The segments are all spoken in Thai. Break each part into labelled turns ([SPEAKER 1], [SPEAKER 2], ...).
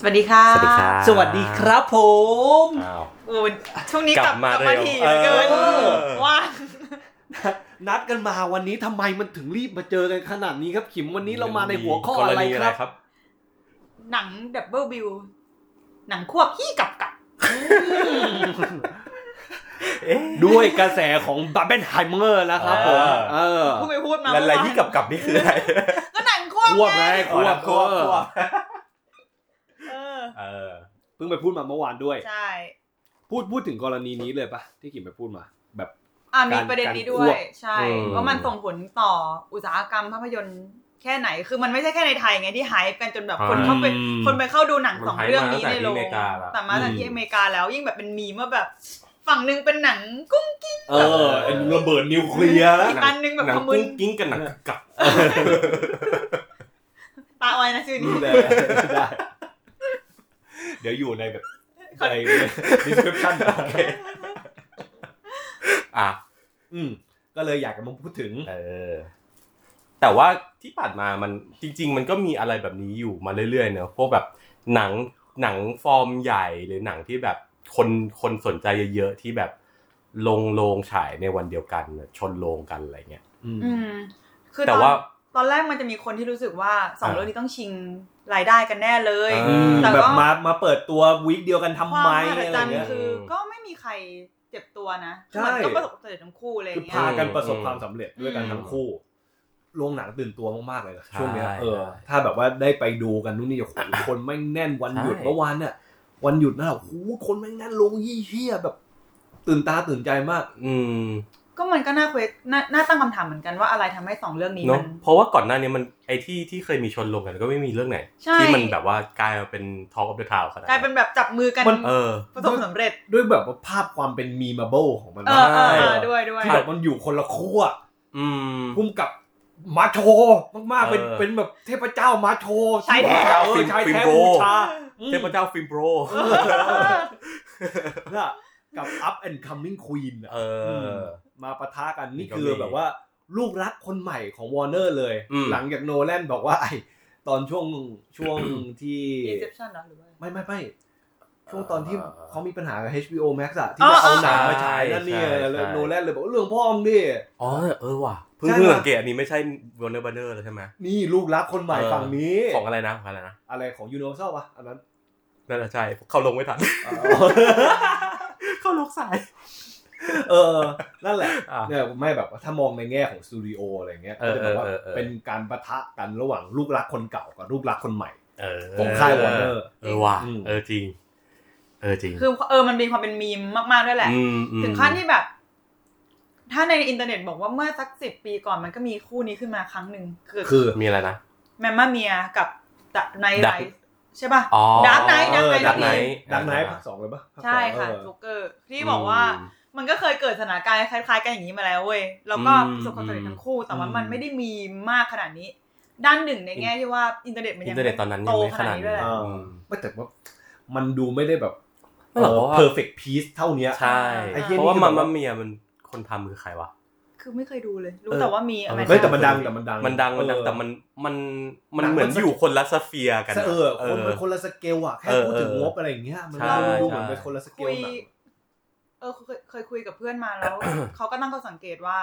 [SPEAKER 1] สวัสดีค่ะ
[SPEAKER 2] สวัสดีครับ
[SPEAKER 3] สวัสดีครับผม
[SPEAKER 2] อ้าว
[SPEAKER 1] โอ้ยช่วงนี้ก
[SPEAKER 2] กลั
[SPEAKER 1] ลับบ มา
[SPEAKER 2] มา
[SPEAKER 1] มาถี่เหลือเกิน
[SPEAKER 2] เออ
[SPEAKER 1] ว่าง
[SPEAKER 3] นัดกันมาวันนี้ทำไมมันถึงรีบมาเจอกันขนาดนี้ครับขิมวันนี้เรามาในหัวข้ออะ
[SPEAKER 2] ก
[SPEAKER 3] ไร
[SPEAKER 2] ณี
[SPEAKER 3] ครับ
[SPEAKER 1] หนังดับเบิลบิว หนังควบขี้กับกับ
[SPEAKER 2] เอ๊ะ
[SPEAKER 3] ด้วยกระแสของบับเบนไฮเมอร์นะครับผม
[SPEAKER 2] เออ
[SPEAKER 3] เออ
[SPEAKER 1] พูดไปพูดมา
[SPEAKER 2] แล้วอะไร
[SPEAKER 1] เมื่วาน
[SPEAKER 2] ที่กลับกลับนี่คืออะไร
[SPEAKER 1] ก็หนังควบ
[SPEAKER 3] ควบไง
[SPEAKER 2] อ๋อ
[SPEAKER 3] ควบ
[SPEAKER 2] ควบควบ
[SPEAKER 1] เออ
[SPEAKER 2] เออ
[SPEAKER 3] เพิ่งไปพูดมาเมื่อวานด้วย
[SPEAKER 1] ใช่
[SPEAKER 3] พูดพูดถึงกรณีนี้เลยปะที่ขิมไปพูดมา แบบ
[SPEAKER 1] อ่ะมี
[SPEAKER 3] การ
[SPEAKER 1] ประเด็นนี้ด้ว
[SPEAKER 3] การอ้วย ก
[SPEAKER 1] ใช่
[SPEAKER 3] อืม
[SPEAKER 1] ว่ามันส่งผลต่ออุตสาหกรรมภาพยนตร์แค่ไหน คือมันไม่ใช่แค่ในไทยไงที่หายกันจนแบบคนเข้าไป
[SPEAKER 3] อืม
[SPEAKER 1] คนไปเข้าดูหนังสอง
[SPEAKER 2] มันหาย
[SPEAKER 1] เรื่อง
[SPEAKER 2] มาตั้
[SPEAKER 1] นี้
[SPEAKER 2] งแต่
[SPEAKER 1] ใน
[SPEAKER 2] ที่
[SPEAKER 1] โรง
[SPEAKER 2] อเมริกาแล้ว
[SPEAKER 1] แต่มาจากที่
[SPEAKER 3] อืม
[SPEAKER 1] อเมริกาแล้วยิ่งแบบเป็นมีมว่าแบบ ฝั่งหนึ่งเป็นหนังกุ้งกิ้ง
[SPEAKER 3] เออไอ้ระเบิดนิวเคลียร์แล้ว
[SPEAKER 1] อีกอันหนึงแบบ
[SPEAKER 2] หนัง
[SPEAKER 1] ขมึ
[SPEAKER 2] กุ้
[SPEAKER 1] น
[SPEAKER 2] งกิ้งกับหนังกลับกับ
[SPEAKER 1] ตาออยนะชื่อนี้
[SPEAKER 3] ได้เดี๋ยวอยู่ในแบบใน description โอเค
[SPEAKER 2] อ่ะ
[SPEAKER 3] อืมก็เลยอยากจะมาพูดถึง
[SPEAKER 2] เออ แต่ว่าที่ผ่านมามันจริง ๆ มันก็มีอะไรแบบนี้อยู่มาเรื่อยๆเนอะพวกแบบหนังหนังฟอร์มใหญ่หรือหนังที่แบบคนคนสนใจเยอะๆที่แบบลงโรงฉายในวันเดียวกันชนโรงกันอะไรเงี้ย
[SPEAKER 3] อืม
[SPEAKER 1] อืมคือ
[SPEAKER 2] แต่
[SPEAKER 1] ตอน
[SPEAKER 2] ว่า
[SPEAKER 1] ตอนแรกมันจะมีคนที่รู้สึกว่าสอง
[SPEAKER 2] อ่า
[SPEAKER 1] เรื่องนี้ต้องชิงรายได้กันแน่เลย
[SPEAKER 2] อืม
[SPEAKER 1] แต่
[SPEAKER 3] แบบ
[SPEAKER 1] ก็
[SPEAKER 3] มามาเปิดตัววีคเดียวกันทำ
[SPEAKER 1] ความ
[SPEAKER 3] ไม
[SPEAKER 1] มหัศ
[SPEAKER 3] อะไร
[SPEAKER 1] จรรย์
[SPEAKER 3] เงี้ย
[SPEAKER 1] คือ ก็ไม่มีใครเจ็บตัวนะ
[SPEAKER 3] ใช่
[SPEAKER 1] มันก็ประสบความสำเร็จทั้งคู่อะไรอ
[SPEAKER 3] คือย่าง
[SPEAKER 1] เงี้
[SPEAKER 3] พาย กันประสบความสำเร็จด้วยกัน
[SPEAKER 1] อืม
[SPEAKER 3] ทั้งคู่โรงหนังตื่นตัวมากๆเลยนะ
[SPEAKER 2] ใช่
[SPEAKER 3] ช่วงเนี้ยเออ
[SPEAKER 2] ใช่
[SPEAKER 3] ถ้าแบบว่าได้ไปดูกันนู่นนี่โอ้โหคนไม่งแน่นวันหยุด
[SPEAKER 2] ใช่
[SPEAKER 3] เมื่อวานเนี่ยวันหยุดนะโอ้โหคนไม่งแน่นลงยี่เฮียแบบ ตื่นตาตื่นใจมาก
[SPEAKER 2] อืม
[SPEAKER 1] ก็มันก็น่าเควสน่าน่าตั้งคำถามเหมือนกันว่าอะไรทำให้สองเรื่องนี้
[SPEAKER 2] เน
[SPEAKER 1] มั
[SPEAKER 2] อะ
[SPEAKER 1] น
[SPEAKER 2] เพราะว่าก่อนหน้านี้มันไอที่ที่เคยมีชนลงกันก็ไม่มีเรื่องไหน
[SPEAKER 1] ใช่
[SPEAKER 2] ที่มันแบบว่ากลายมาเป็นทอ l k ก f the เด w ทาวขนาด
[SPEAKER 1] กลายเป็นแบบจับมือกัน
[SPEAKER 3] มัน
[SPEAKER 2] เออ
[SPEAKER 1] ประสบความสำเร็จ
[SPEAKER 3] ด้วยแบบว่าภาพความเป็นมีมาเบิลของมัน
[SPEAKER 1] เอ
[SPEAKER 3] นะ
[SPEAKER 1] อเออเออ
[SPEAKER 2] ใช่
[SPEAKER 1] ด้วยด้วย
[SPEAKER 3] ที่แบบมันอยู่คนละขั้ว
[SPEAKER 2] อืม
[SPEAKER 3] พุ่มกับมาโชมากๆเป็น
[SPEAKER 2] เออ
[SPEAKER 3] เป็นแบบเทพเจ้ามาโช
[SPEAKER 1] ใช่ แล้
[SPEAKER 3] เออใชายแท้บูชาอืม
[SPEAKER 2] เทพเจ้าฟิล์มโปร
[SPEAKER 3] น่ะกับ up and coming queen น่ะ
[SPEAKER 2] เออ
[SPEAKER 3] มาปะทะกันนี่
[SPEAKER 2] นี่ก็
[SPEAKER 3] คือ
[SPEAKER 2] มี
[SPEAKER 3] แบบว่า ลูกรักคนใหม่ของวอร์เนอร์เลย
[SPEAKER 2] อืม
[SPEAKER 3] หลังจากโนแลนบอกว่าไอตอนช่วงช่วง ที่
[SPEAKER 1] อินเซปชั่นเหรอหรือว่า
[SPEAKER 3] ไม่ไม่ไม่ช่วงตอนที่
[SPEAKER 2] เออเออ
[SPEAKER 3] เขามีปัญหากับ HBO Max อะที่
[SPEAKER 1] อ๋อ
[SPEAKER 3] จะเอาหนังมาฉาย
[SPEAKER 2] ใช่
[SPEAKER 3] นั่นเนี่ย
[SPEAKER 2] ใช่ใช่
[SPEAKER 3] แล้วโนแลนเลยบอกว่าเรื่องพ่อมึงดิ
[SPEAKER 2] อ๋อเออว่ะเพิ่ง
[SPEAKER 3] ใช่
[SPEAKER 2] เพิ่ง
[SPEAKER 3] ปะ
[SPEAKER 2] สังเกตอันนี้ไม่ใช่วอร์เนอร์บันเนอร์แล้วใช่ไหม
[SPEAKER 3] นี่ลูกรักคนใหม่
[SPEAKER 2] เออ
[SPEAKER 3] ฝั่งนี้
[SPEAKER 2] ของอะไรนะของอะไรนะ
[SPEAKER 3] อะไรของยูนิเวอร์แซลปะอันนั้น
[SPEAKER 2] นั่นแหละใช่เข้าลง ไม่ทัน
[SPEAKER 3] อ๋อ
[SPEAKER 2] เข้าลงสาย
[SPEAKER 3] เออ นั่นแหละ
[SPEAKER 2] อ่ะ
[SPEAKER 3] เนี่ยไม่แบบว่าถ้ามองในแง่ของสตูดิโออะไรเงี้ย
[SPEAKER 2] เอ
[SPEAKER 3] ก็
[SPEAKER 2] อ
[SPEAKER 3] จะแบบว่า
[SPEAKER 2] เออเออ
[SPEAKER 3] เป็นการปะทะกันระหว่างลูกรักคนเก่ากับลูกรักคนใหม่
[SPEAKER 2] เออ
[SPEAKER 3] ของค่ายวอร์เนอร์
[SPEAKER 2] เออว่ะ
[SPEAKER 3] อืม
[SPEAKER 2] เออจริง เออจริง
[SPEAKER 1] คือเออมันมีความเป็นมีมมากๆด้วยแหละ
[SPEAKER 2] มอืม
[SPEAKER 1] ถึงขั้นที่แบบ ถ้าในอินเทอร์เน็ตบอกว่าเมื่อสักสิบปีก่อนมันก็มีคู่นี้ขึ้นมาครั้งหนึ่งคือ
[SPEAKER 3] คือ
[SPEAKER 2] มีอะไรนะ
[SPEAKER 1] แมมมาเมียกับไน
[SPEAKER 2] Dark
[SPEAKER 1] ไรใช่ป่ะ
[SPEAKER 2] อ๋อ
[SPEAKER 1] Dark Knight Dark
[SPEAKER 2] เออ
[SPEAKER 1] Knight
[SPEAKER 2] Dark
[SPEAKER 1] ก็มี
[SPEAKER 2] Knight
[SPEAKER 3] ดังไนท์
[SPEAKER 2] อ่า
[SPEAKER 3] ภาคสองเลยปะภาสอง
[SPEAKER 1] ใช่ค่ะ
[SPEAKER 3] เออ
[SPEAKER 1] ทุกเกอร์ที่บอกว่ามันก็เคยเกิดสถานการณ์คล้ายๆกันอย่างนี้มาแล้วเว้ยแล้วก็
[SPEAKER 2] อื
[SPEAKER 1] ป
[SPEAKER 2] ม
[SPEAKER 1] ระสบความสำเร็จทั้งคู่ แต่ว่า
[SPEAKER 3] อืม
[SPEAKER 1] มันไม่ได้มีมากขนาดนี้ ด้านหนึ่งในแง่ที่ว่าอินเทอร์เน็ตมัน
[SPEAKER 2] อิ
[SPEAKER 1] ยัง
[SPEAKER 2] นเทอร์เน็ตตอนนั้น
[SPEAKER 1] โต
[SPEAKER 2] ยังไม่
[SPEAKER 1] ข
[SPEAKER 2] ข
[SPEAKER 1] นา
[SPEAKER 2] นา
[SPEAKER 1] ด
[SPEAKER 2] ด
[SPEAKER 1] นี้
[SPEAKER 2] นี้
[SPEAKER 1] ด้วยแหละ
[SPEAKER 3] เออ
[SPEAKER 2] อืม
[SPEAKER 3] ไม่แต่ว่ามันดูไม่ได้แบบ
[SPEAKER 2] ไม่หรอกเพราะว่า
[SPEAKER 3] เพอร์เฟกต์พีซเท่าเนี้ย
[SPEAKER 2] ใช่
[SPEAKER 3] ไอ้เหี้ย
[SPEAKER 2] เพ
[SPEAKER 3] นี่
[SPEAKER 2] ราะว่า
[SPEAKER 3] คือ
[SPEAKER 2] มั
[SPEAKER 3] แบ
[SPEAKER 2] ม
[SPEAKER 3] บว่า
[SPEAKER 2] มะเมียมันคนทำคือใครวะ
[SPEAKER 1] คือไม่เคยดูเลย รู้
[SPEAKER 2] เออ
[SPEAKER 1] แต่ว่ามีอะไร
[SPEAKER 3] เฮ้ยแต่มันดังแต่มันดัง
[SPEAKER 2] มันดังมันดัง
[SPEAKER 3] เออ
[SPEAKER 2] แต่มันมันมัน
[SPEAKER 3] หนังมัน
[SPEAKER 2] เหมือนอยู่คนละสเฟียร์กันอะ
[SPEAKER 3] เออคน
[SPEAKER 2] เอ
[SPEAKER 3] มัน
[SPEAKER 2] อ
[SPEAKER 3] คนละสเกลอะแค่
[SPEAKER 2] เออ
[SPEAKER 3] พูดถึง
[SPEAKER 2] เออง
[SPEAKER 3] บอะไรอย่างเงี้ยมัน
[SPEAKER 2] ใช่
[SPEAKER 3] ดูเหมือน
[SPEAKER 2] ใช่
[SPEAKER 3] เป็นคนละสเก
[SPEAKER 1] คุ
[SPEAKER 3] ล
[SPEAKER 1] ย
[SPEAKER 3] หนัง
[SPEAKER 1] เออเคยเคยคุยกับเพื่อนมาแล้ว เขาก็ตั้งข้อสังเกตว่า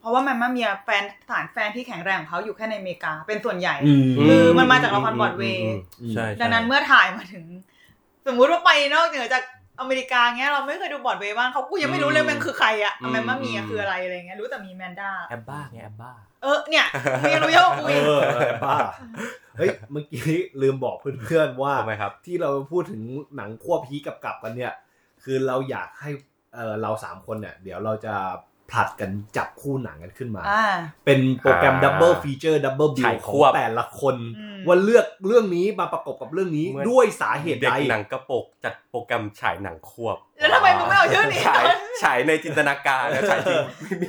[SPEAKER 1] เพราะว่าแมมมาเมียแฟนฐานแฟนที่แข็งแรงของเขาอยู่แค่ในอเมริกา เป็นส่วนใหญ่ คือมันมาจากละคร Broadway
[SPEAKER 3] อืม
[SPEAKER 2] ใช่ใช่
[SPEAKER 1] ดังนั้นเมื่อถ่ายมาถึง สมมุติว่าไปนอกเหนือจากอเมริกาเงี้ยเราไม่เคยดูบอร์ดเวย์บ้างเขากูยังไม่รู้เลยมันคือใครอะแมมมาเมียคืออะไรอะไรเงี้ยรู้แต่มีแมนด้า
[SPEAKER 2] แอปบ้าไงแอปบ้า
[SPEAKER 1] เออเนี่ยไม่รู้เยอะกว่ากู
[SPEAKER 3] เอ
[SPEAKER 1] อีก
[SPEAKER 3] อบ้าเฮ้ยเมื่อกี้ลืมบอกเพื่อนๆว่า
[SPEAKER 2] ทำไมครับ
[SPEAKER 3] ที่เราพูดถึงหนังควบพีกับกลับกันเนี่ย คือเราอยากให้เอ่อเราสามคนเนี่ย เดี๋ยวเราจะผลัดกันจับคู่หนังกันขึ้นมา
[SPEAKER 1] อ่า
[SPEAKER 3] เป็นโปรแกรม
[SPEAKER 2] อ่า
[SPEAKER 3] ดับเบิลฟีเจอร์ดับเบิลบิ
[SPEAKER 2] ฉา
[SPEAKER 3] วย ข
[SPEAKER 2] ค
[SPEAKER 3] อง
[SPEAKER 2] วบ
[SPEAKER 3] แต่ละคน
[SPEAKER 1] อืม
[SPEAKER 3] ว่าเลือกเรื่องนี้มาประกบกับเรื่องนี้
[SPEAKER 2] เหมือน
[SPEAKER 3] ด้วยสาเหตุ
[SPEAKER 2] เด็
[SPEAKER 3] ใด
[SPEAKER 2] กหนังกระโปกจัดโปรแกรมฉายหนังควบ
[SPEAKER 1] แล้วทำไมมึงไม่เอาชื่อนี้
[SPEAKER 2] ฉาย
[SPEAKER 1] ก่อน
[SPEAKER 2] ฉายในจินตนาการนะฉายจริง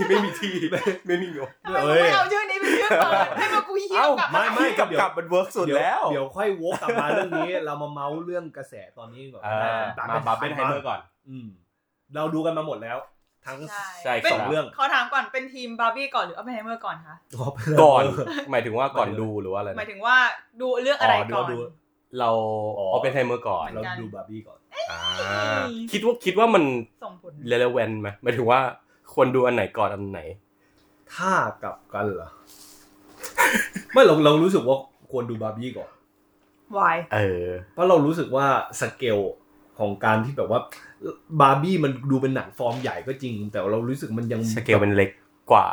[SPEAKER 2] ไม่มีไม่มีที่ ไม่มีงบ
[SPEAKER 1] ทำไมมึงไม่เอาชื่อนี้เป็นชื่อเปิดให้มากูเฮี้ย
[SPEAKER 2] เอ้าก
[SPEAKER 1] ลับ
[SPEAKER 2] ไม่
[SPEAKER 1] มา
[SPEAKER 2] ไม่กับกับมันเวิร์กสุด
[SPEAKER 3] เดี๋ยว
[SPEAKER 2] แล้ว
[SPEAKER 3] เดี๋ยวค่อยวกกลับมาเรื่องนี้ เรามาเมาส์เรื่องกระแสตอนนี้ก่อน
[SPEAKER 2] เออ
[SPEAKER 3] ดัง
[SPEAKER 2] มาบาเบนไฮเมอร์ก่อน
[SPEAKER 3] อืมเราดูกันมาหมดแล้ว ทั้ง
[SPEAKER 1] ใช่
[SPEAKER 2] ใช่
[SPEAKER 1] เป็น
[SPEAKER 2] ส
[SPEAKER 3] ส
[SPEAKER 2] อ
[SPEAKER 3] องง
[SPEAKER 2] เรื่
[SPEAKER 3] เรื่อง อง
[SPEAKER 1] ขอถามก่อนเป็นทีมบาร์บี้ก่อนหรืออ p ปนไฮเมอร์ก่อนคะ
[SPEAKER 2] ก่อน หมายถึงว่าก่อนดูหรือว่าอะไรนะ
[SPEAKER 1] หมายถึงว่าดูเรื่องอะไร
[SPEAKER 2] อ๋อดู
[SPEAKER 1] ก่อน
[SPEAKER 2] ดู เรา
[SPEAKER 3] อ๋อ
[SPEAKER 2] เอาเป็นไทเมอร์ก่อน
[SPEAKER 1] เหมื
[SPEAKER 3] เรา
[SPEAKER 1] อนกัน
[SPEAKER 3] ดูบาร์บี้ก่อน
[SPEAKER 2] อ่าคิดว่าคิดว่ามัน
[SPEAKER 1] ส่งผล
[SPEAKER 2] เรเลเวนไหมหมายถึงว่าควรดูอันไหนก่อนอันไหน
[SPEAKER 3] ถ้ากลับกันเหรอ ไม่เราเรารู้สึกว่าควรดูบาร์บี้ก่อน
[SPEAKER 1] why
[SPEAKER 2] เออ
[SPEAKER 3] เพราะเรารู้สึกว่าสเกลของการที่แบบว่าบาร์บี้มันดูเป็นหนังฟอร์มใหญ่ก็จริง แต่เรารู้สึกมันยัง
[SPEAKER 2] สเกลมันเล็กกว่า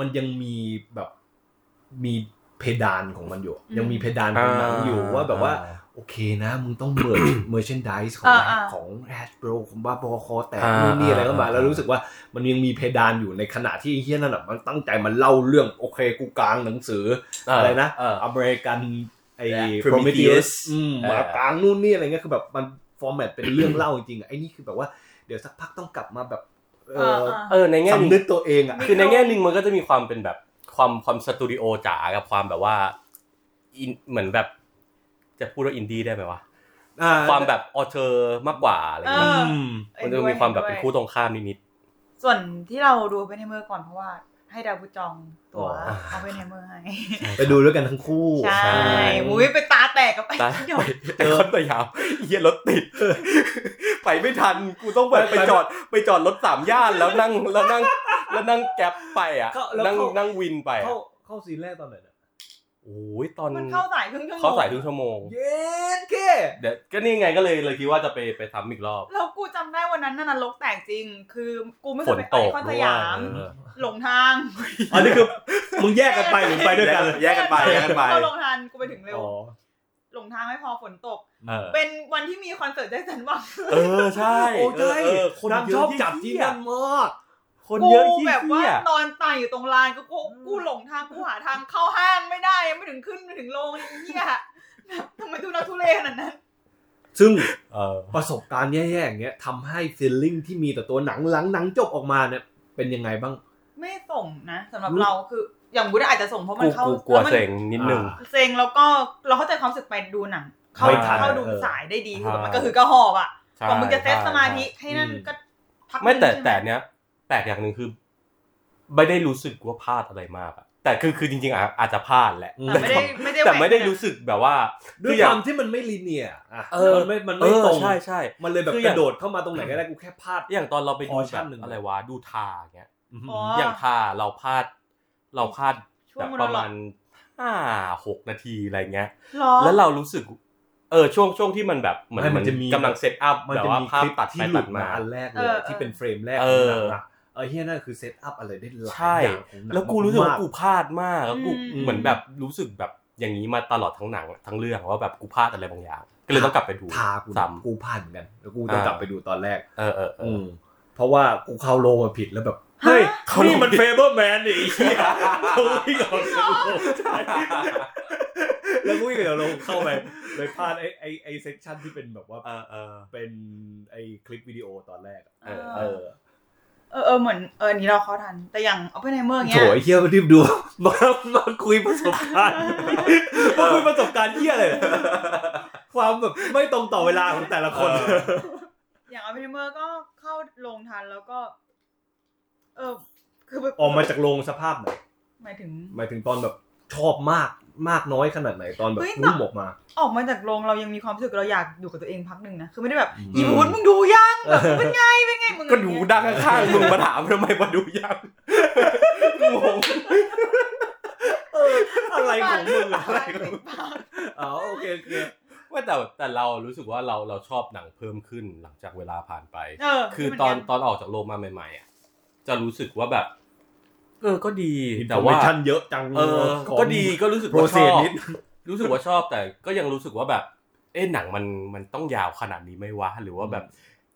[SPEAKER 3] มันยังมีแบบมีเพดานของมันอยู่
[SPEAKER 1] อืม
[SPEAKER 3] ยังมีเพดานของหนังอยู่
[SPEAKER 2] อ่า
[SPEAKER 3] ว่าแบบว่า
[SPEAKER 2] อ่า
[SPEAKER 3] โอเคนะ มึงต้องเบิร์ด เมอร์ชนดิสของ
[SPEAKER 1] อ่า
[SPEAKER 3] แฮ
[SPEAKER 1] อ่า
[SPEAKER 3] ชของแฮชโบรของบ้าบอคอแต่
[SPEAKER 2] อ่า
[SPEAKER 3] นู่นนี่อะไรก็มา
[SPEAKER 2] อ่า
[SPEAKER 3] แล้วรู้สึกว่ามันยังมีเพดานอยู่ในขณะที่ไอ้เฮียนั่นแะมันตั้งใจมันเล่าเรื่องโอเคกูกลางหนังสือ
[SPEAKER 2] เ
[SPEAKER 3] อะไรนะ
[SPEAKER 2] เออ
[SPEAKER 3] อเมริกันไอ้
[SPEAKER 2] Yeah,
[SPEAKER 3] Prometheus
[SPEAKER 2] Prometheus
[SPEAKER 3] อืม
[SPEAKER 2] เออ
[SPEAKER 3] หมากลางนู่นนี่อะไรเงี้ยคือแบบมันฟอร์แมตเป็นเรื่องเล่าจริงๆอ่ะไอ้นี่คือแบบว่าเดี๋ยวสักพักต้องกลับมาแบบเออ
[SPEAKER 2] เออในแง่ห
[SPEAKER 3] สำนึ
[SPEAKER 2] นึ่
[SPEAKER 3] ก
[SPEAKER 2] ง
[SPEAKER 3] ตัวเองอ่ะ
[SPEAKER 2] คือในแง่หนึ่งมันก็จะมีความเป็นแบบความความสตูดิโอจ๋ากับความแบบว่า in- เหมือนแบบ จะพูดว่าอินดี้ได้ไหมวะ
[SPEAKER 3] อ่
[SPEAKER 2] ความแบบออเทอร์มากกว่าอะไร
[SPEAKER 1] เอ
[SPEAKER 2] เงี้ย
[SPEAKER 1] อ
[SPEAKER 3] อืม
[SPEAKER 2] มันจะมีความแบบเป็นคู่
[SPEAKER 1] ด้วย
[SPEAKER 2] ตรงข้ามนิด
[SPEAKER 1] ส่วนที่เราดูเป็นไฮเมอร์ก่อนเพราะว่าให้ดาวพุจองตัว
[SPEAKER 2] อ๋อ
[SPEAKER 1] เอาเป็นไฮเมอร์ให้
[SPEAKER 2] ๆ
[SPEAKER 3] ไปดูด้วยกันทั้งคู่
[SPEAKER 1] ใช่มุ้ยไปตาแตกกับไอ้
[SPEAKER 2] ตา
[SPEAKER 1] เดี๋ยว
[SPEAKER 2] แต่คอนสยามเยียรถติ ด ไปไม่ทัน กูต้องแบบ
[SPEAKER 3] ไป
[SPEAKER 2] ไปจอดไปจอดรถสามย่านแล้วนั่งแล้วนั่งแล้วนั่งแก๊ปไปอ่ะ
[SPEAKER 3] เข้าแล้ว
[SPEAKER 2] นั่ง
[SPEAKER 3] เข้า
[SPEAKER 2] นั่งวินไปอะ
[SPEAKER 3] เข้าเข้าซีนแรกตอนไหนนะ
[SPEAKER 2] โอ้ยตอน
[SPEAKER 1] มันเข้าสายครึ่งชั่วโมง
[SPEAKER 2] เข้าสายถึงชั่วโมง
[SPEAKER 3] เย็นเค
[SPEAKER 2] เดี๋ยวก็นี่ไงก็เลยเลยคิดว่าจะไปไปทำอีกรอบ
[SPEAKER 1] แล้วกูจำได้วันนั้นน่ะนรกแตกจริง คือกูไม่เค
[SPEAKER 2] ฝ
[SPEAKER 1] ย
[SPEAKER 2] น
[SPEAKER 1] ไป
[SPEAKER 2] ต
[SPEAKER 1] ไอก คอน
[SPEAKER 2] ด้
[SPEAKER 1] ส
[SPEAKER 2] วย
[SPEAKER 1] ยาม
[SPEAKER 2] เออ
[SPEAKER 1] หลงทาง
[SPEAKER 3] อันนี้คือมึงแยกกันไปหรือไปด้วยกัน
[SPEAKER 2] แยกกันไปแยกกันไป
[SPEAKER 1] เราหลงทางกูไปถึงเร็ว
[SPEAKER 3] อ๋อ
[SPEAKER 1] หลงทางไม่พอฝนตก
[SPEAKER 2] เออ
[SPEAKER 1] เป็นวันที่มีคอนเสิร์ตได้สันหวัง
[SPEAKER 2] เออใช่
[SPEAKER 3] โอ้ใช่
[SPEAKER 2] เออคน
[SPEAKER 3] นาง
[SPEAKER 2] เย
[SPEAKER 3] ช
[SPEAKER 2] อะ
[SPEAKER 3] อบ
[SPEAKER 2] ที่
[SPEAKER 3] จับที่นั่นมาก
[SPEAKER 2] คน
[SPEAKER 1] กู
[SPEAKER 2] เยอะที่
[SPEAKER 1] แบบว่า
[SPEAKER 2] เที่ย
[SPEAKER 1] นอนตายอยู่ตรงลานกูกูกูหลงทางกูหาทางเข้าห้างไม่ได้ยังไม่ถึงขึ้นไม่ถึงลงไอ้เหี้ยทำไมทุลักทุเลขนาดนั้น
[SPEAKER 3] ซึ่ง
[SPEAKER 2] เออ
[SPEAKER 3] ประสบการณ์แย่ๆอย่างเงี้ยทำให้ฟีลลิ่งที่มีต่อตัวหนังหลังหนังจบออกมาเนี่ยเป็นยังไงบ้าง
[SPEAKER 1] ไม่ส่งนะสำหรับ
[SPEAKER 3] รู้
[SPEAKER 1] เราคืออย่างวุฒิอาจจะส่งเพราะมั
[SPEAKER 2] กู
[SPEAKER 1] นเข้า
[SPEAKER 2] กูกลัว
[SPEAKER 1] แมัน
[SPEAKER 2] เซ็งนิดนึง
[SPEAKER 3] อ่า
[SPEAKER 1] เซ็งแล้วก็เราเข้าใจความรู้สึกไปดูหนัง เข้า
[SPEAKER 2] ไม่ทัน
[SPEAKER 1] เข้าดู
[SPEAKER 3] เออ
[SPEAKER 1] สายได้ดีคือ
[SPEAKER 2] ใช่
[SPEAKER 1] แบบมันก็คือกระหอบอ่ะ
[SPEAKER 2] ใช่
[SPEAKER 1] กว่ามึงจะเซต
[SPEAKER 2] ใช่
[SPEAKER 1] สมาธิ
[SPEAKER 2] ใช่
[SPEAKER 1] ให้นั่นก็พัก
[SPEAKER 2] ไม่แต่
[SPEAKER 1] หนึ่งใช่ห
[SPEAKER 2] แต่เนี้ยแปลกอย่างหนึ่งคือ ไม่ได้รู้สึกว่าพลาดอะไรมากอะแต่คือคือจริงๆอะอาจจะพลาดแหละ
[SPEAKER 3] อื
[SPEAKER 1] แต่ไม่ได้ไม่ได้
[SPEAKER 2] แต่ไม่ได้
[SPEAKER 1] แหวก
[SPEAKER 2] รู้สึกแบบว่า
[SPEAKER 3] ด้วย
[SPEAKER 2] อย่าว
[SPEAKER 3] คาง มที่มันไม่ลีเนียร์อ่ะ
[SPEAKER 2] เออ
[SPEAKER 3] มันไม่มันไม่ตร
[SPEAKER 2] เอ
[SPEAKER 3] ง
[SPEAKER 2] อใช่ใช่
[SPEAKER 3] มันเลยแบบ
[SPEAKER 2] คืออก ย่าง
[SPEAKER 3] ระโดดเข้ามาตรงไหนก็ได้กูแค่พลาด
[SPEAKER 2] อย่างตอนเราไปดู
[SPEAKER 3] พอชั่
[SPEAKER 2] แบ
[SPEAKER 3] น
[SPEAKER 2] บ
[SPEAKER 3] หนึ่ง
[SPEAKER 2] อะไรวะดูทาอย่างเงี้ย
[SPEAKER 1] อ๋อ
[SPEAKER 2] อย่างทาเราพลาด เราพลาด
[SPEAKER 1] ช่ว
[SPEAKER 2] แบ
[SPEAKER 1] ง
[SPEAKER 2] บ
[SPEAKER 1] มัน
[SPEAKER 2] ประมาณ
[SPEAKER 1] ห
[SPEAKER 2] ห้าหกนาทีอะไรเงี้ย
[SPEAKER 1] รอ
[SPEAKER 2] แล้วเรารู้สึก เออช่วงช่วงที่มันแบบเหมือน
[SPEAKER 3] ไม่
[SPEAKER 2] เห
[SPEAKER 3] มั
[SPEAKER 2] มัน น
[SPEAKER 3] จะมี
[SPEAKER 2] กำลังเซตอัพ
[SPEAKER 3] มัน
[SPEAKER 2] แบบ
[SPEAKER 3] จะ
[SPEAKER 2] ว่า
[SPEAKER 3] มี
[SPEAKER 2] ภา
[SPEAKER 3] ค
[SPEAKER 2] พ
[SPEAKER 3] ลิป
[SPEAKER 2] ตัด
[SPEAKER 3] ที่
[SPEAKER 2] ไป
[SPEAKER 3] หลุ
[SPEAKER 2] ตั
[SPEAKER 3] ด
[SPEAKER 2] ด
[SPEAKER 3] มา
[SPEAKER 2] มา
[SPEAKER 3] อันแรกเล
[SPEAKER 1] เอยอ
[SPEAKER 3] ที่เป็นเฟรมแรกของหนังอ่ะเออเฮียนั่นคือเซตอัพอะไรได้หลาย
[SPEAKER 2] ใช่
[SPEAKER 3] อย่างของหนัง
[SPEAKER 2] แล้วกูรู้สึกว่า
[SPEAKER 3] มา
[SPEAKER 2] กูพลาดมากแล้วกู
[SPEAKER 1] อืม
[SPEAKER 2] เหมือนแบบรู้สึกแบบอย่างนี้มาตลอดทั้งหนังทั้งเรื่องว่าแบบกูพลาดอะไรบางอย่าง ก็เลยต้องกลับไปดู
[SPEAKER 3] ทากู
[SPEAKER 2] ซ้
[SPEAKER 3] กูพลาดเหมือนกันแล้วกูต้อง
[SPEAKER 2] อ่าก
[SPEAKER 3] ลับไปดูตอนแรก
[SPEAKER 2] ำเออเออเอ
[SPEAKER 3] อื
[SPEAKER 2] อ
[SPEAKER 3] มเพราะว่ากูเข้าโรงมาผิดแล้วแบบเฮ้ย
[SPEAKER 2] เข้าโรง
[SPEAKER 3] นี่มันเฟเบอร์แม นนี่ไอ้เหี้ยกูวิ่ง ออกจากโรงแล้วกูวิ่งออกจากโรงเข้าไปเลยพลาดไอ้ไอ้ไอ้เซกชันที่เป็นแบบว่า
[SPEAKER 2] เออเออ
[SPEAKER 3] เป็นไอ้คลิปวิดีโอตอนแรกอะ
[SPEAKER 2] เออ
[SPEAKER 3] เออ
[SPEAKER 1] เออเออเหมือนเอออันนี้เราเข้าทัน แต่อย่างเอาไปในเมือง
[SPEAKER 3] โถ
[SPEAKER 1] เนี้ย
[SPEAKER 3] ไอ้เหี้ยมารีบ ดูมามาคุยประสบการณ์มาคุยประสบการณ์เหี้ยเลยความแบบไม่ตรงต่อเวลาของแต่ละคน
[SPEAKER 2] เออ
[SPEAKER 1] อย่างเอาไปในเมืองก็เข้าโรงทันแล้วก็ เออคือแบบ
[SPEAKER 3] ออกมาจากโรงสภาพไหน
[SPEAKER 1] หมายถึง
[SPEAKER 3] หมายถึงตอนแบบชอบมากมากน้อยขนาดไหนตอนแบบ
[SPEAKER 1] เฮ้ย
[SPEAKER 3] พุ่ม
[SPEAKER 1] แต่
[SPEAKER 3] ออกมา
[SPEAKER 1] ออกมาจากโรงเรายังมีความรู้สึกเราอยากอยู่กับตัวเองพักหนึ่งนะ คือไม่ได้แบบ
[SPEAKER 3] อืม
[SPEAKER 1] อีบูนมึงดูยังแบบเป็นไงเป็นไงมึง
[SPEAKER 2] ก็ดูดังข้างๆมึงมาถามทำไมมาดูยัง งง
[SPEAKER 3] เอออะไรของมึงอะ
[SPEAKER 1] อะไรของมึง
[SPEAKER 3] อ๋อโอเคโอเค
[SPEAKER 2] ว่าแต่แต่เรารู้สึกว่าเราเราชอบหนังเพิ่มขึ้นหลังจากเวลาผ่านไป
[SPEAKER 1] เออ
[SPEAKER 2] คือตอนตอนออกจากโรงมาใหม่ๆอ่ะจะรู้สึกว่าแบบ เออก็ดี
[SPEAKER 3] แต่
[SPEAKER 2] แต่
[SPEAKER 3] ว่า
[SPEAKER 2] ว่า
[SPEAKER 3] ชันเยอะจัง
[SPEAKER 2] เออ
[SPEAKER 3] ขง
[SPEAKER 2] ก็ดีก็รู้สึก
[SPEAKER 3] โปร
[SPEAKER 2] ว่า
[SPEAKER 3] เซ
[SPEAKER 2] ช
[SPEAKER 3] ส
[SPEAKER 2] อบ
[SPEAKER 3] นิด
[SPEAKER 2] รู้สึกว่าชอบแต่ก็ยังรู้สึกว่าแบบ เอ๊ะหนังมันมันต้องยาวขนาดนี้ไหม่วะหรือว่าแบบ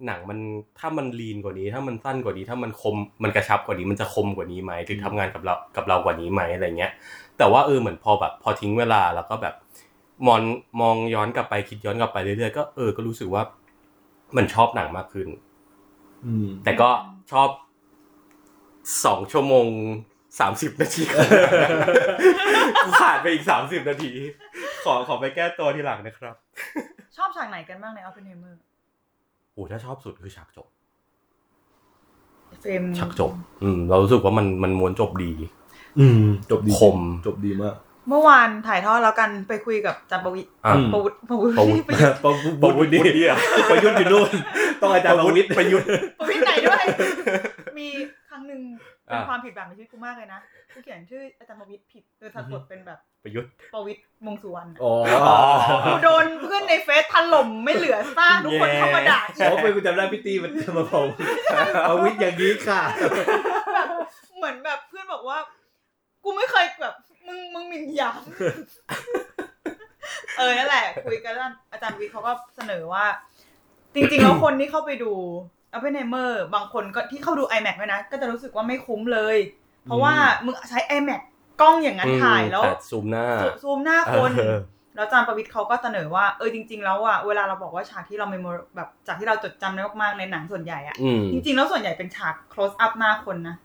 [SPEAKER 2] หนังมันถ้ามันลีนกว่านี้ ถ้ามันสั้นกว่านี้ ถ้ามันคมมันกระชับกว่านี้มันจะคมกว่านี้ไหมหรือทำงานกับเรากับเรากว่านี้ไหมอะไรเงี้ย แต่ว่าเออเหมือนพอแบบพอทิ้งเวลาแล้วก็แบบมองมองย้อนกลับไปคิดย้อนกลับไปเรื่อยๆก็เออก็รู้สึกว่า มันชอบหนังมากขึ้น
[SPEAKER 3] อืม
[SPEAKER 2] แต่ก็ชอบสองชั่วโมงสามสิบนาที ของหนังนะกูขาดไปอีกสามสิบนาที ขอขอไปแก้ตัวทีหลังนะครับ
[SPEAKER 1] ชอบฉากไหนกันบ้างในออฟเฟนไฮเมอร์
[SPEAKER 2] โอ้ถ้าชอบสุดคือฉากจบ
[SPEAKER 1] เฟรม
[SPEAKER 2] ฉากจบ อืม เรารู้สึกว่ามันมันม้วนจบดี
[SPEAKER 3] อืมจบดี
[SPEAKER 2] คม
[SPEAKER 3] จบดีมาก
[SPEAKER 1] เมื่อวานถ่ายทอดแล้วกันไปคุยกับจันปวิ
[SPEAKER 2] อ่ะ
[SPEAKER 3] อืม
[SPEAKER 1] ปวุฒิปวุฒิ
[SPEAKER 2] ปวุฒิ
[SPEAKER 1] ปวุฒิ
[SPEAKER 3] ประ
[SPEAKER 2] ประวุฒิ
[SPEAKER 3] วุฒิ
[SPEAKER 2] เนี่ย
[SPEAKER 3] ประยุทธ์อยู่นู่นต้องอาจารย์ประวุฒิ
[SPEAKER 2] ประยุทธ์
[SPEAKER 1] ปวุฒิไหนด้วย มีครั้งหนึ่งเป็น
[SPEAKER 2] อ่ะ
[SPEAKER 1] ความผิดแบบในชีวิตกูมากเลยนะกูเขียนชื่ออาจารย์ปวิฒิผิดโดยสะกดเป็นแบบ
[SPEAKER 2] ประยุทธ์
[SPEAKER 1] ปวิฒิมงสุวรรณอะ
[SPEAKER 3] อ๋อ
[SPEAKER 2] อ๋อ
[SPEAKER 1] กูโดนเพื่อนในเฟซถล่มไม่เหลือซ ากทุกคนเข้ามาด่าอี
[SPEAKER 3] เพ
[SPEAKER 1] ก
[SPEAKER 3] ราะเป็นกูจำได้พี่ตีมันจะมาบอก ประวุฒิอย่างนี้ค่ะ
[SPEAKER 1] แบบเหมือนแบบเพื่อนบอกว่า กูไม่เคยแบบมึงมึงหมินหยาม เออนั่นแหละ คุยกันแล้วอาจารย์วิทย์เขาก็เสนอว่า จริงๆแล้วคนที่เข้าไปดูอ p เป h ไนเมอร์บางคนก็ที่เข้าดู iMac ด้วยนะ ก็จะรู้สึกว่าไม่คุ้มเลย เพราะว่ามึงใช้ iMac กล้องอย่างนั้นถ่ายแล้ว
[SPEAKER 2] ต่ซูมหน้า
[SPEAKER 1] ซูมหน้าคน
[SPEAKER 2] เออ
[SPEAKER 1] แล้วอาจารย์ประวิทย์เขาก็เสนอว่า เออจริง ๆ แล้วอ่ะเวลาเราบอกว่าฉากที่เราเมมโมแบบจากที่เราจดจำได้มากๆในหนังส่วนใหญ่อ่ะ
[SPEAKER 2] อืม
[SPEAKER 1] จริง ๆ แล้วส่วนใหญ่เป็นฉาก close up หน้าคนนะ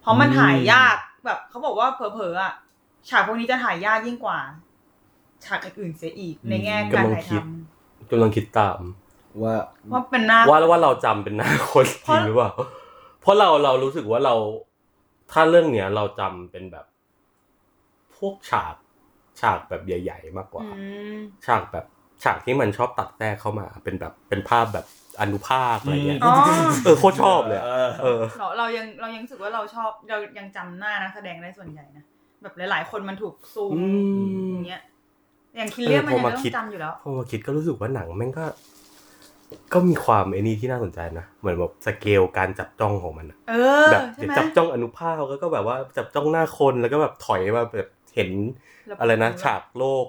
[SPEAKER 1] เพราะมันถ่ายยากแบบเขาบอกว่าเผลอๆอ่ะฉากพวกนี้จะถ่ายยากยิ่งกว่า ฉากอื่นๆเสียอีก
[SPEAKER 3] อืม
[SPEAKER 1] ในแง่การ
[SPEAKER 2] กำลัง
[SPEAKER 1] ถ่าย
[SPEAKER 2] คิ
[SPEAKER 1] ท
[SPEAKER 2] ด กำลังคิดตาม
[SPEAKER 3] ว่า
[SPEAKER 1] ำว่าเป็นหน้า
[SPEAKER 2] ว่าแล้วว่าเราจำเป็นหน้าคนจ
[SPEAKER 1] เพ
[SPEAKER 2] ริ
[SPEAKER 1] ราะ
[SPEAKER 2] งหรือเปล่า เพราะเราเรารู้สึกว่าเรา ถ้าเรื่องเนี้ยเราจำเป็นแบบ พวกฉากฉากแบบใหญ่ ๆ มากกว่า
[SPEAKER 1] อืม
[SPEAKER 2] ฉากแบบฉากที่มันชอบตัดแทรกเข้ามา เป็นแบบเป็นภาพแบบอนุภาคอะไรเงี้ย
[SPEAKER 1] อ๋อ
[SPEAKER 2] เออโคตรชอบเลยอะเออ
[SPEAKER 1] เราเรายังเรายังรู้สึกว่าเราชอบเรายังจำหน้านะแสดงได้ส่วนใหญ่นะแบบหลายๆ คนมันถูกซูม
[SPEAKER 2] อืม
[SPEAKER 1] อย่างเงี้ยอย่างคิลเลียนมัน
[SPEAKER 2] เออพ
[SPEAKER 1] ยั
[SPEAKER 2] อง มา
[SPEAKER 1] ต้อ
[SPEAKER 2] คิด
[SPEAKER 1] งจำอยู่แล้ว
[SPEAKER 2] พอมาคิดก็รู้สึกว่าหนังแม่งก็ ก็มีความไอ้นี่ที่น่าสนใจนะ เหมือนแบบสเกลการจับจ้องของมันอะ
[SPEAKER 1] เออ
[SPEAKER 2] แบบ
[SPEAKER 1] ใช่ไหม
[SPEAKER 2] จับจ้องอนุภาคแล้วก็แบบว่าจับจ้องหน้าคนแล้วก็แบบถอยมาแบบเห็นอะไรนะ ฉากโลก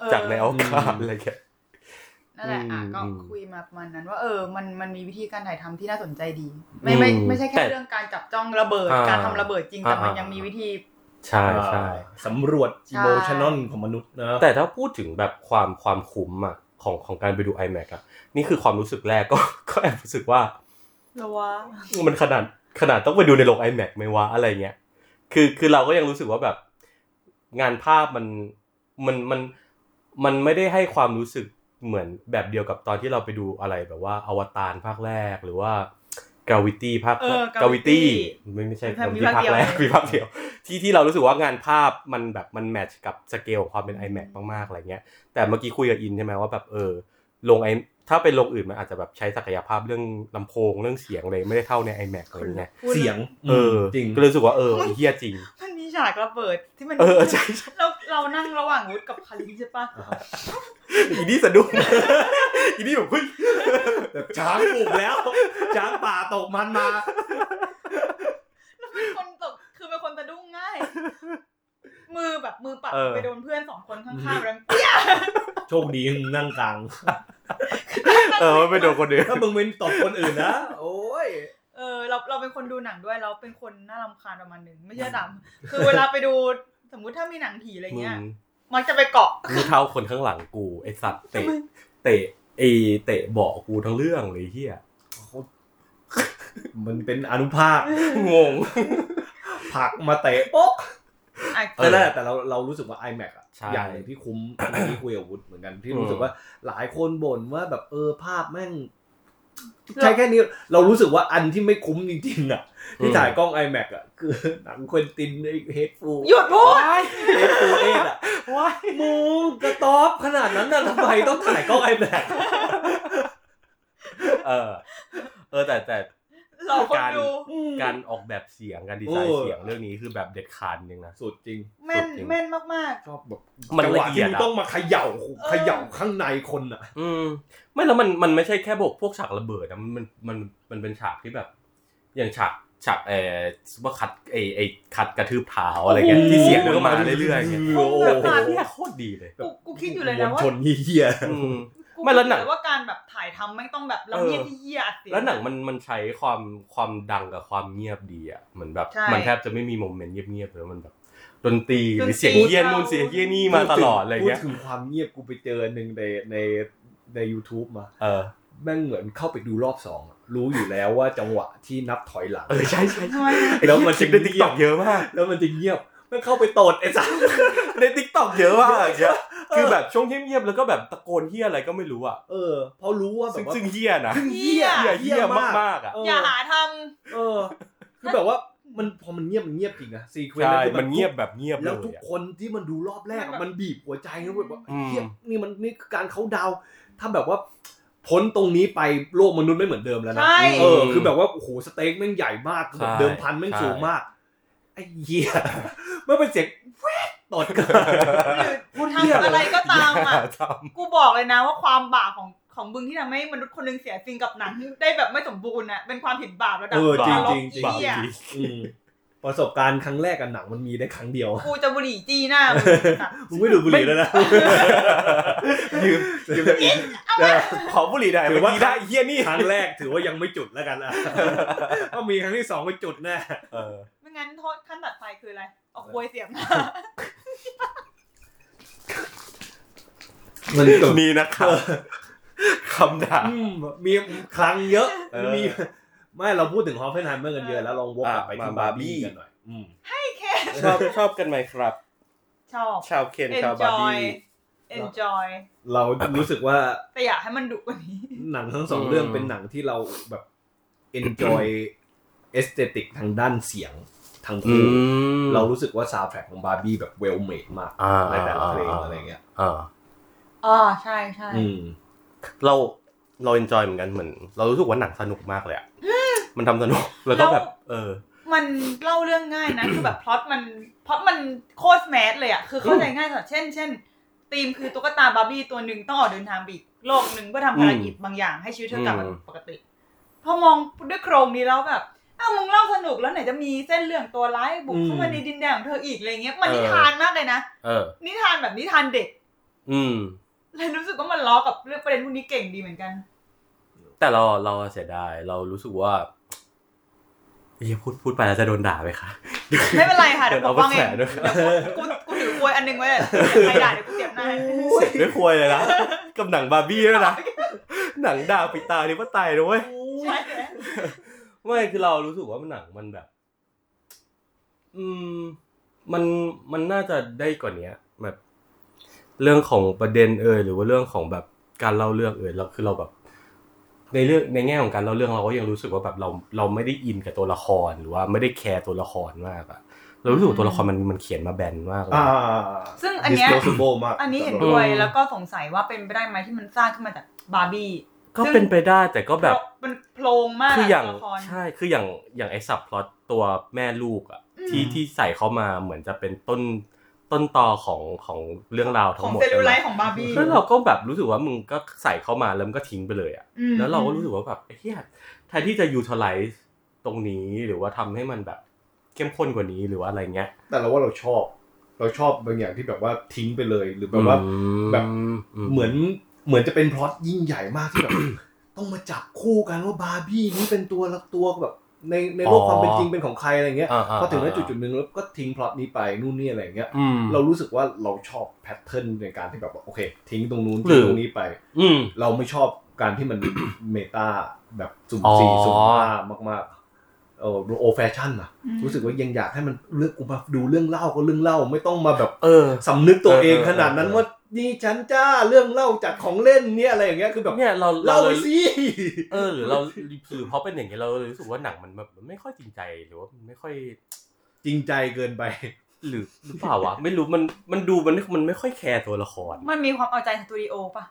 [SPEAKER 1] เออ
[SPEAKER 2] จากในอวกาศอะไรเงี้ย
[SPEAKER 1] นั่นแหละอ่ะก็
[SPEAKER 2] อืม
[SPEAKER 1] คุยมาประมาณนั้นว่าเออมันมันมีวิธีการถ่ายทำที่น่าสนใจดี ไม่ไม่
[SPEAKER 2] อืม
[SPEAKER 1] ไม่ใช่
[SPEAKER 2] แต่
[SPEAKER 1] แค่เรื่องการจับจ้องระเบิด
[SPEAKER 2] อ่า
[SPEAKER 1] การทำระเบิดจริง แต่
[SPEAKER 2] อ่ามั
[SPEAKER 1] มันยังมีวิธี
[SPEAKER 2] ใช่
[SPEAKER 3] ใช่
[SPEAKER 2] ใช่
[SPEAKER 3] สำรวจ
[SPEAKER 1] ใช่
[SPEAKER 3] อิโมชันนอลของมนุษย์นะ
[SPEAKER 2] แต่ถ้าพูดถึงแบบความความคุ้มอะของของการไปดู iMac อะนี่คือความรู้สึกแรก ก็ ก็แอบรู้สึกว่า
[SPEAKER 1] แล้ววะ
[SPEAKER 2] มันขนาดขนาดต้องไปดูในโรง iMac ไหมวะอะไรเงี้ย คือคือเราก็ยังรู้สึกว่าแบบ งานภาพมันมันมันมันไม่ได้ให้ความรู้สึกเหมือนแบบเดียวกับตอนที่เราไปดูอะไรแบบว่าอวตารภาคแรกหรือว่า Gravity ภาค
[SPEAKER 1] เออ
[SPEAKER 2] กาวิตี้
[SPEAKER 1] Gravity
[SPEAKER 2] ไม่ไม่ใช่
[SPEAKER 1] มีภาค
[SPEAKER 2] มีภาคแรก
[SPEAKER 1] เดียว
[SPEAKER 2] มีภาคเดียว ที่ที่เรารู้สึกว่างานภาพมันแบบมันแมทช์กับสเกลของความเป็น iMac มากๆอะไรเงี้ย แต่เมื่อกี้คุยกับอินใช่ไหมว่าแบบเออ ลงไอถ้าเป็นลงอื่นมันอาจจะแบบใช้ศักยภาพเรื่องลำโพงเรื่องเสียงเลยไม่ได้เท่าใน iMac อะไรเงี้ย
[SPEAKER 1] พูด
[SPEAKER 3] เสียง
[SPEAKER 2] เออ
[SPEAKER 3] จริง
[SPEAKER 2] ก็เลยรู้สึกว่าเออไอ้เฮียจริง
[SPEAKER 1] มันมีฉากระเบิดที่มัน
[SPEAKER 2] เออใช่ใช่
[SPEAKER 1] เราเรานั่งระหว่างวุฒกับคารินใช่ปะ
[SPEAKER 2] อีนี่สะดุ้ง อีนี่แบบเฮ้ย
[SPEAKER 3] แบบช้างบุกแล้ว ช้างป่าตกมันมา
[SPEAKER 1] แล้วเป็นคนตกคือเป็นคนสะดุ้งง่าย มือแบบมือปัดไปโดนเพื่อนสองคนข้างๆแล้วเปี้ย
[SPEAKER 3] โชคดีมึงนั่งกลาง
[SPEAKER 2] เออไม่โดนคนเดียว
[SPEAKER 3] ถ้ามึงเป็นตบคนอื่นนะ โอ้ย
[SPEAKER 1] เออเราเราเป็นคนดูหนังด้วยเราเป็นคนน่ารำคาญประมาณหนึ่งไม่ใช่ดำคือเวลาไปดูสมมุติถ้ามีหนังผีอะไร
[SPEAKER 2] มึง
[SPEAKER 1] เงี้ย มักจะไปเกาะ
[SPEAKER 2] มึงเท้าคนข้างหลังกูไอสัตว์เตะ
[SPEAKER 1] ทำไม
[SPEAKER 2] เตะไอเตะเบาะกูทั้งเรื่องเลยเฮีย
[SPEAKER 3] มันเป็นอนุภาค
[SPEAKER 2] งง
[SPEAKER 3] ผลักมาเตะ
[SPEAKER 1] โป๊กอ่ะ
[SPEAKER 2] เอ
[SPEAKER 3] แต่
[SPEAKER 2] อ
[SPEAKER 3] นั่นแหละแต่เราเรารู้สึกว่า iMac อะ
[SPEAKER 2] ใช่
[SPEAKER 3] อย่างหนึ่งที่คุ้มเมื่อกี้คุยกับวุฒิเหมือนกันที่
[SPEAKER 2] อืม
[SPEAKER 3] รู้สึกว่าหลายคนบ่นว่าแบบเออภาพแม่งใช่แค่นี้เรารู้สึกว่าอันที่ไม่คุ้มจริงๆอะที่ถ่ายกล้อง iMac อะคือหนังควินตินไอ้เฮดฟู
[SPEAKER 1] หยุดพูด
[SPEAKER 3] เฮดฟูเอ็ดอะ
[SPEAKER 2] ว้าย
[SPEAKER 3] มึงกระต๊อบขนาดนั้นน่ะทำไมต้องถ่ายกล้องไอแบก
[SPEAKER 2] เออ เออแต่แต่
[SPEAKER 1] หลอกคนดู
[SPEAKER 2] การออกแบบเสียงการดีไซน์เสียงเรื่องนี้คือแบบเด็ดขาดจริงนะ
[SPEAKER 3] สุดจริง
[SPEAKER 1] แม่น
[SPEAKER 2] สุดจริง
[SPEAKER 1] แม่นมาก
[SPEAKER 3] ชอบแบบ
[SPEAKER 2] มัน
[SPEAKER 3] จังห
[SPEAKER 2] ละ
[SPEAKER 3] วะ
[SPEAKER 2] เอี
[SPEAKER 3] ที่
[SPEAKER 2] ยด
[SPEAKER 3] มึง
[SPEAKER 2] อะ
[SPEAKER 3] ต้องมาเขย่า
[SPEAKER 1] เออ
[SPEAKER 3] เขย่าข้างในคนอ่ะ
[SPEAKER 2] อืม ไม่แล้วมันมันไม่ใช่แค่บวกพวกฉากระเบิดนะมันมันมันมันเป็นฉากที่แบบ อย่างฉากฉากเอ่อซุปเปอร์คัดไอไอคัดกระทืบเท้าอะไรเงี้ย
[SPEAKER 3] โอ้โห
[SPEAKER 2] ที่เสียงมันก็มาเรื่อยๆไง
[SPEAKER 3] โอ้โห
[SPEAKER 2] แบบภาพเนี่ยโคตรดีเลย
[SPEAKER 1] ๆ กูกูคิดอยู่เลยนะ
[SPEAKER 3] ม
[SPEAKER 1] ว่า
[SPEAKER 3] ชนเฮีย
[SPEAKER 2] อืม
[SPEAKER 1] กู
[SPEAKER 2] ไม่แล้วหนัง
[SPEAKER 1] คิดอยู่เยว่าการแบบถ่ายทำแม่งต้องแบบละเมียด
[SPEAKER 2] เออ
[SPEAKER 1] ที่เหี้ยอัดเสียง
[SPEAKER 2] แล้วหนังมันมันใช้ความความดังกับความเงียบดีอ่ะเหมือนแบบ
[SPEAKER 1] ใช่
[SPEAKER 2] มันแทบจะไม่มีโมเมนต์เงียบๆเลยมันแบบดนตรีห
[SPEAKER 1] ดนตรี
[SPEAKER 2] รือเสียงเยี่ยนนู่นเสียงเยี่ยนี่มาตลอดอะไรเงี้ย
[SPEAKER 3] พูดถึงความเงียบกูไปเจอหนึ่งในในใน YouTube มา
[SPEAKER 2] เออ
[SPEAKER 3] แม่งเหมือนเข้าไปดูรอบสองอะรู้อยู่แล้วว่าจังหวะที่นับถอยหลัง
[SPEAKER 2] เออใช่ใช่
[SPEAKER 1] ทำไมนะ
[SPEAKER 3] แล้
[SPEAKER 2] แล้ว ว
[SPEAKER 3] มั
[SPEAKER 2] มัน นคลิปในติ๊กต็อกเยอะมาก
[SPEAKER 3] แล้วมันจะเงียบแม่งเข้าไปโตดไอ้สัส
[SPEAKER 2] ในทิกตอกเยอะมากเยอะคือแบบช่วงเงียบๆแล้วก็แบบตะโกนเฮียอะไรก็ไม่รู้อ่ะ
[SPEAKER 3] เออเพราะรู้ว่าแบ
[SPEAKER 2] ซึ่
[SPEAKER 3] บ
[SPEAKER 2] ง
[SPEAKER 3] ว่า
[SPEAKER 2] ซึ่งเฮียนะ
[SPEAKER 1] เหี้ย
[SPEAKER 2] เฮียเฮียมากๆอ่ะ
[SPEAKER 3] เออ
[SPEAKER 1] อย่าหาท
[SPEAKER 3] เออคือแบบว่า
[SPEAKER 1] ำ
[SPEAKER 3] มันพอมันเงียบมันเงียบจริงนะซีเควน
[SPEAKER 2] ใช่
[SPEAKER 3] ต์
[SPEAKER 2] มันเงียบแบบเงียบเล
[SPEAKER 3] แล้ว
[SPEAKER 2] ย
[SPEAKER 3] ทุก
[SPEAKER 2] อะ
[SPEAKER 3] คนที่มันดูรอบแรกอะมันบีบหัวใจนะเว้ยแบบ
[SPEAKER 2] อืม
[SPEAKER 3] เฮียนี่มันนี่คือการเขาดาวน์ถ้าแบบว่าพ้นตรงนี้ไปโลกมนุษย์ไม่เหมือนเดิมแล้วนะ
[SPEAKER 1] ใช่
[SPEAKER 3] เออคือแบบว่าโอ้โหสเต็กแม่งใหญ่มากแบบเดิมพันแม่งสูงมากไอ้เหี้ย มันเป็นเสียงแวดตดกัน
[SPEAKER 1] หรือกูทำอะไรก็ตามอ่ะ
[SPEAKER 2] ย่ท
[SPEAKER 1] กูบอกเลยนะว่าความบาปของของมึงที่ทำให้มนุษย์คนหนึงเสียจริงกับหนังได้แบบไม่สมบูรณ์น่ะเป็นความผิดบาประดับ
[SPEAKER 3] เออจริง
[SPEAKER 1] นก
[SPEAKER 3] จริงจริง
[SPEAKER 2] ำบาป
[SPEAKER 1] เหี้ย
[SPEAKER 2] จริง
[SPEAKER 3] ประสบการณ์ครั้งแรกกับหนังมันมีได้ครั้งเดียว
[SPEAKER 1] กูจะบุหรี่จี้หน้ามึง อ่ะ
[SPEAKER 3] มึ งไม่ดูดบุหรี่แล้วนะ
[SPEAKER 2] ยืมยืมจากอีกเออขอบุหรี่ได้
[SPEAKER 3] ถื
[SPEAKER 2] เมื่
[SPEAKER 3] อ
[SPEAKER 2] อ
[SPEAKER 3] ว่า
[SPEAKER 2] กี้ได้เฮียนี่
[SPEAKER 3] ครั้งแรกถือว่ายังไม่จุดแล้ว กันอ่ะก็มีครั้งที่สองก็จุดแน่
[SPEAKER 2] เออ
[SPEAKER 1] ไม่งั้นโทษขั้นตัดไปคืออะไรเอา ควยเสียง
[SPEAKER 3] มันจุด
[SPEAKER 2] นี่นะครับคำด่า
[SPEAKER 3] อืมมีครั้งเยอะ
[SPEAKER 2] เออ
[SPEAKER 3] มีไม่เราพูดถึงฮอฟเฟนไฮเมอร์กันเยอะแล้วลองวกกลับไปที่
[SPEAKER 2] อ่ะมา
[SPEAKER 3] บา
[SPEAKER 2] บาร์
[SPEAKER 3] ร์
[SPEAKER 2] บี้
[SPEAKER 3] บี้กันหน่อยอืม
[SPEAKER 2] ชอบชอบกันไหมครับ
[SPEAKER 1] ชอบ
[SPEAKER 2] ชาวเคนชาวบาร์บี้
[SPEAKER 1] enjoy enjoy
[SPEAKER 3] เรารู้สึกว่า
[SPEAKER 1] แต่อยากให้มันดุกว่านี้
[SPEAKER 3] หนังทั้งสอง
[SPEAKER 2] อืม
[SPEAKER 3] เรื่องเป็นหนังที่เราแบบ enjoy aesthetic ทางด้านเสียงทาง
[SPEAKER 2] อื
[SPEAKER 3] คู่
[SPEAKER 2] ม
[SPEAKER 3] เรารู้สึกว่าซาวด์แทร็กของบาร์บี้แบบ well made มาก
[SPEAKER 2] อ่า
[SPEAKER 3] ในแต่ละเพลงอะไรเงี้ย
[SPEAKER 2] อ่า
[SPEAKER 1] อ๋อใช่ใช่
[SPEAKER 3] อืม
[SPEAKER 2] เราเราเอนจอยเหมือนกันเหมือน เรารู้สึกว่าหนังสนุกมากเลยอะ มันทำสนุกแล้วก็แบบ เออ
[SPEAKER 1] มันเล่าเรื่องง่ายนะ คือแบบพล็อตมันพล็อตมันโคตรแมสเลยอ่ะ คือเข้าใจง่ายสำหรับเช่น เช่นธีมคือตุ๊กตาบาร์บี้ตัวหนึ่งต้องออกเดินทางไปอีกโลกหนึ่งเพื่อทำภารกิจบางอย่างให้ชีวิตเธอกลับมา
[SPEAKER 2] อืม
[SPEAKER 1] ปกติ พอมองด้วยโครงนี้แล้วแบบอ้าวมึงเล่าสนุกแล้วไหนจะมีเส้นเรื่องตัวร้ายบุกเข้ามาในดินแดนของเธออีกอะไรเงี้ยมันนิทานมากเลยนะ
[SPEAKER 2] เออ
[SPEAKER 1] นิทานแบบนิทานเด็ก
[SPEAKER 2] อืม
[SPEAKER 1] เลยรู้สึกว่ามันล้อกับเรื่องประเด็นพวกนี้เก่งดีเหมือนกัน
[SPEAKER 2] แต่เราเราเสียดายเรารู้สึกว่าเฮียพูดพูดไปแล้วจะโดนด่าไป ค่ะ
[SPEAKER 1] ไม่เป็นไรค่ะเดี๋ยวผ
[SPEAKER 2] เอา
[SPEAKER 1] ม
[SPEAKER 2] ไป
[SPEAKER 1] ฟังเอ
[SPEAKER 2] แขว
[SPEAKER 1] ง
[SPEAKER 2] นด้
[SPEAKER 1] เดี๋
[SPEAKER 2] วย
[SPEAKER 1] ยวกูกูถือควยอันหนึงไว้เลยใครด่าเดี๋ยวกูเสียบหน้าให้
[SPEAKER 2] เสร็จด้วยควยเลยนะ กับหนังบาร์บี้ด้วยนะ หนังด่าปิดตาดิว่าตายนะเว้ย
[SPEAKER 1] ใช่ไหม
[SPEAKER 2] ไม่คือเรารู้สึกว่ามันหนังมันแบบ อืม มันมันน่าจะได้กว่าเนี้ย แบบ เรื่องของประเด็นเอ่ยหรือว่าเรื่องของแบบการเล่าเรื่องเอ่ยเราคือเราแบบ ในเรื่องในแง่ของการเล่าเรื่องเราก็ยังรู้สึกว่าแบบเราเราไม่ได้อินกับตัวละครหรือว่าไม่ได้แคร์ตัวละครมากอะเรารู้สึกว่าตัวละครมันมันเขียนมาแบนมากเลย
[SPEAKER 3] อ่า
[SPEAKER 1] ซึ่งอันเนี้ย
[SPEAKER 3] disposable มาก
[SPEAKER 1] อันนี้เห็นด้วย
[SPEAKER 2] อืม
[SPEAKER 1] แล้วก็สงสัยว่าเป็นไปได้ไหมที่มันสร้างขึ้นมาจากบาร์บี้
[SPEAKER 2] ก็เป็นไปได้แต่ก็แบบ
[SPEAKER 1] มันโพรงมาก
[SPEAKER 2] คืออย่าง
[SPEAKER 1] ตัวละคร
[SPEAKER 2] ใช่คืออย่างอย่างไอ้สับพล็อตตัวแม่ลูกอ่ะ
[SPEAKER 1] อืม
[SPEAKER 2] ที่ที่ใส่เข้ามาเหมือนจะเป็นต้นต้นตอของของเรื่องราว
[SPEAKER 1] ข
[SPEAKER 2] ทั้
[SPEAKER 1] อง ง
[SPEAKER 2] หมด
[SPEAKER 1] เซลลูไล
[SPEAKER 2] เลย
[SPEAKER 1] ท์ของบาร์บี้
[SPEAKER 2] แล้วเราก็แบบรู้สึกว่ามึงก็ใส่เข้ามาแล้วมันก็ทิ้งไปเลยอ่ะ
[SPEAKER 1] อืม
[SPEAKER 2] แล้วเราก็รู้สึกว่าแบบเฮียแทนที่จะยูท l ไลซ์ตรงนี้หรือว่าทำให้มันแบบเข้มข้นกว่านี้หรือว่าอะไรเงี้ย
[SPEAKER 3] แต่เราว่าเราชอบ เราชอบบางอย่างที่แบบว่าทิ้งไปเลยหรือแบบว่า
[SPEAKER 2] อืม
[SPEAKER 3] แบบ
[SPEAKER 2] ม
[SPEAKER 3] เหมือนเหมือนจะเป็นพล็อตยิ่งใหญ่มากที่แบบ ต้องมาจับคู่กันว่าบาร์บี้นี้เป็นตัวละตัวแบบในในโลก
[SPEAKER 2] อ๋อ
[SPEAKER 3] ความเป็นจริงเป็นของใครอะไรเงี้ย
[SPEAKER 2] อ่าๆๆ
[SPEAKER 3] พอถึงแล้วจุดจุดๆหนึ่งแล้วก็ทิ้งพล็อตนี้ไปนู่นนี่อะไรเงี้ย
[SPEAKER 2] อืม
[SPEAKER 3] เรารู้สึกว่าเราชอบแพทเทิร์นในการที่แบบว่าโอเค ทิ้งตรงนู้น
[SPEAKER 2] หรื
[SPEAKER 3] ทิ้ง
[SPEAKER 2] อ
[SPEAKER 3] ตรงนี้ไป
[SPEAKER 2] อืม
[SPEAKER 3] เราไม่ชอบการที่มัน เมตาแบบสุ่ม
[SPEAKER 2] อ๋อ
[SPEAKER 3] สี่สุ่มห้ามากๆเออโอแฟชั่นอะ
[SPEAKER 1] อืม
[SPEAKER 3] รู้สึกว่ายังอยากให้มันเลือกกูมาดูเรื่องเล่าก็เรื่องเล่าไม่ต้องมาแบบ
[SPEAKER 2] เออ
[SPEAKER 3] สำนึกตัวเอง
[SPEAKER 2] เออเออ
[SPEAKER 3] ขนาดนั้น
[SPEAKER 2] เออ
[SPEAKER 3] ว่านี่ฉันจ้าเรื่องเล่าจากของเล่นเนี่ยอะไรอย่างเงี้ยคือแบบ
[SPEAKER 2] เนี่ยเรา
[SPEAKER 3] เล่า
[SPEAKER 2] เล
[SPEAKER 3] ไป
[SPEAKER 2] ย
[SPEAKER 3] สิ
[SPEAKER 2] เออหรือเราหรือเพราะเป็นอย่างนี้ยเราเลยรู้สึกว่าหนังมันแบบไม่ค่อยจริงใจหรือว่ามันไม่ค่อย
[SPEAKER 3] จริงใจเกินไป
[SPEAKER 2] หรือหรือเปล่าวะไม่รู้มันมันดูมันมันไม่ค่อยแคร์ตัวละคร
[SPEAKER 1] มันมีความเอาใจสตูดิโอป่ะ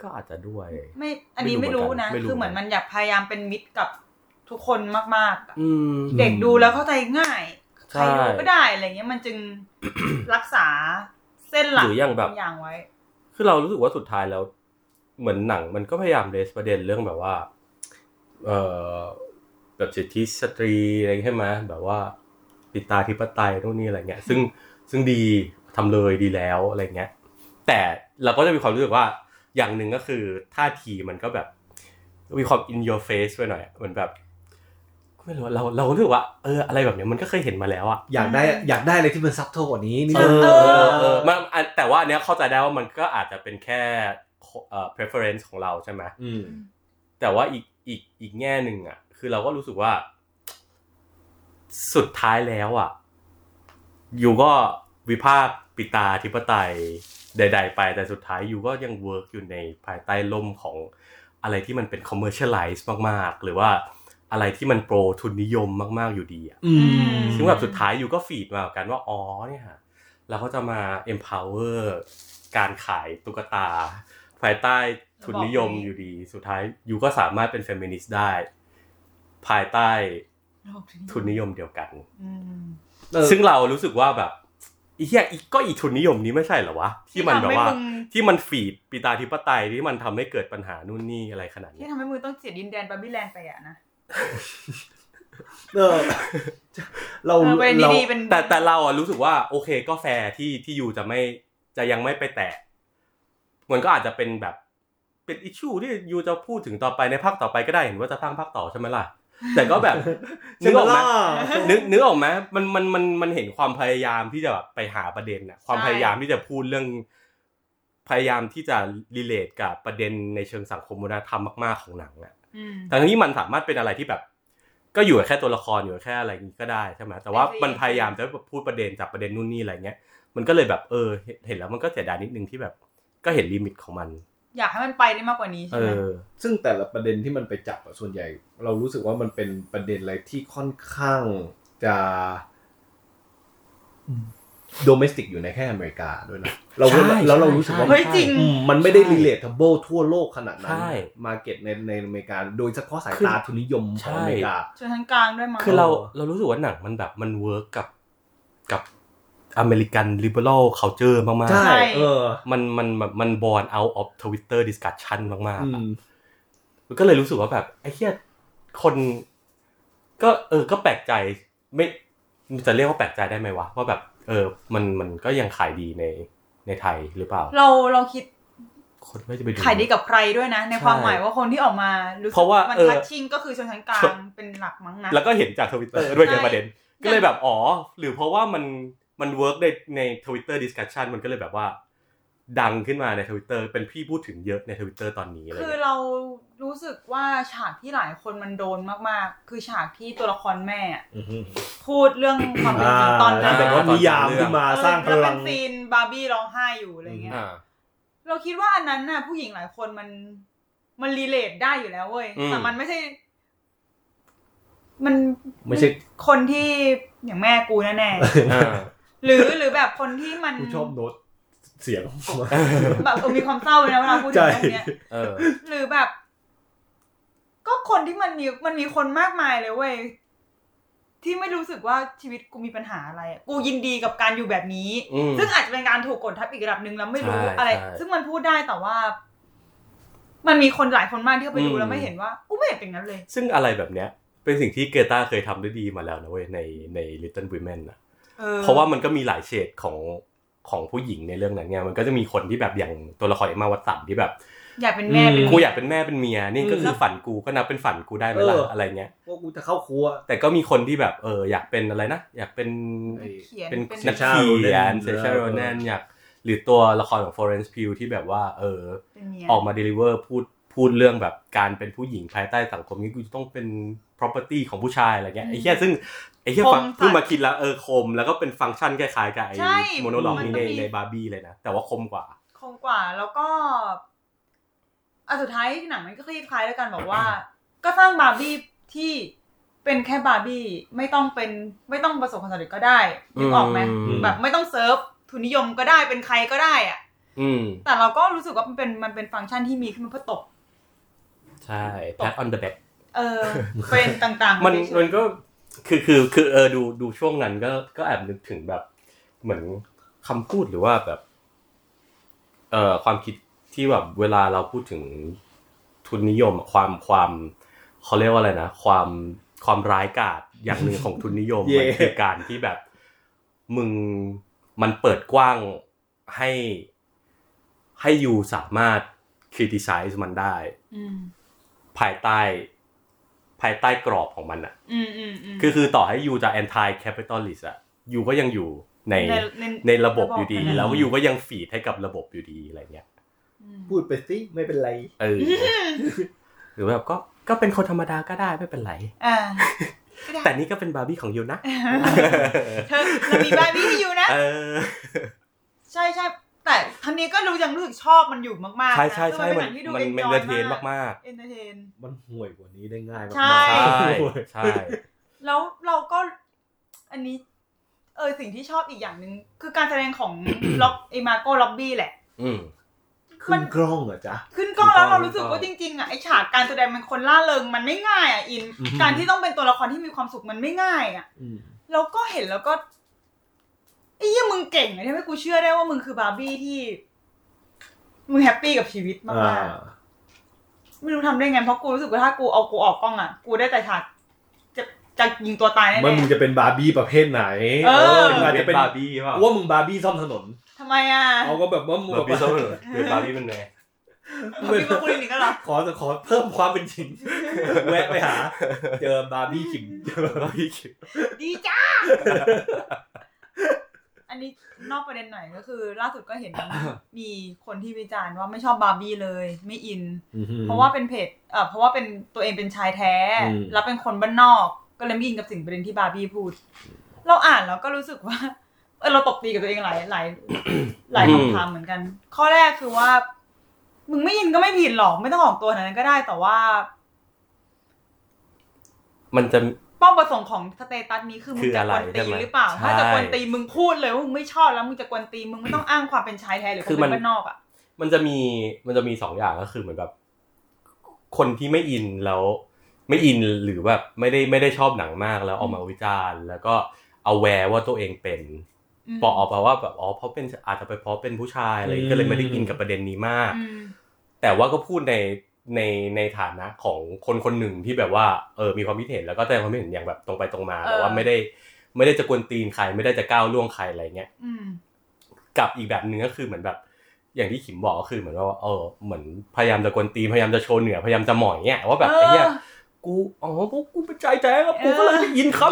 [SPEAKER 2] ก็อาจจะด้วย
[SPEAKER 1] ไม่อันนี้
[SPEAKER 2] ไม่
[SPEAKER 1] ไม่
[SPEAKER 2] รู้
[SPEAKER 1] รู้
[SPEAKER 2] เหมือนกัน
[SPEAKER 1] นะ
[SPEAKER 2] ไม่รู้
[SPEAKER 1] คือเหมือนมันอยากพยายามเป็นมิตรกับทุกคนมากๆอะ
[SPEAKER 2] อืม
[SPEAKER 3] ม
[SPEAKER 1] เด็กดูแล้วเข้าใจง่าย ใค
[SPEAKER 2] ใช่
[SPEAKER 1] รดูก็ได้อะไรเงี้ยมันจึง รักษาเส้นหลั
[SPEAKER 2] ห
[SPEAKER 1] ก
[SPEAKER 2] รืออย่างแบบ
[SPEAKER 1] บางอย่างไว้
[SPEAKER 2] คือเรารู้สึกว่าสุดท้ายแล้ว เหมือนหนังมันก็พยายามเรสประเด็นเรื่องแบบว่า เออแบบสิทธิสตรีอะไรใช่ไหมแบบว่าติดตาธิปไตยนู่นนี่อะไรเงี้ย ซึ่งซึ่งดีทำเลยดีแล้วอะไรเงี้ย แต่เราก็จะมีความรู้สึกว่าอย่างหนึ่งก็คือท่าทีมันก็แบบมีความ in your face ไปหน่อยอะเหมือนแบบไม่รู้อะเราเรารู้สึกว่า เอออะไรแบบเนี้ยมันก็เคยเห็นมาแล้วอะ
[SPEAKER 3] อยากได้อยากได้อะไรที่มันซับโทกว่านี้นี่
[SPEAKER 2] เออ
[SPEAKER 1] เอ
[SPEAKER 2] เอ
[SPEAKER 1] อ
[SPEAKER 2] อเออมันอันแต่ว่าอันเนี้ยเข้าใจได้ว่ามันก็อาจจะเป็นแค่เอ่อ preference ของเราใช่ไหม
[SPEAKER 3] อืม
[SPEAKER 2] แต่ว่าอีกอีกอีกแง่หนึ่งอ่ะ คือเราก็รู้สึกว่า สุดท้ายแล้วอ่ะ อยู่ก็วิพากษ์ปิตาธิปไตยใด ๆ ไป แต่สุดท้ายอยู่ก็ยังเวิร์กอยู่ในภายใต้ล่มของอะไรที่มันเป็น commercialize มากๆ หรือว่า อะไรที่มันโปรทุนนิยมมากๆอยู่ดีอะ
[SPEAKER 4] อืม
[SPEAKER 2] ซึ่งแบบสุดท้ายอยู่ก็ฟีดมากันว่า อ๋อเนี่ยเราก็จะมา empower การขายตุ๊กตา ภายใต้ทุนนิยมอยู่ดี สุดท้ายยูก็สามารถเป็นเฟมินิสต์ได้ ภายใต้ทุนนิยมเดียวกัน
[SPEAKER 1] อืม
[SPEAKER 4] เออ
[SPEAKER 2] ซึ่งเรารู้สึกว่าแบบอีเหี้ยอีกก็อีทุนนิยมนี้ไม่ใช่เหรอวะ ที่มันแบบว่า
[SPEAKER 1] ทำให้ง
[SPEAKER 2] ที่มันฝีดปิตาธิปไตยที่มันทำให้เกิดปัญหานู่นนี่อะไรขนาด
[SPEAKER 1] ที่
[SPEAKER 2] เนี้ย
[SPEAKER 1] ทำให้มึงต้องเสียดินแดนบาร์บี้แลนด์ไปอ่ะนะ
[SPEAKER 4] เออเรา
[SPEAKER 1] เออเป็น
[SPEAKER 4] เรา
[SPEAKER 1] ดีๆเป็น
[SPEAKER 2] แต่แต่เราอะรู้สึกว่าโอเคก็แฟร์ที่ที่ยูจะไม่จะยังไม่ไปแตะมันก็อาจจะเป็นแบบเป็นอิชชูที่ยูจะพูดถึงต่อไปในภาคต่อไปก็ได้เห็นว่าจะสร้างภาคต่อใช่ไหมล่ะ แต่ก็แบบ นึกออกไหม นึกนึกออกไหมมันมันมันมันเห็นความพยายามที่จะแบบไปหาประเด็นน่ะความ
[SPEAKER 1] ใช่
[SPEAKER 2] พยายามที่จะพูดเรื่อง พยายามที่จะรีเลทกับประเด็นในเชิงสังคมวัฒนธรรมมากๆของหนังอ่ะ
[SPEAKER 1] อื ม
[SPEAKER 2] ทั้งที่มันสามารถเป็นอะไรที่แบบ ก็อยู่กับแค่ตัวละครอยู่กับแค่อะไรอย่างนี้ก็ได้ใช่ไหมแต่ว่า
[SPEAKER 1] ใช่
[SPEAKER 2] มันพยายามจะพูดประเด็นจับประเด็นนู่นนี่อะไรเงี้ย มันก็เลยแบบเออ เห็นแล้วมันก็เสียดายนิดนึงที่แบบ ก็เห็นลิมิตของมัน
[SPEAKER 1] อยากให้มันไปได้มากกว่านี้
[SPEAKER 2] เอ
[SPEAKER 1] ใช่ไหม
[SPEAKER 2] อ
[SPEAKER 4] ซึ่งแต่ละประเด็นที่มันไปจับอะส่วนใหญ่ เรารู้สึกว่ามันเป็นประเด็นอะไรที่ค่อนข้างจะโดเมสติกอยู่ในแค่อเมริกาด้วยนะเรา
[SPEAKER 2] ใช่
[SPEAKER 4] แล้วเรา
[SPEAKER 2] ใช่
[SPEAKER 4] รู้สึกว่า
[SPEAKER 2] ใช่
[SPEAKER 1] เฮ้ยจริง
[SPEAKER 4] อืมมันไม่ได้
[SPEAKER 2] ใช่
[SPEAKER 4] relatable ทั่วโลกขนาดนั้น
[SPEAKER 2] ใช่
[SPEAKER 4] มาเก็ตในในอเมริกา โดยเฉพาะสาย
[SPEAKER 2] คือ
[SPEAKER 4] ตาทุนนิยมของอเมริกา
[SPEAKER 1] ชนชั้นกลางด้วยมั้ง
[SPEAKER 2] คือเรา
[SPEAKER 4] เออ
[SPEAKER 2] เรารู้สึกว่าหนังมันแบบมันเวิร์กกับกับอเมริกันลิเบอรัลเคาเจอร์มากๆ
[SPEAKER 4] ใช่ เออ
[SPEAKER 2] มันมันแบบมันบอล out of Twitter discussion มาก
[SPEAKER 4] อื
[SPEAKER 2] ๆอะ
[SPEAKER 4] ม
[SPEAKER 2] มันก็เลยรู้สึกว่าแบบไอ้เหี้ยคน ก็เออก็แปลกใจไม่จะเรียกว่าแปลกใจได้ไหมวะว่าแบบ เออ มันมันก็ยังขายดีในในไทยหรือเปล่า
[SPEAKER 1] เราเราคิด
[SPEAKER 2] คนไม่จะไปดู
[SPEAKER 1] ขายดีกับใครด้วยนะ ใน
[SPEAKER 2] ใช่
[SPEAKER 1] ความหมายว่าคนที่ออกมารู้สึก
[SPEAKER 2] เพราะว่า
[SPEAKER 1] มัน
[SPEAKER 2] เออ
[SPEAKER 1] ทัชชิ่งก็คือชนชั้นกลางเป็นหลักมั้งนะ
[SPEAKER 2] แล้วก็เห็นจากทวิตเตอร์ด้วยไง
[SPEAKER 1] ใช่
[SPEAKER 2] ประเด็น ก็เลยแบบอ๋อ หรือเพราะว่ามันมันเวิร์กในในทวิตเตอร์ดิสคัชชันมันก็เลยแบบว่า ดังขึ้นมาในทวิตเตอร์เป็นพี่พูดถึงเยอะในทวิตเตอร์ตอนนี้อะไร
[SPEAKER 1] คือ
[SPEAKER 2] เงี้ย
[SPEAKER 1] เรารู้สึกว่าฉากที่หลายคนมันโดนมากๆ คือฉากที่ตัวละครแม่อะ
[SPEAKER 4] อืม
[SPEAKER 1] พูดเรื่องความเป็นจริงตอนนั้
[SPEAKER 4] านแบบว่านิยามขึ้นมา
[SPEAKER 1] เออ
[SPEAKER 4] สร้างพ
[SPEAKER 1] แล้ว
[SPEAKER 4] ลั
[SPEAKER 1] เป็
[SPEAKER 4] ง
[SPEAKER 1] นซีนบาร์บี้ร้องไห้อยู่อะไรเงี้ย
[SPEAKER 2] อ่า
[SPEAKER 1] เราคิดว่าอันนั้นน่ะ ผู้หญิงหลายคนมันมันรีเลทได้อยู่แล้วเว้ย
[SPEAKER 2] อืม
[SPEAKER 1] แต่มันไม่ใช่ มัน
[SPEAKER 4] ไม่ใช่
[SPEAKER 1] คนที่อย่างแม่กูแน่แน่
[SPEAKER 2] อ่า
[SPEAKER 1] ๆ หรือหรือแบบคนที่มัน
[SPEAKER 4] กูชอบโน้ตเสียง
[SPEAKER 1] แบบเออมีความเศร้าเลยนะเวลาพูดถึงเรื่องเนี้ย
[SPEAKER 2] เออ
[SPEAKER 1] หรือแบบ ก็คนที่มันมีมันมีคนมากมายเลยเว้ยที่ไม่รู้สึกว่าชีวิตกูมีปัญหาอะไรอะกูยินดีกับการอยู่แบบนี้
[SPEAKER 2] อืม
[SPEAKER 1] ซึ่งอาจจะเป็นการถูกกดทับอีกระดับหนึ่งแล้วไม่รู้
[SPEAKER 2] ใช่
[SPEAKER 1] อะไร
[SPEAKER 2] ใช่
[SPEAKER 1] ซึ่งมันพูดได้แต่ว่า มันมีคนหลายคนมากที่เขาไปดู
[SPEAKER 2] อืม
[SPEAKER 1] แล้วไม่เห็นว่ากูไม่เห็นเป็นงั้นเลย
[SPEAKER 2] ซึ่งอะไรแบบเนี้ย เป็นสิ่งที่เกตาเคยทำได้ดีมาแล้วนะเว้ยในใน Little Women นะ
[SPEAKER 1] เออ
[SPEAKER 2] เพราะว่ามันก็มีหลายเฉดของของผู้หญิงในเรื่องนั้นไงมันก็จะมีคนที่แบบอย่างตัวละครเอ็มมาวัตสันที่แบบ
[SPEAKER 1] อยากเป็นแม่เป็น
[SPEAKER 4] อืม
[SPEAKER 2] กูอยากเป็นแม่เป็นเมียนี่ก็คือฝันกูก็นับเป็นฝันกูได้ไหมล่ะ
[SPEAKER 4] เอออ
[SPEAKER 2] อะไรเงี้ย
[SPEAKER 4] พวกกูจะเข้าครัว
[SPEAKER 2] แต่ก็มีคนที่แบบเอออยากเป็นอะไรนะ อยากเป็น
[SPEAKER 4] ไอ้
[SPEAKER 1] เขียน
[SPEAKER 2] เป็น
[SPEAKER 1] เป็น
[SPEAKER 2] นัก
[SPEAKER 4] ชา
[SPEAKER 2] เขีย
[SPEAKER 4] Ronan
[SPEAKER 2] นเซชา
[SPEAKER 4] เออ
[SPEAKER 2] โรนันอยากหรือตัวละครของฟอเรนซ์พิวที่แบบว่าเออ
[SPEAKER 1] เป็นเมีย
[SPEAKER 2] ออกมา deliver พูดพูดเรื่องแบบการเป็นผู้หญิงภายใต้สังคมนี้กูจะต้องเป็น property ของผู้ชายอะไรเงี้ยไอ้แค่ซึ่งไอ้แค่ฟังเพิ่งมาคิดแล้วเออคม แล้วก็เป็นฟังก์ชันคล้ายๆกับไอ้
[SPEAKER 1] ใช่
[SPEAKER 2] โมโนล็อก
[SPEAKER 1] มั
[SPEAKER 2] นี้ใน
[SPEAKER 1] ก็มี
[SPEAKER 2] ในบาร์บี้เลยนะ แต่ว่าคมกว่า
[SPEAKER 1] คงกว่า แล้วก็อ่ะสุดท้ายหนังมันก็คลี่คลายด้วยกันบอกว่า ก็สร้างบาร์บี้ที่เป็นแค่บาร์บี้ไม่ต้องเป็นไม่ต้องประสบความสำเร็จก็ได้นึกออกไหม
[SPEAKER 2] อืม
[SPEAKER 1] แบบไม่ต้องเซิร์ฟทุนนิยมก็ได้เป็นใครก็ได้อะ
[SPEAKER 2] อืม
[SPEAKER 1] แต่เราก็รู้สึกว่ามันเป็นมันเป็นฟังก์ชันที่มีขึ้นมาเพื่อตบ
[SPEAKER 2] ใช่ pat on the back
[SPEAKER 1] เออ เป็นต่างๆ
[SPEAKER 2] มัน
[SPEAKER 1] เฉยๆ
[SPEAKER 2] มันก็คือคือคือเออดูดูช่วงนั้นก็ก็แอบนึกถึงแบบ เหมือนคำพูดหรือว่าแบบเอ่อความคิดที่แบบเวลาเราพูดถึงทุนนิยมอะความความเขาเรียกว่าอะไรนะ ความความร้ายกาจอย่างหนึ่งของทุนนิย ม
[SPEAKER 4] เย่
[SPEAKER 2] มันคือการที่แบบมึงมันเปิดกว้างให้ให้อยู่สามารถคริติไซส์มันได้
[SPEAKER 1] อืม
[SPEAKER 2] ภายใต้ ภายใต้กรอบของมันอะ
[SPEAKER 1] อืมอืมอืม
[SPEAKER 2] คือคือต่อให้ยูจะ anti capitalist อะยูก็ยังอยู่ใน
[SPEAKER 1] ใน
[SPEAKER 2] ในระบบอยู่ดี
[SPEAKER 1] ระบบ
[SPEAKER 2] แล้วก็ยูก็ยังฟีดให้กับระบบอยู่ดีอะไรเงี้ย
[SPEAKER 1] อืม
[SPEAKER 4] พูดไปสิไม่เป็นไร
[SPEAKER 2] เออหรือแบบก็ก็เป็นคนธรรมดาก็ได้ไม่เป็นไร
[SPEAKER 1] อ่า
[SPEAKER 2] แต่นี่ก็เป็นบาร์บี้ของยูนะ
[SPEAKER 1] เธอเรามีบาร์บี้ให้อยู่นะ
[SPEAKER 2] เออ
[SPEAKER 1] ใช่ใช่แต่ แต่ทั้งนี้ก็รู้ยังรู้สึกชอบมันอยู่มากๆนะ
[SPEAKER 2] ใช่ใช่ใช่
[SPEAKER 1] คือเป็น
[SPEAKER 2] มัน
[SPEAKER 1] หงที่ดู
[SPEAKER 2] มัน
[SPEAKER 1] enjoy
[SPEAKER 2] เมนเตอร์เทนมากมาก
[SPEAKER 1] เอนเตอร์เทน
[SPEAKER 3] มันห่วยกว่านี้ได้ง่ายมากๆ
[SPEAKER 1] ใช่
[SPEAKER 2] ๆใช่
[SPEAKER 3] ห่วย
[SPEAKER 2] ใช่
[SPEAKER 1] แล้วเราก็อันนี้ เออสิ่งที่ชอบอีกอย่างหนึ่งคือการแสดงของ ล็อกไอมาโก้ล็อบบี้แหละ
[SPEAKER 2] อืม
[SPEAKER 3] ขึ้
[SPEAKER 1] มัน น
[SPEAKER 3] กล้องเหรอจ๊ะ
[SPEAKER 1] ขึ้นกล้องแล้วเรารู้สึก
[SPEAKER 2] ขึ้นกล้อง
[SPEAKER 1] ว่าจริงๆอ่ะไอฉากการแสดงมันคนล่าเริงมันไม่ง่ายอ่ะอิน
[SPEAKER 3] อืม
[SPEAKER 1] การที่ต้องเป็นตัวละครที่มีความสุขมันไม่ง่ายอ่ะ
[SPEAKER 3] อืม
[SPEAKER 1] เราก็เห็นแล้วก็ไอ้ยี่มึงเก่งอะทำให้กูเชื่อได้ว่ามึงคือบาร์บี้ที่ มึงแฮปปี้กับชีวิตมา
[SPEAKER 3] อ่าก
[SPEAKER 1] ๆไม่รู้ทำได้ไงเพราะกูรู้สึกว่าถ้ากูเอากูออกกล้องอ่ะ กูได้แต่ฉากจะจะยิงตัวตายแน่
[SPEAKER 3] มันมึง
[SPEAKER 1] ๆ
[SPEAKER 3] จะเป็นบาร์บี้ประเภทไหน
[SPEAKER 1] เออ
[SPEAKER 3] มึงอาจจะ
[SPEAKER 2] เป็
[SPEAKER 3] เป็นน
[SPEAKER 2] บาร์บี้เปล่า
[SPEAKER 3] ว่ามึงบาร์บี้ซ่อมถนน
[SPEAKER 1] ทำไมอ่ะ
[SPEAKER 3] เอาก็แบบว่ามึง
[SPEAKER 2] บา
[SPEAKER 3] แบ
[SPEAKER 2] ร์
[SPEAKER 3] บ
[SPEAKER 2] บี้
[SPEAKER 3] ว่า
[SPEAKER 2] ซะเลยหรือบาร์บี้เป็นไง
[SPEAKER 1] บาร์บี้มาคุยอย่างนี้ก็เหรอ
[SPEAKER 3] ขอขอเพิ่มความเป็นจริง แวะไปหา เจอบาร์บี้ขิม
[SPEAKER 2] บาร์บี้คิด
[SPEAKER 1] ดีจ้า อันนี้นอกประเด็นหน่อยก็คือ ล่าสุดก็เห็ น มีคนที่วิจารณ์ว่าไม่ชอบบาร์บี้เลย ไม่อิน เพราะว่าเป็นเพจเอ่อเพราะว่าเป็นตัวเองเป็นชายแท้
[SPEAKER 3] อืม
[SPEAKER 1] แล้วเป็นคนบ้านนอก ก็เลยไม่อินกับสิ่งประเด็นที่บาร์บี้พูด เราอ่านแล้วก็รู้สึกว่า เออเราตบตีกับตัวเองหลายห ลายหลายคำถามเหมือนกัน ข้อแรกคือว่า มึงไม่อินก็ไม่ผิดหรอก ไม่ต้องออกตัวขนาดนั้นก็ได้ แต่ว่า
[SPEAKER 2] มันจะ
[SPEAKER 1] เป้าประสงค์ของสเตตัสนี้คือมึ
[SPEAKER 2] คื
[SPEAKER 1] ง
[SPEAKER 2] อ
[SPEAKER 1] จะ
[SPEAKER 2] อะ
[SPEAKER 1] ก
[SPEAKER 2] ไร
[SPEAKER 1] วนตี
[SPEAKER 2] ใช่ไหม
[SPEAKER 1] หรือเปล่า
[SPEAKER 2] ใช่
[SPEAKER 1] ถ้าจะกวนตีมึงพูดเลยว่ามึงไม่ชอบแล้วมึงจะกวนตีมึงไม่ต้องอ้างความเป็นชายแท้หรือค
[SPEAKER 2] คื
[SPEAKER 1] วาม
[SPEAKER 2] อมั
[SPEAKER 1] เป็น นบ้านนอกอ่ะ
[SPEAKER 2] มันจะมีมันจะมีสองอย่างก็คือเหมือนแบบคนที่ไม่อินแล้วไม่อินหรือแบบไม่ได้ไม่ได้ชอบหนังมากแล้วออกมาวิจารณ์ แล้วก็เอาแวร์ว่าตัวเองเป็น
[SPEAKER 1] อืม
[SPEAKER 2] บอกออกมาว่าแบบอ๋อเพราะเป็นอาจจะไปนเพราะเป็นผู้ชายอะไรอย่างเงี้ยก็เลยไม่ได้อินกับประเด็นนี้มาก
[SPEAKER 1] อืม
[SPEAKER 2] แต่ว่าก็พูดในในในฐานะของคนคนหนึ่งที่แบบว่าเออมีความคิดเห็นแล้วก็แสดงความคิดเห็นอย่างแบบตรงไปตรงมาแต่ว่าไม่ได้ไม่ได้จะกวนตีนใครไม่ได้จะก้าวล่วงใครอะไรเงี้ย
[SPEAKER 1] อืม
[SPEAKER 2] กับอีกแบบหนึ่งก็คือเหมือนแบบ อย่างที่ขิมบอกก็คือเหมือนว่าเออเหมือนพยายามจะกวนตีนพยายามจะโชว์เหนือพยายามจะหมอยเนี่ยว่าแบบ
[SPEAKER 1] เออ
[SPEAKER 2] ไอ้เนี่ยกูอ๋อพวกกูเป็นใจแท้ครับกูก็เลยไม่ยินครับ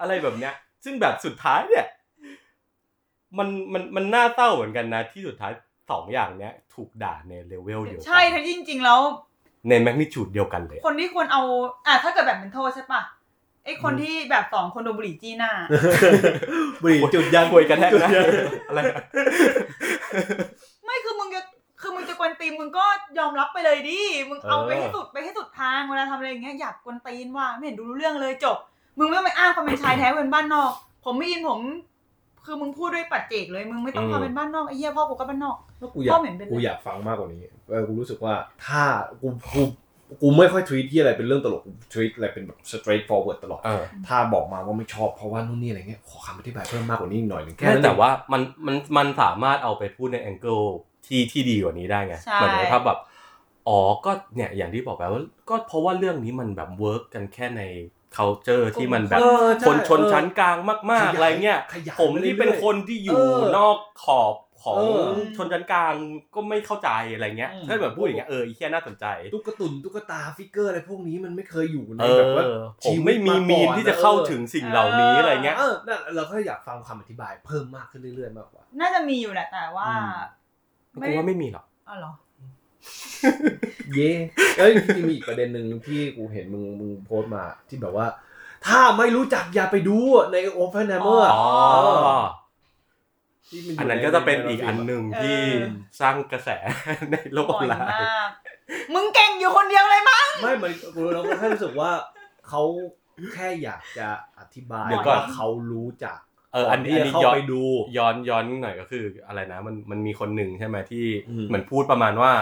[SPEAKER 2] อะไรแบบเนี้ย ซึ่งแบบสุดท้ายเนี่ย มันมันมันน่าเศร้าเหมือนกันนะ ที่สุดท้ายสองอย่างเนี้ย ถูกด่าในเลเวลเดียวกั
[SPEAKER 1] ใช่ถ้าจริง ๆ แล้ว
[SPEAKER 2] ในแมกนิจูดเดียวกันเลย
[SPEAKER 1] คนที่ควรเอา อ่ะถ้าเกิดแบบเป็นโทษใช่ปะไอคนที่แบบสองคนโดนบุหรี่จี้หน้า
[SPEAKER 3] บุหรี่จุดยาง
[SPEAKER 2] ป่วยกันแทก
[SPEAKER 3] จุด
[SPEAKER 2] นะ
[SPEAKER 3] ยาง
[SPEAKER 2] อะไรนะ
[SPEAKER 1] ไม่คือมึงจะคือมึงจะกวนตีนมึงก็ยอมรับไปเลยดิ มึงเอาไปให้สุดไปให้สุดทางเวลาทำอะไรอย่างเงี้ยอยากกวนตีนว่าไม่เห็นดูรู้เรื่องเลยจบ มึงไม่ต้องไปอ้างความเป็นชายแท้เป็นบ้านนอก ผมไม่ยินผม คือมึงพูดด้วยปัจเจกเลย มึงไม่ต้องความเป็นบ้านนอกไอ้เหี้ยพ่อกูก็บ้านนอก
[SPEAKER 3] กูอยาก
[SPEAKER 1] พ่อเหม็นเป็นไร
[SPEAKER 3] กูอยากฟังมากกว่านี้เออกูรู้สึกว่าถ้ากูกูกูไม่ค่อยทวีตที่อะไรเป็นเรื่องตลกทวีตอะไรเป็นแบบสเตรทฟอร์เวิร์ดตลอด
[SPEAKER 2] เออ
[SPEAKER 3] ถ้าบอกมาว่าไม่ชอบเพราะว่านู่นนี่อะไรเงี้ยขอคำอธิบายเพิ่มมากกว่านี้อีกหน่อยหนึงแค่
[SPEAKER 2] แค่
[SPEAKER 3] นั้น
[SPEAKER 2] แต่
[SPEAKER 3] เอง
[SPEAKER 2] ว่ามันมันมันสามารถเอาไปพูดในแองเกิลที่ที่ดีกว่านี้ได้ไง
[SPEAKER 1] ใช่
[SPEAKER 2] หมายถึงว่าถ้าแบบอ๋อก็เนี่ยอย่างที่บอกไปว่าก็เพราะว่าเรื่องนี้มันแบบเวิร์กกันแค่ใน c u เจอร์ที่มันแบบ
[SPEAKER 3] เออใช่
[SPEAKER 2] คนชน
[SPEAKER 3] เออ
[SPEAKER 2] ชั้นกลางมาก
[SPEAKER 3] ขยาย
[SPEAKER 2] ๆ อะไรเงี้ย
[SPEAKER 3] ขยาย
[SPEAKER 2] ผมที่เป็นคนที่อยู่
[SPEAKER 3] เออน
[SPEAKER 2] อกขอบของ
[SPEAKER 3] เออ
[SPEAKER 2] ชนชั้นกลางก็ไม่เข้าใจอะไรเงี้ย
[SPEAKER 3] อืม
[SPEAKER 2] ถ้าแบบพูดอย่างเงี้ยเออไอ้แค่น่าสนใจ
[SPEAKER 3] ตุ๊กตุนตุ๊กตาฟิกเกอร์อะไรพวกนี้มันไม่เคยอยู่ใน
[SPEAKER 2] เออ
[SPEAKER 3] แบบว่า
[SPEAKER 2] ผมไม่มีมีนที่จะเข้าถึงสิ่งเหล่านี้อะไรเงี้ย
[SPEAKER 3] เออนั่นเราก็อยากฟังคำอธิบายเพิ่มมากขึ้นเรื่อยๆมากกว่า
[SPEAKER 1] น่าจะมีอยู่แหละแต่ว่า ไม่
[SPEAKER 2] กู
[SPEAKER 1] ได้
[SPEAKER 2] ว่าไม่มีหรอก
[SPEAKER 1] อ๋อเหรอ
[SPEAKER 3] เย้เอ้ยจริงๆมีอีกประเด็นหนึ่งที่กูเห็นมึงมึงโพสต์มาที่แบบว่า ถ้าไม่รู้จักอย่าไปดูในโอเ n น a เมอร์
[SPEAKER 1] อ๋อ
[SPEAKER 3] ที่มัยู่
[SPEAKER 2] อันนั้น
[SPEAKER 3] ใ
[SPEAKER 2] ก็จะเป็นอีกอันหนึ่ง
[SPEAKER 1] เออ
[SPEAKER 2] ที่สร้างกระแส ในโลกอ
[SPEAKER 1] บ่
[SPEAKER 2] อ
[SPEAKER 1] อน ย
[SPEAKER 2] ไล
[SPEAKER 1] มา
[SPEAKER 2] น์
[SPEAKER 1] ก มึงเก่งอยู่คนเดียวเลยมั้ง
[SPEAKER 3] ไม่มันกูเราก็แค่รู้สึกว่าเขาแค่อยากจะอธิบาย
[SPEAKER 1] เดี๋ยวก่อน
[SPEAKER 3] ว่าเขารู้จัก
[SPEAKER 2] เอออันนี้อัน
[SPEAKER 3] ก่
[SPEAKER 2] นี้
[SPEAKER 3] ที่
[SPEAKER 2] ย้
[SPEAKER 3] จะเข้า
[SPEAKER 2] อน
[SPEAKER 3] ไปดู
[SPEAKER 2] ย้อนย้อนหน่อยก็คืออะไรนะ มันมันมีคนหนึ่งใช่ไหมที่
[SPEAKER 3] อืม
[SPEAKER 2] เหมือนพูดประมาณว่า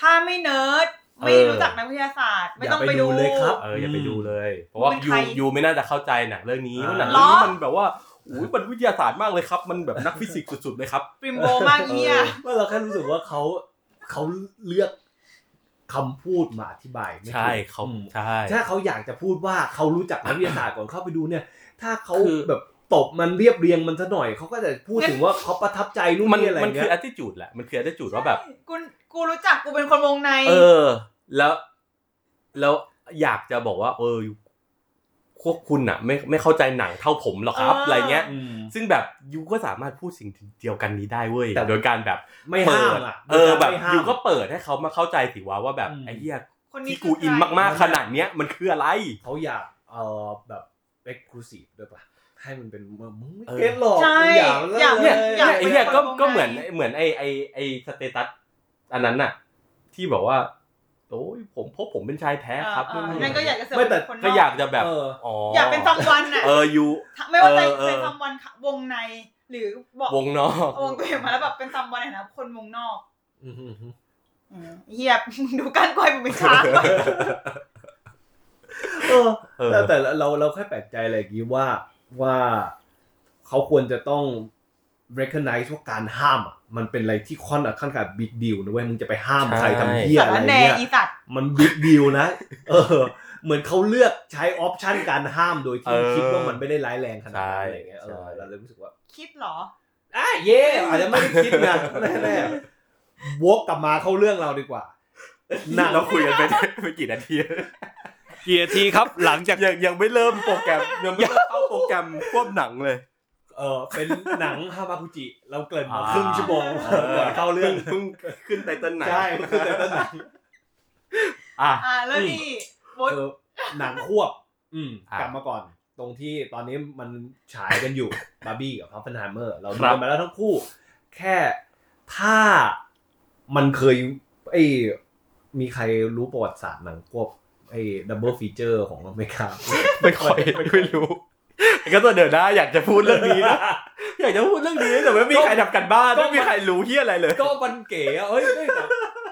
[SPEAKER 1] ถ้าไม่เนิร์ดไม่
[SPEAKER 2] เออ
[SPEAKER 1] รู้จักนักวิทยาศาสตร์ ไม่
[SPEAKER 3] อย่า
[SPEAKER 1] ต้อง
[SPEAKER 3] ไป
[SPEAKER 1] ไป
[SPEAKER 3] ดู
[SPEAKER 1] ดู
[SPEAKER 3] เลยครับ
[SPEAKER 2] เอออย่า
[SPEAKER 3] อืม
[SPEAKER 2] ไปดูเลย เพราะว่า
[SPEAKER 1] เป็น
[SPEAKER 2] ยู
[SPEAKER 1] ใคร
[SPEAKER 2] ยูไม่น่าจะเข้าใจหนังเรื่องนี้
[SPEAKER 3] อ่า
[SPEAKER 2] ว่าหนังเรื่องนี้
[SPEAKER 1] หรอ
[SPEAKER 2] มันแบบว่าอุ้ยมันวิทยาศาสตร์มากเลยครับ มันแบบนักฟิสิกส์สุดๆเลยครับ
[SPEAKER 1] ปริมโบมาก
[SPEAKER 3] เอ
[SPEAKER 1] เหี้ย
[SPEAKER 3] อว่าเราแค่รู้สึกว่าเขาเขาเลือกคำพูดมาอธิบายไม่ถูก
[SPEAKER 2] ใช่เขา
[SPEAKER 3] อืม
[SPEAKER 2] ใช่
[SPEAKER 3] ถ้าเขาอยากจะพูดว่าเขารู้จักนักวิทยาศาสตร์ก่อนเข้าไปดูเนี่ย ถ้าเขา
[SPEAKER 2] คือ
[SPEAKER 3] แบบตบมันเรียบเรียงมันซะหน่อยเขาก็จะพูดถึงว่าเขาประทับใจนู่น
[SPEAKER 2] มัน
[SPEAKER 3] นี่อะไร
[SPEAKER 2] มัน
[SPEAKER 3] เงี้
[SPEAKER 2] คือย อ t t i t u d e แหละมันคือ attitude ว่าแบบ
[SPEAKER 1] กูกูรู้จักกูเป็นคนวงใน
[SPEAKER 2] เออ แล้วแล้วอยากจะบอกว่า เออพวกคุณอะไม่ไม่เข้าใจหนังเท่าผมหรอกครับ
[SPEAKER 1] เอออ
[SPEAKER 2] อะไรเงี้ย ซึ่งแบบยูก็สามารถพูดสิ่งเดียวกันนี้ได้เว้ย
[SPEAKER 3] แต่
[SPEAKER 2] โดยการแบบ
[SPEAKER 3] ไม่
[SPEAKER 2] เปิ
[SPEAKER 3] ห้าม
[SPEAKER 2] ด
[SPEAKER 3] อ่ะ
[SPEAKER 2] เออแบบ
[SPEAKER 3] ไม่ห้าม
[SPEAKER 2] ยูก็เปิดให้เขามาเข้าใจสิว่าว่าแบบ
[SPEAKER 3] อืม
[SPEAKER 2] ไอ้เหี้ย
[SPEAKER 1] คนนี้
[SPEAKER 2] ที่กูอิน
[SPEAKER 1] คืใคร
[SPEAKER 2] มากๆขนาดเนี้ยมันคืออะไร
[SPEAKER 3] เขาอยากเออแบบเอ็กซ์คลูซีฟด้วยป่ะ ให้มันเป็นมึงไม่
[SPEAKER 2] เออ
[SPEAKER 3] เก็ตหรอก
[SPEAKER 1] ใช่
[SPEAKER 3] มึงอ
[SPEAKER 1] อยา
[SPEAKER 3] ย่ามัน
[SPEAKER 1] ก
[SPEAKER 3] เล
[SPEAKER 2] เนี่ย
[SPEAKER 3] ย
[SPEAKER 1] อยาก
[SPEAKER 2] ไอ้เหี้ยก็
[SPEAKER 1] ไปฟัง
[SPEAKER 2] ก็เหมือน
[SPEAKER 1] ตรงไหน
[SPEAKER 2] เหมือนไอ้ไอ้ไอ้สเตตัสอันนั้นน่ะ ที่บอกว่าโอ้ยผมพบผมเป็นชายแท้ครับ
[SPEAKER 1] เออ
[SPEAKER 2] นู่น
[SPEAKER 1] เออ
[SPEAKER 2] นี่
[SPEAKER 1] นั่นก็อยากจะเสริมคนนอ
[SPEAKER 2] ก็
[SPEAKER 1] ก
[SPEAKER 2] อยากจะแบบ
[SPEAKER 3] เออ
[SPEAKER 2] อ๋อ
[SPEAKER 1] อ
[SPEAKER 2] อย
[SPEAKER 1] ากเป็นซัมวันอ่ะ
[SPEAKER 2] เออยู
[SPEAKER 1] ไม่ว่าจะ
[SPEAKER 2] เออเออ
[SPEAKER 1] เป็นซัมวันวงใน หรือบอก
[SPEAKER 2] วงนอก
[SPEAKER 1] วงตัวเองมาแล้วแบบเป็นซัมวันในฐานะคนวงนอก
[SPEAKER 3] อืมอืม
[SPEAKER 1] อืมเหีย มึงดูก้านกล้วยมึงเป็นช้างปะ
[SPEAKER 3] เออ
[SPEAKER 2] เออ
[SPEAKER 3] แต่แต่เราเราแค่แปลกใจอะไรกี้ว่าว่าเขาควรจะต้อง recognize ว่าการห้ามอ่ะมันเป็นอะไรที่ค่อนข้างกับ big deal นะเว้ยมึงจะไปห้ามใคร
[SPEAKER 2] ใช่
[SPEAKER 3] ทำเหี้ย
[SPEAKER 1] สา
[SPEAKER 3] อะไร
[SPEAKER 1] รแหน
[SPEAKER 3] เนี่ย
[SPEAKER 1] อีสัตว์
[SPEAKER 3] มัน big deal นะ เออ เหมือนเขาเลือกใช้ออปชันการห้ามโดยที่
[SPEAKER 2] เออ
[SPEAKER 3] คิดว่ามันไม่ได้ร้ายแรงขนาดนั้นอะไรเงี้ยเอ
[SPEAKER 2] ใช่
[SPEAKER 3] อเราเลยรู้สึกว่า
[SPEAKER 1] คิดเหรอ
[SPEAKER 3] อ่ะเย่อาจจะไม่ได้คิดนะ แน่ๆวกกลับมาเข้าเรื่องเราดีกว่า
[SPEAKER 2] นั่นเราคุยกันไปไปกี่นาที
[SPEAKER 3] กี่นาทีครับหลังจาก
[SPEAKER 2] ยังยังไม่เริ่มโปรแกรมยังไม่เริ่มเข้าโปรแกรมควบหนังเลย
[SPEAKER 3] เออเป็นหนังฮาบาคุจิ เราเกรินมา
[SPEAKER 2] อ่า
[SPEAKER 3] ครึ่งชั่วโมงก่อนเข้าเรื่อง
[SPEAKER 2] เพิ่งขึ้นไตเติ้ลหนัง
[SPEAKER 3] ใช่มันคือแต่ต้น หนัง
[SPEAKER 2] อ่ะ
[SPEAKER 1] อ่าแล้วนี่บด
[SPEAKER 3] เออหนังควบ อืม
[SPEAKER 2] อ่าก ก
[SPEAKER 3] ลับมาก่อน ตรงที่ตอนนี้มันฉายกันอยู่ บาร์บี้กับพัฟเฟนไฮเมอร์ เราดู
[SPEAKER 2] ครับ
[SPEAKER 3] กันมาแล้วทั้งคู่ แค่ถ้ามันเคยไอ้มีใครรู้ประวัติศาสตร์หนังควบไอ้ดับเบิลฟีเจอร์ของอเมริกา
[SPEAKER 2] ไม่ค่อยไม่รู้ก็ตัวเดินหน้าอยากจะพูดเรื่องนี้นะอยากจะพูดเรื่องนี้แต่ไม่มีใครทำกันบ้านไม่มีใครรู้เฮียอะไรเลย
[SPEAKER 3] ก็มันเก๋อะเอ้ยแต่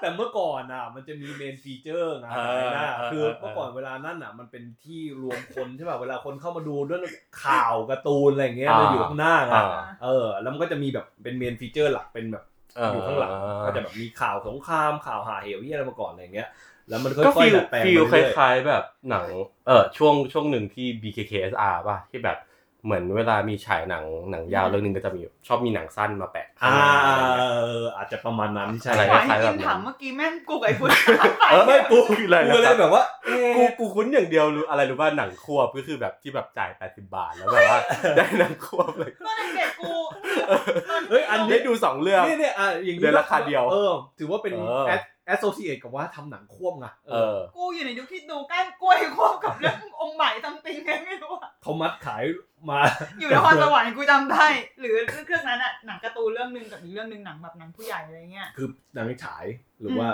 [SPEAKER 3] แต่เมื่อก่อนอ่ะ มันจะมีเมนฟีเจอร์นะ
[SPEAKER 2] เออ
[SPEAKER 3] อะไรนะ
[SPEAKER 2] เออ
[SPEAKER 3] คือ
[SPEAKER 2] เออ
[SPEAKER 3] เมื่อก่อนเวลานั่นอ่ะ มันเป็นที่รวมคนใช่ป่ะเวลาคนเข้ามาดูเรื่องข่าวการ์ตูนอะไรอย่างเงี้ย
[SPEAKER 2] อ่า
[SPEAKER 3] มันอยู่ข้างหน้า
[SPEAKER 2] อ่า
[SPEAKER 3] อ่ะเออ แล้วมันก็จะมีแบบเป็นเมนฟีเจอร์หลักเป็นแบบอยู่ข้างหลังก็จะแบบมีข่าวสงครามข่าวหาเหวที่อะไรมาก่อนอะไรอย่างเงี้ย แล้วมันก็
[SPEAKER 2] ก็
[SPEAKER 3] ค่อย
[SPEAKER 2] ฟิล
[SPEAKER 3] ดัดแปลง
[SPEAKER 2] ฟิลค
[SPEAKER 3] ไปเรื่อย
[SPEAKER 2] ล้ายๆแบบหนังเออช่วงช่วงหนึ่งที่ BKKSR ป่ะที่แบบเหมือนเวลามีฉายหนังหนังยาวเรื่องหนึงก็จะมีชอบมีหนังสั้นมาแปะ
[SPEAKER 3] ๆอ่าเอออาจจะประมาณนั้นใช่
[SPEAKER 2] อะไร
[SPEAKER 1] ขวาน
[SPEAKER 2] คล้ายๆแบ
[SPEAKER 1] กิ
[SPEAKER 2] บ
[SPEAKER 1] น
[SPEAKER 2] นั้น
[SPEAKER 1] ถังเมื่อกี้แม่งกูกับไอ้พุทธใส่
[SPEAKER 2] เออไม่กูคืออะไร
[SPEAKER 3] กูก็เลยแบบว่าเอ๊ะ
[SPEAKER 2] กูกูคุ้นอย่างเดียวรู้อะไรรู้ว่าหนังควบก็คือแบบที่แบบจ่าย80บาทแล้วแบบว่า ได้หนังควบเลย
[SPEAKER 1] ตอนเด็กๆกูต
[SPEAKER 3] เฮ้ยอันนี้
[SPEAKER 2] ได้ดูสองเรื่อง
[SPEAKER 3] นี่เนี่ยอ่ะอย่างนี้
[SPEAKER 2] เดือนละคันเดียว
[SPEAKER 3] เออ ถือว่าเป็น
[SPEAKER 2] เออ
[SPEAKER 3] แอสแอสโซเชตกับว่าทำหนังควบไง
[SPEAKER 2] เออ
[SPEAKER 1] กูอยู่ในยุคที่ดูก้านกล้วยควบกับเรื่ององค์ใหม่ตำปิงไงไม่รู้อะ
[SPEAKER 3] เขามัดขายมา
[SPEAKER 1] อยู่นครสวรรค์กูจำได้หรือเครื่องนั้นอะหนังการ์ตูนเรื่องหนึงกับอีกเรื่องหนึงหนังแบบหนังผู้ใหญ่อะไรเงี้ย
[SPEAKER 3] คือหนังฉายหรือว่า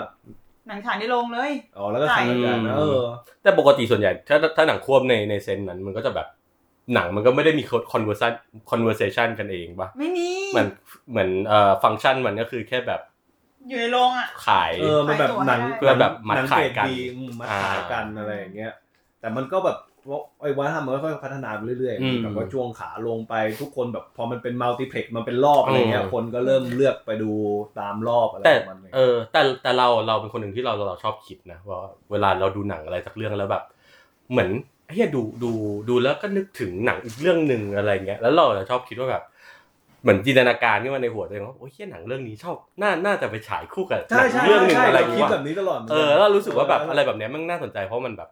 [SPEAKER 1] หนังฉายในโรงเลย
[SPEAKER 3] อ๋อ แล้วก็ทำรายการนะ
[SPEAKER 2] ใช่
[SPEAKER 3] เออ
[SPEAKER 2] แต่ปกติส่วนใหญ่ถ้าถ้าหนังควบในในเซนส์นั้นมันก็จะแบบหนังมันก็ไม่ได้มีคอนเวอร์ซันคอนเวอร์เซชันกันเองปะ
[SPEAKER 1] ไม่มี
[SPEAKER 2] เหมือนเหมือนเอ่อฟังก์ชันมันก็คือแค่แบบ
[SPEAKER 1] อยู่ในโรงอะ
[SPEAKER 2] ขาย
[SPEAKER 3] เออ มันแบบหนัง
[SPEAKER 1] ขายตัวให้ได้
[SPEAKER 2] เพื่อแบบมัด
[SPEAKER 3] หนัง
[SPEAKER 2] ขายกัน
[SPEAKER 3] เรดดีอืมมัดขายกัน
[SPEAKER 1] อ่า
[SPEAKER 3] อะไรอย่างเงี้ย แต่มันก็แบบว่าไอ้วัฒนธรรมมันก็ค่อยๆพัฒนาไปเรื่อย
[SPEAKER 2] อืม
[SPEAKER 3] ๆแบบว่าช่วงขาลงไปทุกคนแบบพอมันเป็นมัลติเพล็กมันเป็นรอบอะไรเงี้ย
[SPEAKER 2] อืม
[SPEAKER 3] คนก็เริ่มเลือกไปดูตามรอบอะไร
[SPEAKER 2] แต่
[SPEAKER 3] ของมันเลย
[SPEAKER 2] เออแต่แต่เราเราเป็นคนหนึ่งที่เราเราชอบคิดนะว่าเวลาเราดูหนังอะไรสักเรื่องแล้วแบบ เหมือนเฮียดูดูดูแล้วก็นึกถึงหนังอีกเรื่องหนึ่งอะไรเงี้ยแล้วเราจะชอบคิดว่าแบบ เหมือนจินตนาการขึ้นมาในหัวตัวเองว่าโอ้ยเฮียหนังเรื่องนี้ชอบน่าน่าจะไปฉายคู่กับห
[SPEAKER 3] ใช่
[SPEAKER 2] นัง
[SPEAKER 3] ใช่
[SPEAKER 2] เรื่องหนึ่ง
[SPEAKER 3] ใช่
[SPEAKER 2] อะไรอ
[SPEAKER 3] เรา
[SPEAKER 2] ย่าง
[SPEAKER 3] คิด
[SPEAKER 2] เงี้ย
[SPEAKER 3] แบบนี้ตลอดหมืน
[SPEAKER 2] เอน อแล้วเรารู้สึกว่าแบบอะไรแบบเนี้ยมันน่าสนใจเพราะมันแบบ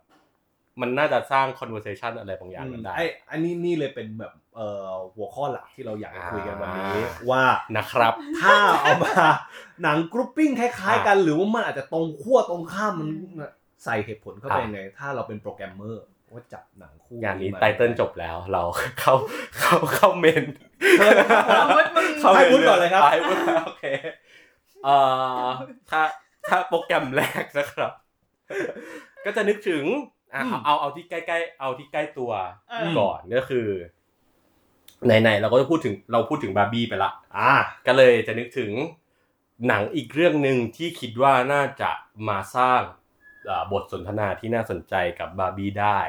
[SPEAKER 2] มันน่าจะสร้าง conversation อะไรบางอย่างกันได้
[SPEAKER 3] ไอ้อันนี้นี่เลยเป็นแบบเอ่อหัวข้อหลักที่เราอยากจะคุยกันวันนี้
[SPEAKER 2] อ่า
[SPEAKER 3] ว่า
[SPEAKER 2] นะครับ
[SPEAKER 3] ถ้าเอามา หนังกรุ๊ปปิ้งคล้ายๆกันหรือว่ามันอาจจะตรงขั้วตรงข้ามมันใส่เหตุผลเข้าไป
[SPEAKER 2] อ่ะ
[SPEAKER 3] ไงถ้าเราเป็นโปรแกรมเมอร์ว่าจับหนังคู่
[SPEAKER 2] งานนี้
[SPEAKER 3] ม
[SPEAKER 2] ไตเติ้ลจบแล้ว เรา เข้าเข้าเข้าเมน
[SPEAKER 1] อาวุธมึง
[SPEAKER 2] เข้าเม
[SPEAKER 3] ให้พูดก่อนเลยครับ
[SPEAKER 2] ไปพูดก่อนโอเคเอ่อถ้าถ้าโปรแกรมแรกนะครับ ก็จะนึกถึงอ่ะ
[SPEAKER 3] อืม
[SPEAKER 2] เอาเอาเอาที่ใกล้ๆเอาที่ใกล้ตัว
[SPEAKER 1] เออ
[SPEAKER 2] ก่อนก็คือไหนๆเราก็จะพูดถึงเราพูดถึงบาร์บี้ไปละ
[SPEAKER 3] อ่า
[SPEAKER 2] ก็เลยจะนึกถึงหนังอีกเรื่องหนึ่งที่คิดว่าน่าจะมาสร้างเอ่อบทสนทนาที่น่าสนใจกับบาร์บี้ได้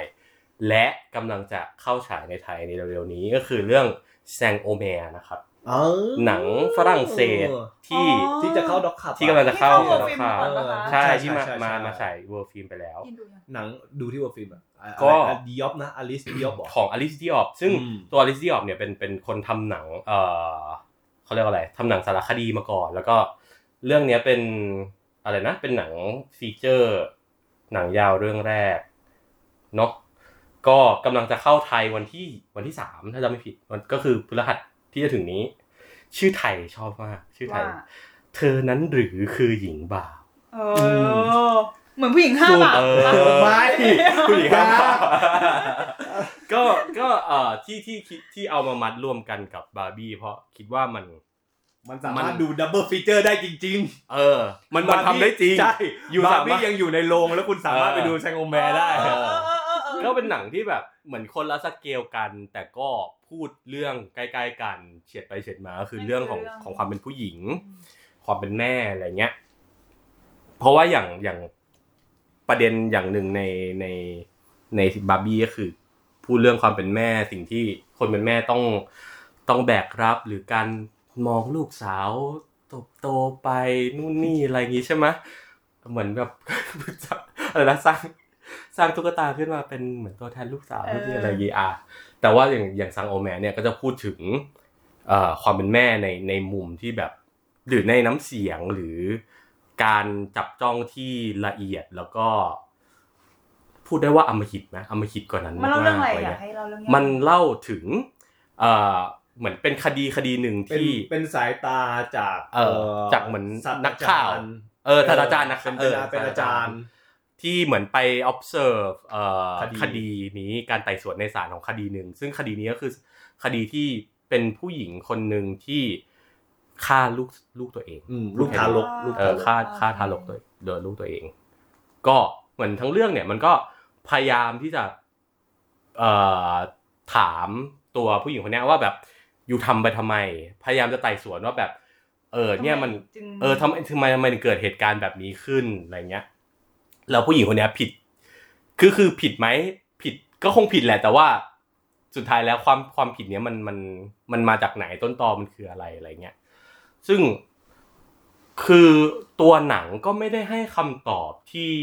[SPEAKER 2] และกำลังจะเข้าฉายในไทยในเร็วๆนี้ก็คือเรื่องแซงโอเมนะครับ
[SPEAKER 3] เออ
[SPEAKER 2] หนังฝรั่งเศสที่
[SPEAKER 1] อ๋อ
[SPEAKER 3] ที่จะเข้าด็อกขับ
[SPEAKER 2] ที่กำลังจะเข้า
[SPEAKER 1] ที่เข้า World
[SPEAKER 2] แล้ว
[SPEAKER 1] Film
[SPEAKER 2] ค่ะ
[SPEAKER 1] ก่อนปะคะ
[SPEAKER 2] ใช่
[SPEAKER 3] ใช่
[SPEAKER 2] ที่มา
[SPEAKER 3] ใช่ใช่
[SPEAKER 2] มามาฉายเวิร์ฟิล์มไปแล้ว
[SPEAKER 1] กินดูยัง
[SPEAKER 3] หนังดูที่เวอร์ฟิล์มอะ
[SPEAKER 2] ก็
[SPEAKER 3] ดิยอปนะอลิสดิยอปบอก
[SPEAKER 2] ของอลิสดิออฟซึ่ง
[SPEAKER 3] อืม
[SPEAKER 2] ตัวอลิสดิออฟเนี่ยเป็นเป็นคนทำหนังเอ่อเขาเรียกว่าอะไรทำหนังสารคดีมาก่อน แล้วก็เรื่องเนี้ยเป็นอะไรนะ เป็นหนังฟีเจอร์ หนังยาวเรื่องแรกเนาะก็กำลังจะเข้าไทยวันที่วันที่สามถ้าจำไม่ผิดมันก็คือพฤหัสที่จะถึงนี้ ชื่อไทยชอบมากชื่อไท
[SPEAKER 1] ว่าย
[SPEAKER 2] เธอนั้นหรือคือหญิงบ่าว
[SPEAKER 1] เออเหมือนผู้หญิงห้ามอะ
[SPEAKER 2] เออ
[SPEAKER 3] ไม่
[SPEAKER 2] ผู้หญิงห้ามบ่าว
[SPEAKER 3] เ
[SPEAKER 2] ก็ก็เอ่อที่ที่คิดที่เอามามัดรวมกันกับบาร์บี้เพราะคิดว่ามัน
[SPEAKER 3] มันสามาร
[SPEAKER 2] มั
[SPEAKER 3] ถ
[SPEAKER 2] น
[SPEAKER 3] ดูดับเบิลฟีเจอร์ได้จริง
[SPEAKER 2] เออ
[SPEAKER 3] ๆ
[SPEAKER 2] มันมันทำได้จริง
[SPEAKER 3] ใช่
[SPEAKER 2] อยู่
[SPEAKER 3] บา
[SPEAKER 2] สา
[SPEAKER 3] ร์บี้
[SPEAKER 2] มารถ
[SPEAKER 3] ยังอยู่ในโรงแล้วคุณสามารถ
[SPEAKER 2] เออ
[SPEAKER 3] ไปดูแซงโอแมได้
[SPEAKER 1] เออเออเออเออ
[SPEAKER 2] ก็เป็นหนังที่แบบเหมือนคนละสเกลกัน แต่ก็พูดเรื่องใกล้ๆกันเฉียดไปเฉียดมาก็คือเรื่องของของความเป็นผู้หญิง ความเป็นแม่อะไรเงี้ย เพราะว่าอย่างอย่างประเด็นอย่างหนึ่งในในในบาร์บี้ก็คือ พูดเรื่องความเป็นแม่สิ่งที่คนเป็นแม่ต้องต้องแบกรับหรือการมองลูกสาวโตโตไปนู่นนี่อะไรอย่างงี้ใช่ไหมเหมือนแบบ อะไรนะสร้างสร้างตุ๊กตาขึ้นมาเป็นเหมือนตัวแทนลูกสาวนู่นนี่อะไรอย่างงี้อ่ะแต่ว่าอย่างอย่างซังโอแมนเนี่ยก็จะพูดถึง เอ่อความเป็นแม่ในในมุมที่แบบหรือในน้ำเสียงหรือการจับจ้องที่ละเอียดแล้วก็ พูดได้ว่าอำมหิตนะอำมหิตกว่านั้น
[SPEAKER 1] มันเล่าเรื่องอะไร
[SPEAKER 2] ก
[SPEAKER 1] อ
[SPEAKER 2] ๆ
[SPEAKER 1] ยาก
[SPEAKER 2] เงี้ย
[SPEAKER 1] ให้เล่าเรื่อง
[SPEAKER 2] มันเล่าถึงเอ่อเหมือนเป็นคดีคดีหนึ่ง
[SPEAKER 3] เป็น
[SPEAKER 2] ที่
[SPEAKER 3] เป็นสายตาจาก
[SPEAKER 2] เออจากเหมือน
[SPEAKER 3] ศสตร
[SPEAKER 2] นักข่าว
[SPEAKER 3] อจรย์
[SPEAKER 2] เออศาสตราจารย์นะ
[SPEAKER 3] เป็นเป็นเป็นอาจารย์
[SPEAKER 2] ที่เหมือนไป observe เอ่อ
[SPEAKER 3] คดี
[SPEAKER 2] คดีนี้การไต่สวนในศาลของคดีหนึ่ง ซึ่งคดีนี้ก็คือคดีที่เป็นผู้หญิงคนหนึ่งที่ฆ่าลูกลูกตัวเอง
[SPEAKER 3] อืมลูกทารกลูก
[SPEAKER 2] เอ
[SPEAKER 3] ทา
[SPEAKER 2] อ
[SPEAKER 3] รก
[SPEAKER 2] ฆ่าฆ่าทารกตัวโดยลูกตัวเอง ก็เหมือนทั้งเรื่องเนี่ยมันก็พยายามที่จะเอ่อถามตัวผู้หญิงคนเนี้ยว่าแบบอยู่ทำไปทำไม พยายามจะไต่สวนว่าแบบ เออ เนี่ยมัน
[SPEAKER 1] จึง
[SPEAKER 2] เออทำไมทำไมทำไมถึงเกิดเหตุการณ์แบบนี้ขึ้นอะไรเงี้ยแล้วผู้หญิงคนเนี้ยผิด คือคือผิดไหมผิดก็คงผิดแหละ แต่ว่าสุดท้ายแล้วความความผิดเนี้ยมันมันมันมาจากไหนต้นตอมันคืออะไรอะไรเงี้ยซึ่งคือตัวหนังก็ไม่ได้ให้คำตอบที่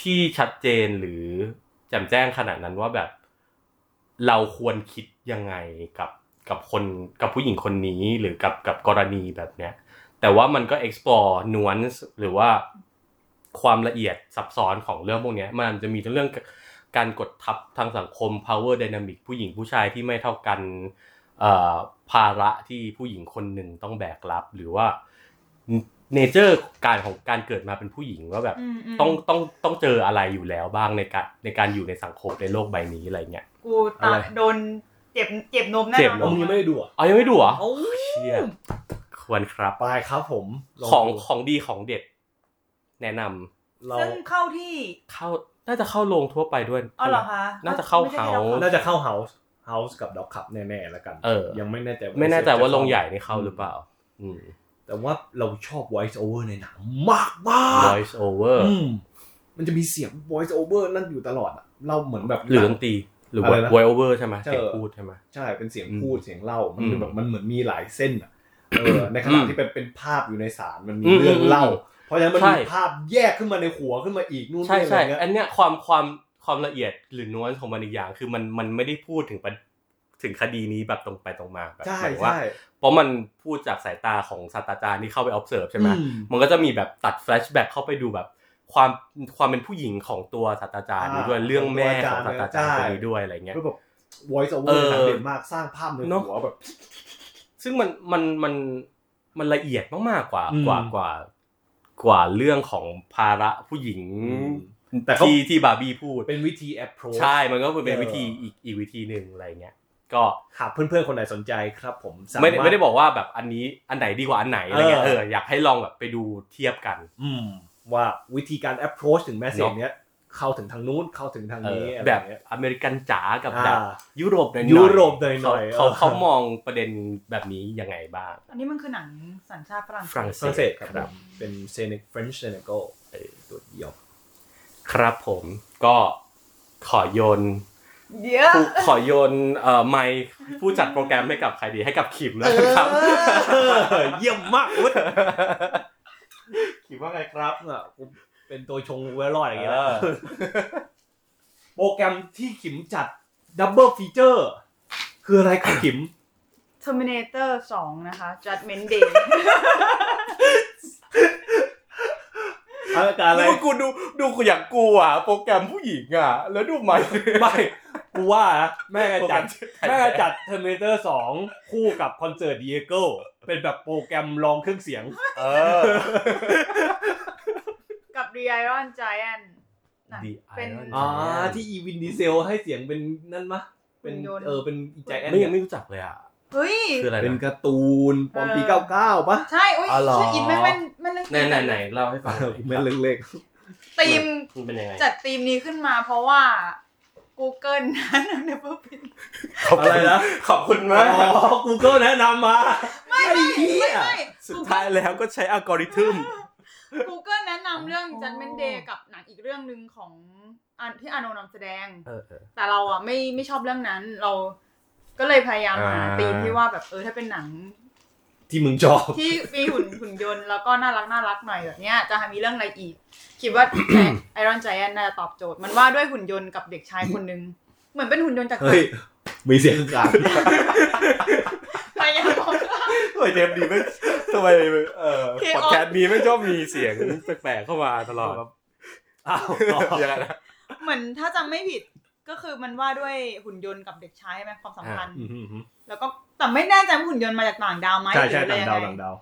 [SPEAKER 2] ที่ชัดเจนหรือแจ่มแจ้งขนาดนั้นว่าแบบ เราควรคิดยังไงกับกับคนกับผู้หญิงคนนี้หรือกับกับกรณีแบบเนี้ย แต่ว่ามันก็ explore nuance หรือว่าความละเอียดซับซ้อนของเรื่องพวกเนี้ยมันจะมีทั้งเรื่องการกดทับทางสังคม power dynamic ผู้หญิงผู้ชายที่ไม่เท่ากันเอ่อภาระที่ผู้หญิงคนหนึ่งต้องแบกรับ หรือว่า nature การของการเกิดมาเป็นผู้หญิงว่าแบบ
[SPEAKER 1] อืมอืม
[SPEAKER 2] ต้องต้องต้องเจออะไรอยู่แล้วบ้างในการในการอยู่ในสังคมในโลกใบนี้อะไรเงี้ย
[SPEAKER 1] กูตา
[SPEAKER 3] อะไร
[SPEAKER 1] โดนเจ็บเจ็บนมแน่
[SPEAKER 2] เจ็บ
[SPEAKER 1] นอ
[SPEAKER 2] น
[SPEAKER 1] น
[SPEAKER 3] เอามึงยังไม่ได้ดูเหรอ่ะ
[SPEAKER 2] อ๋อยังไม่ดูเหรอ
[SPEAKER 3] เอา
[SPEAKER 2] เชี่ยควรครับ
[SPEAKER 3] ไปครับผมล
[SPEAKER 2] ของ
[SPEAKER 3] ดู
[SPEAKER 2] ของดีของเด็ด แนะนำ
[SPEAKER 3] เรา
[SPEAKER 1] ซึ่งเข้าที่
[SPEAKER 2] เข้าน่าจะเข้าโรงทั่วไปด้วย
[SPEAKER 1] อ๋อเหรอคะ
[SPEAKER 2] น่าจะเข้า
[SPEAKER 1] ไม่ใช่
[SPEAKER 2] เขา
[SPEAKER 1] แค่ร
[SPEAKER 3] น่าจะเข้าเฮาส์เฮาส์กับด็อกขับแน่ๆแล้วกัน
[SPEAKER 2] เออ
[SPEAKER 3] ยังไม่แน่ใจ
[SPEAKER 2] ไม่แน่ใจว่าโรงใหญ่นี่
[SPEAKER 3] จะ
[SPEAKER 2] เข้าหรือเปล่า อืม
[SPEAKER 3] แต่ว่าเราชอบ voice over ในหนังมากมาก
[SPEAKER 2] voice over
[SPEAKER 3] อืมมันจะมีเสียง voice over นั่นอยู่ตลอดอะเราเหมือนแบบ
[SPEAKER 2] หรือดนตรีหรืออ
[SPEAKER 3] ะไรนะ
[SPEAKER 2] voice over ใช่ไหม
[SPEAKER 3] เจอ
[SPEAKER 2] เสียงพูดใช่ไหม
[SPEAKER 3] ใช่เป็นเสียงพูดเสียงเล่ามัน
[SPEAKER 2] อืม
[SPEAKER 3] เป็นแบบมันเหมือนมีหลายเส้นอะเออในขณะที่เป็นเป็นภาพอยู่ในสารมันมี
[SPEAKER 2] อืม
[SPEAKER 3] เรื่องเล่า เพราะฉะนั้นมัน
[SPEAKER 2] ใช่
[SPEAKER 3] มีภาพแยกขึ้นมาในหัวขึ้นมาอีกนู่น
[SPEAKER 2] ใช่
[SPEAKER 3] นี่อะไร
[SPEAKER 2] ใช่
[SPEAKER 3] เงี้ย
[SPEAKER 2] อันเนี้ยความความความละเอียดหรือนุ้นของมันอีกอย่าง คือมันมันไม่ได้พูดถึงประถึงคดีนี้แบบตรงไปตรงมาแบบ
[SPEAKER 3] ใช่
[SPEAKER 2] หมายว่า
[SPEAKER 3] ใช่
[SPEAKER 2] เพราะมันพูดจากสายตาของศาสตราจารย์ที่เข้าไป observe ใช่ไหม
[SPEAKER 3] อื
[SPEAKER 2] มันก็จะมีแบบตัดแฟลชแบ็กเข้าไปดูแบบ ความความเป็นผู้หญิงของตัวศาสตราจารย์นี้ด้วย
[SPEAKER 3] อ่า
[SPEAKER 2] เรื่องแม่
[SPEAKER 3] ข
[SPEAKER 2] ข
[SPEAKER 3] อ
[SPEAKER 2] อง ง
[SPEAKER 3] ตัว
[SPEAKER 2] ศาส
[SPEAKER 3] อา
[SPEAKER 2] ต
[SPEAKER 3] จารย์
[SPEAKER 2] ราจารย์คนนี้ด้วยอะไรเงี้ย
[SPEAKER 3] ก็แบบ voice
[SPEAKER 2] เอ
[SPEAKER 3] over
[SPEAKER 2] อ
[SPEAKER 3] หนังเด่นมากสร้างภาพใน
[SPEAKER 2] เนอะ
[SPEAKER 3] หัวแบบ
[SPEAKER 2] ซึ่งมันมันมันมันละเอียดมากๆกว่า
[SPEAKER 3] อืม
[SPEAKER 2] กว่ากว่ากว่าเรื่องของภาระผู้หญิง
[SPEAKER 3] อืมแต่เขา
[SPEAKER 2] ที่ที่บาร์บี้พูด
[SPEAKER 3] เป็นวิธี approach
[SPEAKER 2] ใช่มันก็เป็น
[SPEAKER 3] เออ
[SPEAKER 2] วิธีอีกอีกวิธีหนึ่งอะไรเงี้ย ก็
[SPEAKER 3] หากเพื่อนๆ คนไหนสนใจครับผมสาารถ
[SPEAKER 2] ไม่ได้ไม่ได้บอกว่าแบบอันนี้อันไหนดีกว่าอันไหนอะไรเงี้ยเอออยากให้ลองแบบไปดูเทียบกัน
[SPEAKER 3] อืมว่าวิธีการ approach ถึงแมสเซจ
[SPEAKER 2] เนอะ
[SPEAKER 3] เนี้ย เข้าถึงทางนู้นเข้าถึงทาง
[SPEAKER 2] เออ
[SPEAKER 3] นี้อะไร
[SPEAKER 2] แบบ
[SPEAKER 3] เงี้ย
[SPEAKER 2] อเมริกันจ๋ากับแบบ
[SPEAKER 3] อ่า
[SPEAKER 2] ยุโรปหน่อยๆ
[SPEAKER 3] ยุโรปหน่อยๆ
[SPEAKER 2] เขา
[SPEAKER 3] เออ
[SPEAKER 2] เขาเขามองประเด็นแบบนี้ยังไงบ้าง
[SPEAKER 1] อันนี้มันคือหนังสัญชาติฝรั่ง
[SPEAKER 2] ฝรั่ง
[SPEAKER 3] ฝรั่งเศสครับ
[SPEAKER 2] ครับ
[SPEAKER 3] ผมเป็นเซเนก French Senegal เอ่อตัวเดียว
[SPEAKER 2] ครับผมก็ขอโยน
[SPEAKER 1] เดี๋ยว
[SPEAKER 2] ผู้ขอโยนเอ่อไมค์ผู้จัดโปรแกรมให้กับใครดีให้กับขิมแล้วกันครับ
[SPEAKER 3] เยี่ยมมากวุฒิคิดว่าไงครับอ่ะกูเป็นตัวชงกูไว้รอดอย่างเงี้ย
[SPEAKER 2] เออ
[SPEAKER 3] โปรแกรมที่ขิมจัดดับเบิลฟีเจอร์คืออะไรครับขิม
[SPEAKER 1] เทอร์มินเตอร์สองนะคะ Judgment Day
[SPEAKER 3] อะไรการอะไร
[SPEAKER 2] ดูกูดูดูกูอย่างกูอ่ะโปรแกรมผู้หญิงอ่ะ แล้วดูไมค์
[SPEAKER 3] ไม่ กูว่านะแม่งจะ
[SPEAKER 2] โปรแกร
[SPEAKER 3] จัด
[SPEAKER 2] ม
[SPEAKER 3] แม่งจะจัดเทอร์มิเตอร์สองคู่กับคอนเสิร์ตดีเอโก้เป็นแบบโปรแกรมรองเครื่องเสียง
[SPEAKER 2] เออ
[SPEAKER 1] กับ The Iron Giant หนั
[SPEAKER 2] The
[SPEAKER 1] เป็น
[SPEAKER 2] Iron
[SPEAKER 3] อ๋อ
[SPEAKER 2] Giant
[SPEAKER 3] ที่อีวินดีเซลให้เสียงเป็นนั่นมะเป็น
[SPEAKER 1] หุ่นยนต์
[SPEAKER 3] เออเป็นใจแอน
[SPEAKER 2] ไม่ยังไม่รู้จักเลยอ่ะ
[SPEAKER 1] เฮ้ย
[SPEAKER 2] คืออะไร
[SPEAKER 3] เป็น
[SPEAKER 2] นะ
[SPEAKER 3] การ์ตูนปอมปี
[SPEAKER 1] เออ
[SPEAKER 3] เก้าเก้าปะ
[SPEAKER 1] ใช่อุ้ย
[SPEAKER 2] อ๋อเหรอ
[SPEAKER 1] ชื่ออินแม่งแม่นแม่นเล่น
[SPEAKER 2] ไหนไหนไหนเล่าให้ฟังหน่อย
[SPEAKER 3] ไม่นเล็ก
[SPEAKER 1] ตีม
[SPEAKER 2] มันเป็นยังไง
[SPEAKER 1] จัดธีมนี้ขึ้นมาเพราะว่า Google นั้นเนเปอร์พิน
[SPEAKER 2] ขอบคุณ
[SPEAKER 3] ๆ อะไรนะ
[SPEAKER 2] ขอบคุณ
[SPEAKER 3] อ๋
[SPEAKER 2] มาก
[SPEAKER 3] อ Google แนะนำมา ไม่ไม่
[SPEAKER 1] ไม่ไม่
[SPEAKER 2] สุดท้ายแล้วก็ใช้อัลกอริทึม
[SPEAKER 1] Google แนะนำเรื่อง
[SPEAKER 2] อ๋อ
[SPEAKER 1] Judgment Day กับหนังอีกเรื่องหนึ่งของอันที่อาโนนำแสดง
[SPEAKER 2] เออเออ
[SPEAKER 1] แต่เราอ่ะไม่ไม่ชอบเรื่องนั้น เราก็เลยพยายามหา
[SPEAKER 2] อ่า
[SPEAKER 1] ธีมที่ว่าแบบเออถ้าเป็นหนัง
[SPEAKER 3] ที่มึงชอบ
[SPEAKER 1] ที่มีหุ่นหุ่นยนต์แล้วก็น่ารักน่ารักหน่อยแบบเนี้ยจะมีเรื่องอะไรอีก คิดว่า ไอรอนใจแอนน่าจะตอบโจทย์มันว่าด้วยหุ่นยนต์กับเด็กชายคนนึง เหมือนเป็นหุ่นยนต์จาก
[SPEAKER 3] เฮ้ย มีเสียงกลาง
[SPEAKER 1] พยายามบอก
[SPEAKER 2] ทำไมเทปนี้ไม่ทำไมเอ่อ
[SPEAKER 1] เคออฟ
[SPEAKER 2] พอดแคสต์นี้ไม่ชอบมีเสียงแปลกๆเข้ามาตลอด
[SPEAKER 3] อ้าว
[SPEAKER 2] ยังไงนะ
[SPEAKER 1] เหมือนถ้าจำไม่ผิดก็คือมันว่าด้วยหุ่นยนต์กับเด็กชายใช่ไหมความสัมพันธ์
[SPEAKER 3] อืมอืมอืม
[SPEAKER 1] แล้วก็แต่ไม่แน่ใจว่าหุ่นยนต์มาจากต่างดาวไหม
[SPEAKER 3] ใช่
[SPEAKER 1] หรื
[SPEAKER 3] ใช่
[SPEAKER 1] ออะไรยัง
[SPEAKER 3] ต่างดาว
[SPEAKER 1] ไง
[SPEAKER 3] ต่างดาว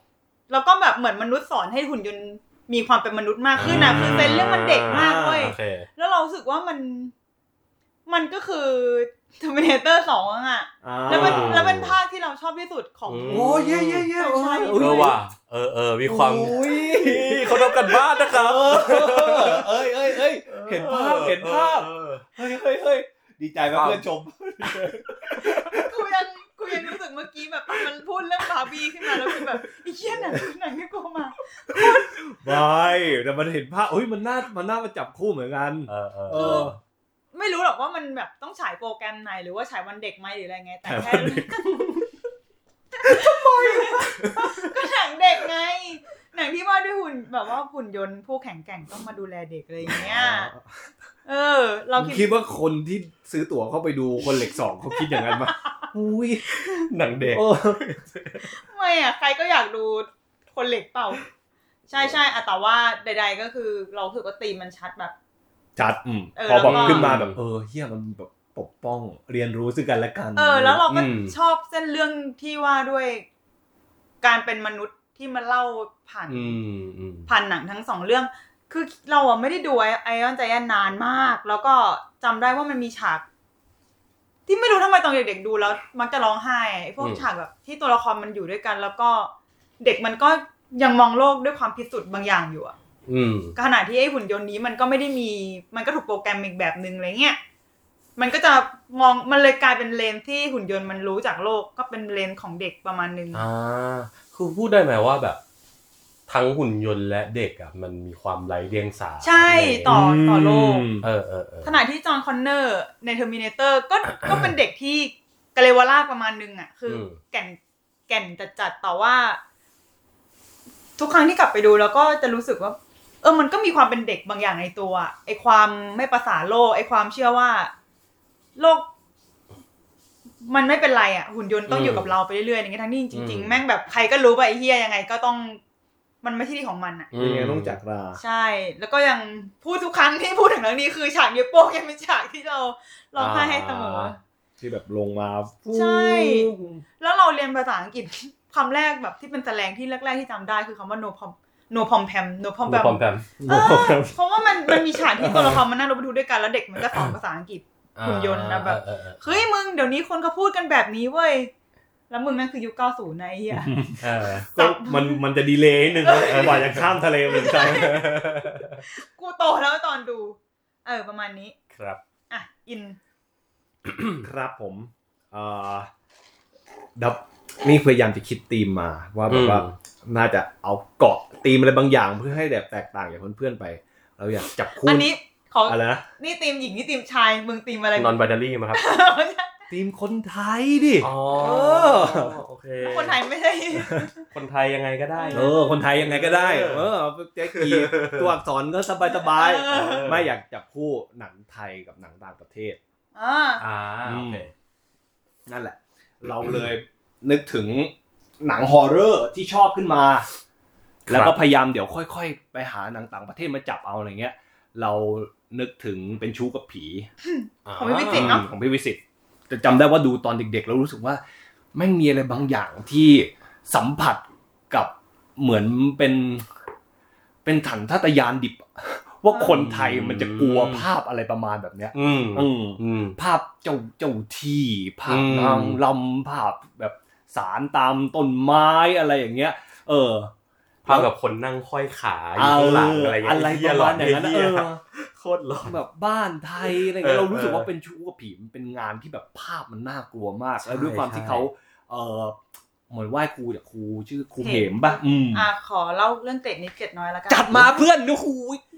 [SPEAKER 1] แล้วก็แบบเหมือนมนุษย์สอนให้หุ่นยนต์มีความเป็นมนุษย์มากขึ้นนะ
[SPEAKER 2] อ่า
[SPEAKER 1] คือเป็นเรื่องมันเด็กมากเว้ย
[SPEAKER 2] โอเค
[SPEAKER 1] แล้วเรารู้สึกว่ามันมันก็คือ Terminator 2อ่ะแล้วมัน
[SPEAKER 2] อ่า
[SPEAKER 1] แล้วเป็นภาคที่เราชอบที่สุดของ
[SPEAKER 2] อืม
[SPEAKER 3] โอ้ยเย่เย่เย่โอ้ย
[SPEAKER 1] ใช่
[SPEAKER 2] เออว่ะเออเออมีความเขาทำกันบ้านนะครับ
[SPEAKER 3] เอ้ยเอ้ยเอ้ยเห็นภาพเห็นภาพ
[SPEAKER 2] เออ
[SPEAKER 3] เฮ้ยเฮ้ยเฮ้ยดีใจมาก
[SPEAKER 2] อ้าว
[SPEAKER 3] เพื่อนชม
[SPEAKER 1] กูยังกูยังรู้สึกเมื่อกี้แบบมันพูดเรื่องบาร์บี้ขึ้นมาแล้วคือแบบไอ้เหี้ยหนังหนังที่กูเอามา
[SPEAKER 3] ไม่แต่มันเห็นภาพเฮ้ยมันน่ามันน่ามาจับคู่เหมือนกัน
[SPEAKER 2] เออเออ
[SPEAKER 3] เอ
[SPEAKER 2] เอ
[SPEAKER 3] อ
[SPEAKER 2] อ
[SPEAKER 1] ไม่รู้หรอกว่ามันแบบต้องฉายโปรแกรมไหนหรือว่าฉายวันเด็กไหมหรืออะไรไง แต่แค่
[SPEAKER 3] ฉายวันเด็ก
[SPEAKER 1] ก็หนังเด็กไง หนังที่ว่าด้วยหุ่นแบบว่าหุ่นยนต์ผู้แข็งแกร่งต้องมาดูแลเด็กอะไรอย่างเงี้ย เออ เรา
[SPEAKER 3] ผม
[SPEAKER 1] คิ
[SPEAKER 3] คิ
[SPEAKER 1] ด
[SPEAKER 3] ดว่าคนที่ซื้อตั๋วเข้าไปดูคนเหล็กสองเขาคิดอย่างนั้นปะอุ้ย
[SPEAKER 2] หนังเด็ก
[SPEAKER 3] โอ้
[SPEAKER 1] ทำไมอ่ะใครก็อยากดูคนเหล็กเปล่า ใช่ใช่อะแต่ว่าใด ๆ ก็คือเราถือว่าตีมมันชัดแบบ
[SPEAKER 3] จัดอืม
[SPEAKER 1] เออ
[SPEAKER 3] พอ
[SPEAKER 1] แล้วก็
[SPEAKER 3] แบบขึ้นมาแบบเออเฮียมันแบบปกป้องเรียนรู้ซึ่งกันและกัน
[SPEAKER 1] เออ แล้วเราก็
[SPEAKER 2] อืม
[SPEAKER 1] ชอบเส้นเรื่องที่ว่าด้วยการเป็นมนุษย์ที่มันเล่าผ่าน
[SPEAKER 2] อืมอืม
[SPEAKER 1] ผ่านหนังทั้งสองเรื่อง คือเราอะไม่ได้ดูไอออนใจแอนนานมาก แล้วก็จำได้ว่ามันมีฉาก ที่ไม่รู้ทำไมตอนเด็กๆดูแล้ว มักจะร้องไห้ไอ้พวก
[SPEAKER 2] อืม
[SPEAKER 1] ฉากแบบที่ตัวละครมันอยู่ด้วยกัน แล้วก็เด็กมันก็ยังมองโลกด้วยความพิสุทธิ์บางอย่างอยู่อะ
[SPEAKER 2] อืม
[SPEAKER 1] ขณะที่ไอ้หุ่นยนต์นี้มันก็ไม่ได้มี มันก็ถูกโปรแกรมอีกแบบนึงอะไรเงี้ย มันก็จะมองมันเลยกลายเป็นเลนส์ที่หุ่นยนต์มันรู้จากโลกก็เป็นเลนส์ของเด็กประมาณนึง
[SPEAKER 2] อ่าคือพูดได้ไหมว่าแบบ ทั้งหุ่นยนต์และเด็กอ่ะมันมีความไร้เดียงสา
[SPEAKER 1] ใช่ต่อต่อโลก
[SPEAKER 3] ม
[SPEAKER 2] เออเออเออ
[SPEAKER 1] ขณะที่จอห์นคอนเนอร์ในเทอร์มินเตอร์ก็ ก็เป็นเด็กที่กะเลวราประมาณนึงอ่ะ คืออ
[SPEAKER 2] ม
[SPEAKER 1] แก่นแก่นจัดจัดๆแต่ว่า ทุกครั้งที่กลับไปดูแล้วก็จะรู้สึกว่า เออมันก็มีความเป็นเด็กบางอย่างในตัวอะไอความไม่ประสานโลก ไอความเชื่อว่า โลก มันไม่เป็นไรอ่ะ หุ่นยนต์ต้องอยู่กับเราไปเรื่อยๆอย่างเงี้ยทั้งนี้จริง
[SPEAKER 2] อื
[SPEAKER 1] ๆ
[SPEAKER 2] ม
[SPEAKER 1] แม่งแบบใครก็รู้ว่าไอเฮียยังไง ก็ต้อง มันไม่ใช่ที่ของมันอ่ะ
[SPEAKER 3] ยังไงต้องจักรา
[SPEAKER 1] ใช่ แล้วก็ยังพูดทุกครั้งที่พูดถึงเรื่องนี้คือฉากเย็บโป้งยังเป็นฉากที่เราร้องไห้ให้เสมอ
[SPEAKER 3] ที่แบบลงมา
[SPEAKER 1] ใช่ แล้วเราเรียนภาษาอังกฤษ คำแรกแบบที่เป็นแสลงที่แรก ๆ ที่จำได้คือคำว่า no pom no pom pam no pom
[SPEAKER 2] ดู
[SPEAKER 1] pam
[SPEAKER 2] พร้อมกัน
[SPEAKER 1] เออเพราะว่ามันมันมีฉากที่ตัวละครมันนั่งรถบรรทุกด้วยกันแล้วเด็กมันก็สอนภาษาอังกฤษ หุ่นยนต์นะแบบ
[SPEAKER 2] เออเออ
[SPEAKER 1] เฮ้ยมึงเดี๋ยวนี้คนเขาพูดกันแบบนี้เว้ย แล้วมึงนั่นคือยุค90นะไอ้เหี้ย
[SPEAKER 2] เออ
[SPEAKER 3] ก็มันมันจะดีเลย์นิดนึงนะกว่าจะข้ามทะเลเหมือน กัน
[SPEAKER 1] กูโตแล้วตอนดู เออประมาณนี้
[SPEAKER 2] ครับ
[SPEAKER 1] อ่ะอิน
[SPEAKER 3] ครับผมเอ่อดับนี่พยายามจะคิดธีมมาว่าแบบว่า
[SPEAKER 2] อืม
[SPEAKER 3] น่าจะเอาเกาะธีมอะไรบางอย่างเพื่อให้แบบแตกต่างจากเพื่อนๆไป เราอยากจับคู่
[SPEAKER 1] อันนี้ขอ
[SPEAKER 3] อะไรนะ
[SPEAKER 1] นี่ตีมหญิงนี่ตีมชายมึงตีมอะไร
[SPEAKER 2] นอนไบนารี่มาครับ
[SPEAKER 3] ธีมคนไทยดิ
[SPEAKER 2] อ๋อโอเค
[SPEAKER 1] คนไทยไม่ใช่
[SPEAKER 2] คนไทยยังไงก็ได้
[SPEAKER 3] เออ คนไทยยังไงก็ได้ เออแจ๊กกี้ตัวอักษรก็สบาย
[SPEAKER 1] เออ
[SPEAKER 3] ๆไม่อยากจับคู่หนังไทยกับหนังต่างประเทศ
[SPEAKER 1] อ่า
[SPEAKER 2] อ่าโอเค
[SPEAKER 3] นั่นแหละ เราเลยนึกถึงหนังฮอร์เรอร์ที่ชอบขึ้นมา
[SPEAKER 2] ครับ
[SPEAKER 3] แล้วก็พยายามเดี๋ยวค่อยๆ ไปหาหนังต่างประเทศมาจับเอาอะไรเงี้ย เรานึกถึงเป็นชู้กับผี
[SPEAKER 2] อ่า
[SPEAKER 1] ของพี่วิจิตรเนาะ
[SPEAKER 3] ของพี่วิสิตจะจำได้ว่าดูตอนเด็กๆ แล้วรู้สึกว่าแม่งมีอะไรบางอย่างที่สัมผัสกับเหมือนเป็น เป็นถันทัตยานดิบ ว่าคนไทยมันจะกลัวภาพอะไรประมาณแบบเนี้ย
[SPEAKER 2] อืม
[SPEAKER 3] อืม
[SPEAKER 2] อืม
[SPEAKER 3] ภาพเจ้าเจ้าที่ ภาพ
[SPEAKER 2] อืม
[SPEAKER 3] นางลำภาพแบบสารตามต้นไม้อะไรอย่างเงี้ย เออ
[SPEAKER 2] ภาพแบบคนนั่งค่อยขาอยู่ข้างหลังอะไรอย่างเงี้ย
[SPEAKER 3] อะไรประมาณอย่างนั้น
[SPEAKER 2] เหี้
[SPEAKER 3] เอย อ
[SPEAKER 2] โคตรหลอน
[SPEAKER 3] แบบบ้านไทยอะไรเงี้
[SPEAKER 2] เออ
[SPEAKER 3] ยเรารู้สึกว่า
[SPEAKER 2] เออ
[SPEAKER 3] เป็นชู้กับผีมันเป็นงานที่แบบภาพมันน่ากลัวมาก
[SPEAKER 2] ใช่
[SPEAKER 3] แล้วด้วยความที่
[SPEAKER 2] ใช่
[SPEAKER 3] เขาเออเหมือนไหว้ครูจากครูชื่อครูเหมป่ะอืม
[SPEAKER 1] อ่ะขอเล่าเรื่องเกร็ดนิดเกร็ดน้อยละกัน
[SPEAKER 3] จัดมาเพื่อนดูครู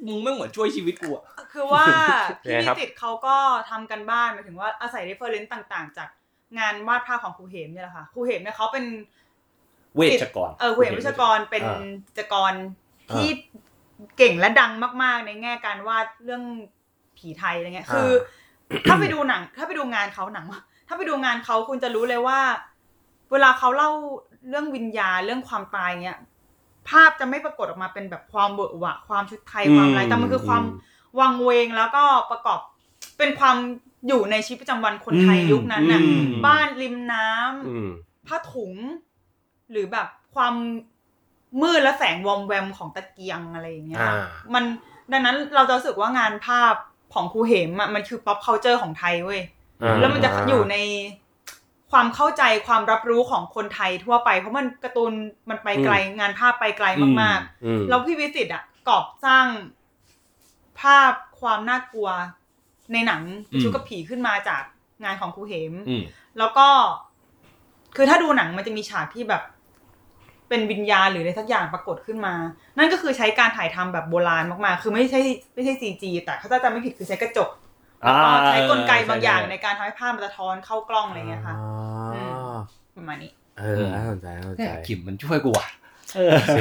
[SPEAKER 3] มึงไม่งเหมือนช่วยชีวิตกูอะ
[SPEAKER 1] คือว่า
[SPEAKER 2] ยั
[SPEAKER 1] พี่
[SPEAKER 2] งไงครั
[SPEAKER 1] นิ
[SPEAKER 2] บ
[SPEAKER 1] ติตเขาก็ทำกันบ้านหมายถึงว่าอาศัยเรฟเฟอร์เรนซ์ต่างๆ จากงานวาดภาพของครูเหมเนี่ยแหละค่ะครูเหมเนี่ยเขาเป็น
[SPEAKER 3] เวชกร
[SPEAKER 1] เออครูเหมวิชกรเป็น
[SPEAKER 3] อ่า
[SPEAKER 1] จิตรกรที่เก่งและดังมาก ๆ ในแง่การวาดเรื่องผีไทยอะไรเงี้ยคือ ถ้าไปดูหนัง ถ้าไปดูงานเขาหนังวะถ้าไปดูงานเขาคุณจะรู้เลยว่า เวลาเขาเล่าเรื่องวิญญาณเรื่องความตายเงี้ย ภาพจะไม่ปรากฏออกมาเป็นแบบความเบอะหวะความชุดไทยความอะไรแต่มันคือความ วังเวงแล้วก็ประกอบเป็นความอยู่ในชีวิตประจำวันคนไทย
[SPEAKER 3] อืม
[SPEAKER 1] ยุคนั้นน่ะ
[SPEAKER 3] อืม
[SPEAKER 1] บ้านริมน้ำ
[SPEAKER 2] อืม
[SPEAKER 1] ผ้าถุง หรือแบบความมืดและแสงวอมแวมของตะเกียงอะไรอย่างเงี้ย
[SPEAKER 2] อ่า
[SPEAKER 1] มันดังนั้นเราจะรู้สึกว่างานภาพของครูเหมอะมันคือ pop culture ของไทยเว้ย
[SPEAKER 2] อ่า
[SPEAKER 1] แล้วมันจะอยู่ในความเข้าใจความรับรู้ของคนไทยทั่วไป เพราะมันการ์ตูนมันไปไกลงานภาพไปไกลมาก ๆ
[SPEAKER 2] อืม
[SPEAKER 1] แล้วพี่วิสิตอ่ะกอบสร้างภาพความน่ากลัวในหนัง
[SPEAKER 3] อืม
[SPEAKER 1] ชุดกับผีขึ้นมาจากงานของครูเหม
[SPEAKER 3] อืม
[SPEAKER 1] แล้วก็ คือถ้าดูหนังมันจะมีฉากที่แบบ เป็นวิญญาณหรืออะไรสักอย่างปรากฏขึ้นมา นั่นก็คือใช้การถ่ายทำแบบโบราณมากๆ คือไม่ใช่ไม่ใช่ซีจีแต่เขาจะจำไม่ผิดคือใช้กระจกแล้วก็ใช้กลไกบางอย่างในการทำให้ภาพมันสะท้อนเข้ากล้องอะไรอย่างเงี้ยค่ะ อืม ประมาณนี้
[SPEAKER 2] เออน่าสนใจน่าสน
[SPEAKER 3] แค่
[SPEAKER 2] ใจ
[SPEAKER 3] ขิมมันช่วยกูอ่ะ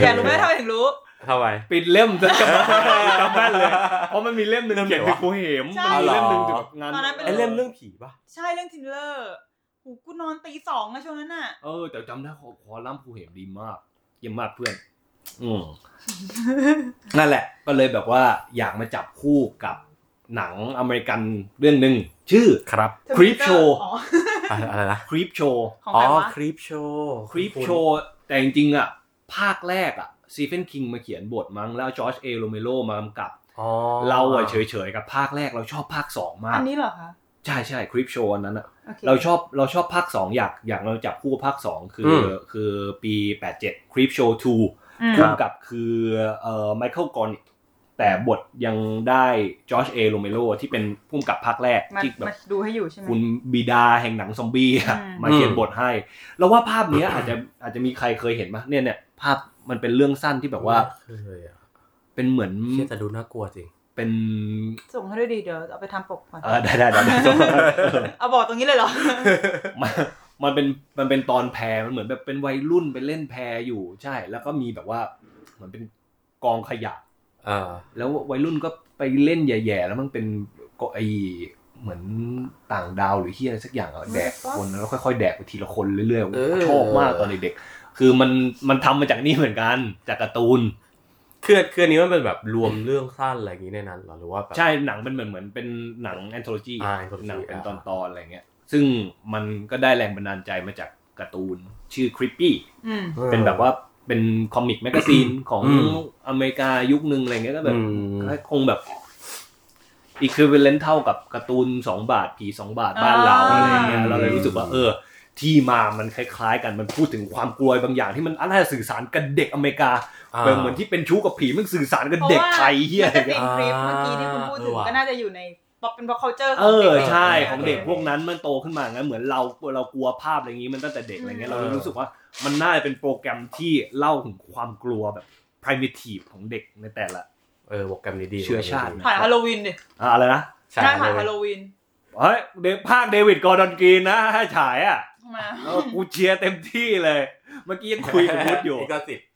[SPEAKER 1] อยากรู้ไหมว่าทำไมถึงรู้
[SPEAKER 2] เข้าไป
[SPEAKER 3] ปิดเล่มจะจำจำแม่นเลยเพราะมันมีเล่มหนึ่ง
[SPEAKER 2] เล่มไหน
[SPEAKER 3] เขียนถึงกูเหม
[SPEAKER 1] ใช่
[SPEAKER 3] มันมีเล่มหนึ่ง
[SPEAKER 2] อ๋อ
[SPEAKER 3] ถึงงาน
[SPEAKER 1] ตอนนั้นเป็น
[SPEAKER 2] ไอเล่มเรื่องผีป่ะ
[SPEAKER 1] ใช่เรื่องทินเลอร์หูกูนอนตีสองนะช่วงนั้นน่ะ
[SPEAKER 3] เออแต่จำได้ขอขอล่ำกูเหมดีมากเยี่ยมมากเพื่อน อื มนั่นแหละ ก็เลยแบบว่าอยากมาจับคู่กับหนังอเมริกันเรื่องหนึ่งชื่อ
[SPEAKER 2] ครับ
[SPEAKER 3] Creep Show
[SPEAKER 1] อ๋อ
[SPEAKER 2] อะไรนะ
[SPEAKER 3] Creep Show
[SPEAKER 1] ของ
[SPEAKER 2] อ๋
[SPEAKER 1] ใค
[SPEAKER 2] อ
[SPEAKER 1] รวะ
[SPEAKER 2] ครีปโชว์
[SPEAKER 3] ครีปโชว์แต่จริงๆอ่ะ ภาคแรกอ่ะซีเฟนคิงมาเขียนบทมั้งแล้วจอร์จเอโรเมโรมากำกับ
[SPEAKER 2] อ๋อ
[SPEAKER 3] เราอ่ะเฉยๆกับภาคแรกเราชอบภาคสองมา
[SPEAKER 1] อั
[SPEAKER 3] ก
[SPEAKER 1] นนี้เหรอคะ
[SPEAKER 3] ใช่ใช่คลิปโชว์อันนั้นอ่ะ
[SPEAKER 1] โอเค
[SPEAKER 3] เราชอบเราชอบภาคสองอยากอยากเราจับคู่ภาคสองคืออคือปีแปดเจ็ดคลิปโชว์ทู
[SPEAKER 1] อืม
[SPEAKER 3] คู่กับคือเอ่อไมเคิลกอนิกแต่บทยังได้จอร์จเอโรเมโรที่เป็นผู้กำกับภาคแรก
[SPEAKER 1] มา
[SPEAKER 3] ที่แบ
[SPEAKER 1] มา
[SPEAKER 3] บ
[SPEAKER 1] ดูให้อยู่ใช่ไหม
[SPEAKER 3] คุณบิดาแห่งหนังซอมบี้อะ
[SPEAKER 1] อืม
[SPEAKER 3] มาเขียนบทให้ แล้วว่าภาพเนี้ยอาจจะอาจจะมีใครเคยเห็นปะเนี่ยเนี่ยภาพมันเป็นเรื่องสั้นที่แบบว่า
[SPEAKER 2] ไม่เคยอ่ะ
[SPEAKER 3] เป็นเหมือน
[SPEAKER 2] เชี่ยแต่ดูน่ากลัวจริง
[SPEAKER 3] เป็น
[SPEAKER 1] ส่งให้ด้วยดีเดี๋ยวเอาไปทำปกก่อน
[SPEAKER 3] เออ ได้ได้ได้ได้
[SPEAKER 1] เอาบอกตรงนี้เลยเหรอ
[SPEAKER 3] มันมันเป็นมันเป็นตอนแพรมันเหมือนแบบเป็นวัยรุ่นไปเล่นแพรอยู่ใช่ แล้วก็มีแบบว่าเหมือนเป็นกองขยะ
[SPEAKER 2] เออ
[SPEAKER 3] แล้ววัยรุ่นก็ไปเล่นแย่ๆแล้วมันเป็นก็ไอเหมือนต่างดาวหรือเฮียอะไรสักอย่างอะแดกคนแล้วค่อยๆแดกไปทีละคนเรื่อย
[SPEAKER 2] เออ
[SPEAKER 3] ๆชอบมากตอนเด็กๆคือมันมันทำมาจากนี่เหมือนกันจากการ์ตูน
[SPEAKER 2] คือคืออันนี้มันเป็นแบบรวมเรื่องสั้นอะไรอย่างนี้ในนั้นเหรอหรือว่าแบบ
[SPEAKER 3] ใช่หนังเป็นเหมือนเหมือนเป็นหนังแอนโทโลจี
[SPEAKER 2] อ่า anthology
[SPEAKER 3] หนังเป็น
[SPEAKER 2] อ่า
[SPEAKER 3] ตอนๆอะไรเงี้ย ซึ่งมันก็ได้แรงบันดาลใจมาจากการ์ตูนชื่อคริปปี้
[SPEAKER 1] อืม
[SPEAKER 2] ออ
[SPEAKER 3] เป็นแบบว่าเป็นคอมิกแมกกาซีน ของ
[SPEAKER 2] อืม
[SPEAKER 3] อเมริกายุคนึงอะไรเงี้ยก็แบบ
[SPEAKER 2] อืม
[SPEAKER 3] ก็คงแบบอีคือเวลเลนเท่ากับการ์ตูนสองบาท ผีสองบาทบ้านเรา
[SPEAKER 1] อ่า
[SPEAKER 3] อะไรเงี้ยเราเลยรู้สึกว่า เออ ที่มามันคล้ายๆ กันมันพูดถึงความกลัวบางอย่างที่มันอะไรสื่อสารกับเด็กอเมริกา
[SPEAKER 2] อ่า
[SPEAKER 3] แบบเหมือนที่เป็นชู้กับผีมันสื่อสารกับเด็กไทยเฮีย
[SPEAKER 1] มั
[SPEAKER 3] อะ
[SPEAKER 1] น
[SPEAKER 3] ไร
[SPEAKER 1] จะ
[SPEAKER 3] เงี้ย
[SPEAKER 1] เป็นคลิปเมื่อกี้ที่คุณพูดถึง
[SPEAKER 2] อ่า
[SPEAKER 1] ก็น่าจะอยู่ในบอกเป็น pop culture ข
[SPEAKER 3] เอ
[SPEAKER 1] องเด็
[SPEAKER 3] อก ใช่ของเด็กพวกนั้นมันโตขึ้นมางั้นเหมือนเราเรากลัวภาพอะไรอย่างนี้มันตั้งแต่เด็กอะไรเงี้ยเราเลยรู้สึกว่ามันน่าจะเป็นโปรแกรมที่เล่าถึงความกลัวแบบ primitive ของเด็กในแต่ละ
[SPEAKER 2] เออโปรแกรมนี้ดี
[SPEAKER 3] เชื้อชาติ
[SPEAKER 1] ผ่านฮาโลวีนดิ
[SPEAKER 3] อ่าอะไรนะ
[SPEAKER 2] ใช่
[SPEAKER 1] ได้ผ่าน
[SPEAKER 2] เล
[SPEAKER 1] ฮาย โลวีน
[SPEAKER 3] เฮ้ยเดกภาคเดวิดกอร์ดอนกรีนนะให้ฉายอ่ะ
[SPEAKER 1] ทำไมอะ
[SPEAKER 3] เออกูเชียร์เต็มที่เลย เมื่อกี้ยังคุยกับพุทธอยู่
[SPEAKER 2] กสิทธิ์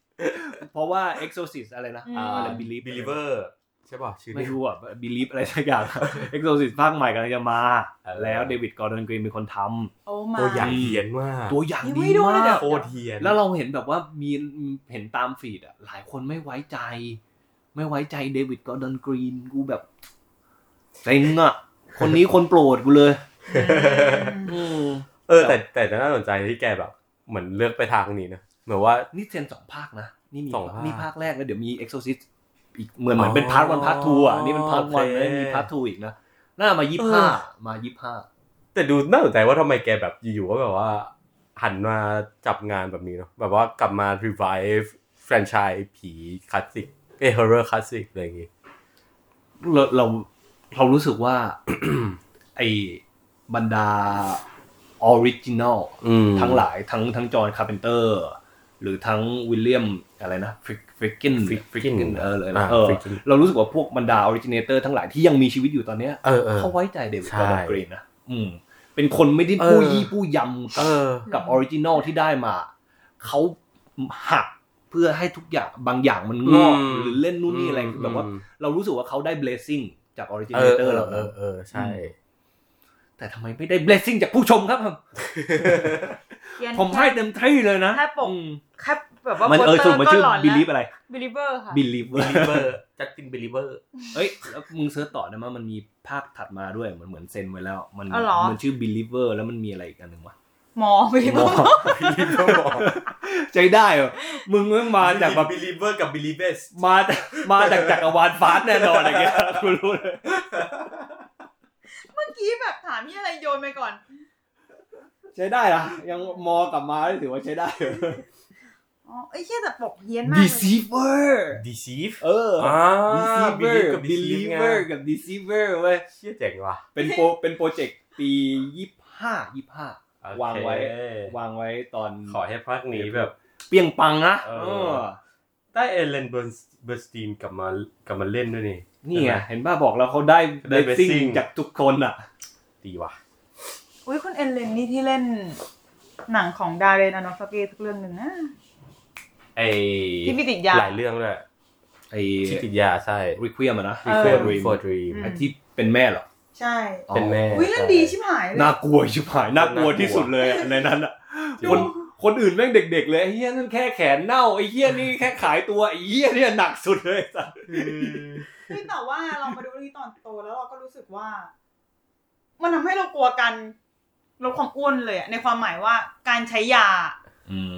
[SPEAKER 3] เพราะว่า Exorcist อะไรนะ
[SPEAKER 1] อืม
[SPEAKER 3] อะไร Believe
[SPEAKER 2] บิลิเวอร์ใช่ป่ะชื่อ
[SPEAKER 3] ไม่
[SPEAKER 2] นี้
[SPEAKER 3] รู้อ่ะ Believe อะไรสักอย่าง Exorcist ภาคใหม่กำลังจะมา
[SPEAKER 2] เออ
[SPEAKER 3] แล้วเดวิดกอร์ดอนกรีนเป็นคนท
[SPEAKER 1] Oh my
[SPEAKER 2] ตัวอย่างเหียนมาก
[SPEAKER 3] ำตัวอย่าง
[SPEAKER 1] ยัง
[SPEAKER 3] ดี
[SPEAKER 1] ไม่ดูเลย
[SPEAKER 3] มา
[SPEAKER 1] เดี๋
[SPEAKER 3] ก
[SPEAKER 1] ยว
[SPEAKER 2] โคตรเหียน
[SPEAKER 3] แล้วเราเห็นแบบว่ามีเห็นตามฟีดอ่ะ หลายคนไม่ไว้ใจ ไม่ไว้ใจเดวิดกอร์ดอนกรีนกูแบบเซ็งอ่ะ คน นี้คนโปรดกูเลย อืม
[SPEAKER 2] เออแต่แต่น่าสนใจที่แกแบบ เหมือนเลือกไปทางนี้นะเหมือนว่า
[SPEAKER 3] นี่เซนสองภาคนะ นี่มี
[SPEAKER 2] สองภาค
[SPEAKER 3] นี่ภาคแรกแล้วเดี๋ยวมี Exorcist อีกเหมือนเหมือนเป็นพาร์ทวันพาร์ททูอ่ะนี่มันพาร์ทวัน
[SPEAKER 2] โอเค
[SPEAKER 3] ไม่มีพาร์ททูอีกนะน่ามายี่ห้ามายี่ห้า
[SPEAKER 2] แต่ดูน่าสนใจว่าทำไมแกแบบอยู่ๆก็แบบว่า หันมาจับงานแบบนี้เนาะแบบว่ากลับมา revive แฟรนไชส์ผีคลาสสิกเอฮอร์เรอร์คลาสสิกอะไรอย่างงี้
[SPEAKER 3] เราเราเรารู้สึกว่า ไอ้บรรดาออริจินอล
[SPEAKER 2] อืม
[SPEAKER 3] ทั้งหลายทั้งทั้งจอห์นคาร์เพนเตอร์ หรือทั้งวิลเลียมอะไรนะฟริกฟริกกิน
[SPEAKER 2] Frick-
[SPEAKER 3] ฟริกกิน
[SPEAKER 2] Frickin
[SPEAKER 3] เออเลย
[SPEAKER 2] อ่า
[SPEAKER 3] นะเออ
[SPEAKER 2] Frickin
[SPEAKER 3] เรารู้สึกว่าพวกบรรดาออริจิเนเตอร์ทั้งหลายที่ยังมีชีวิตอยู่ตอนเนี้ย
[SPEAKER 2] เออเออ
[SPEAKER 3] เขาไว้ใจเดวิด
[SPEAKER 2] ใช่
[SPEAKER 3] กอร์ดอนกรีนนะอืมเป็นคนไม่ได้
[SPEAKER 2] เออ
[SPEAKER 3] ปู้ยี่ปู้ยำกั
[SPEAKER 2] เอบ อ
[SPEAKER 3] กับออริจินอลที่ได้มา เขาหักเพื่อให้ทุกอย่างบางอย่างมันงอก
[SPEAKER 2] อืม
[SPEAKER 3] หรือเล่นนู่นนี่อะไรแบบว่า เรารู้สึกว่าเขาได้เบสซิ่งจากออริจิ
[SPEAKER 2] เอ
[SPEAKER 3] เน
[SPEAKER 2] อ
[SPEAKER 3] เต
[SPEAKER 2] เอ
[SPEAKER 3] อร์
[SPEAKER 2] อ
[SPEAKER 3] เหล่า
[SPEAKER 2] เอ
[SPEAKER 3] นั้น
[SPEAKER 2] อเออใช่
[SPEAKER 3] แต่ทำไมไม่ได้เบสซิ่งจากผู้ชมครับ
[SPEAKER 1] เขียน
[SPEAKER 3] ผมให้เต็มที่เลยนะ
[SPEAKER 1] แค่ปก
[SPEAKER 3] อืม
[SPEAKER 1] แค่แบบว่า
[SPEAKER 3] มันเออ
[SPEAKER 1] โป
[SPEAKER 3] ส
[SPEAKER 1] ส
[SPEAKER 3] รุปมันชื่อ
[SPEAKER 1] ก็หลน
[SPEAKER 3] Believe อะไร
[SPEAKER 1] บิลิเบอร์ค่ะ
[SPEAKER 3] Believer
[SPEAKER 2] บิลิเวอร์จัดตินบิลิเวอร์
[SPEAKER 3] เอ้ยแล้วมึงเซิร์ชต่อได้มั้ยมันมีภาคถัดมาด้วยเหมือนเหมือนเซ็นไว้แล้ว มัน
[SPEAKER 1] อ๋อเหรอ
[SPEAKER 3] มันชื่อ Believer แล้วมันมีอะไรอีกอันหนึ่งวะ
[SPEAKER 1] หมอบิลิเบอร์
[SPEAKER 3] ใจได้เหรอมึงเพิ่งมาจากแบบ
[SPEAKER 2] บิลิเวอร์กับบิลิเวส
[SPEAKER 3] มาจากมาจากจักรวาลฟาสต์แน่นอนอะไรเงี้ยกูรู้เลย
[SPEAKER 1] เมื่อกี้แบบถามนี่อะไรโยนไปก่อน
[SPEAKER 3] ใช้ได้อะยังมอกลับมาได้ถือว่าใช้ได้
[SPEAKER 1] อ๋อไอ้ยเชี่ยแต่ปกเฮี้ยนมากเลย
[SPEAKER 3] Deceiver
[SPEAKER 2] ดีซีฟ
[SPEAKER 3] เออ
[SPEAKER 2] อ่า
[SPEAKER 3] Deceiver
[SPEAKER 2] บิลิเวอ
[SPEAKER 3] Believer
[SPEAKER 2] ร์
[SPEAKER 3] กับ Deceiver เว้ย
[SPEAKER 2] เชี่ยเจ๋งว่ะ
[SPEAKER 3] เป็นโปรเป็นโปรเจกต์ปียี่ห้ายี่ห้า
[SPEAKER 2] โอเคว
[SPEAKER 3] างไว้ วางไว้ตอน
[SPEAKER 2] ขอให้ภาคนี้แบบ
[SPEAKER 3] เปรียงปังนะ
[SPEAKER 2] เออ
[SPEAKER 3] เออ
[SPEAKER 2] ได้เอเลนเบิร์นเบิร์สตีนกลับมากลับมาเล่นด้วยนี่
[SPEAKER 3] นี่ไงเห็นป้าบอกแล้วเขาได้
[SPEAKER 2] ได้
[SPEAKER 3] ได้
[SPEAKER 2] blessing
[SPEAKER 3] ซิ่งจากทุกคนอ่ะ
[SPEAKER 2] ดีว่ะ
[SPEAKER 1] อุ้ยคุณเอนเลนนี่ที่เล่น หนังของดาเรนอนอฟสกีทุกเรื่องหนึ่งนะ
[SPEAKER 2] ไอ
[SPEAKER 1] ที่มีติดยา
[SPEAKER 2] หลายเรื่องด้วย
[SPEAKER 3] ไอ้
[SPEAKER 2] ที่ติดยาใช่
[SPEAKER 3] รีเคว m มอะนะ
[SPEAKER 1] เออ
[SPEAKER 2] Requiem
[SPEAKER 1] Requiem
[SPEAKER 2] for Dream
[SPEAKER 1] อืม
[SPEAKER 3] ไอ้ที่เป็นแม่เหรอ
[SPEAKER 1] ใช่
[SPEAKER 2] เป็นแม่
[SPEAKER 1] อุ้ยเล่นดีชิบหายเลย
[SPEAKER 3] น่ากลัวชิบหายน่ากลัวที่สุดเลยอะในนั้นอ่ะ
[SPEAKER 2] จริง
[SPEAKER 3] คนคนอื่นแม่งเด็ก ๆ เลยไอ้เหี้ยนั่นแค่แขนเน่าไอ้เหี้ยนี่แค่ขายตัวไอ้เหี้ยเนี่ยหนักสุดเลยสัส
[SPEAKER 1] เฮ้ยแต่ว่าเรามาดูเรื่องนี้ตอนโตแล้วเราก็รู้สึกว่า มันทำให้เรากลัวกันลดความอ้วนเลยอะในความหมายว่าการใช้ยา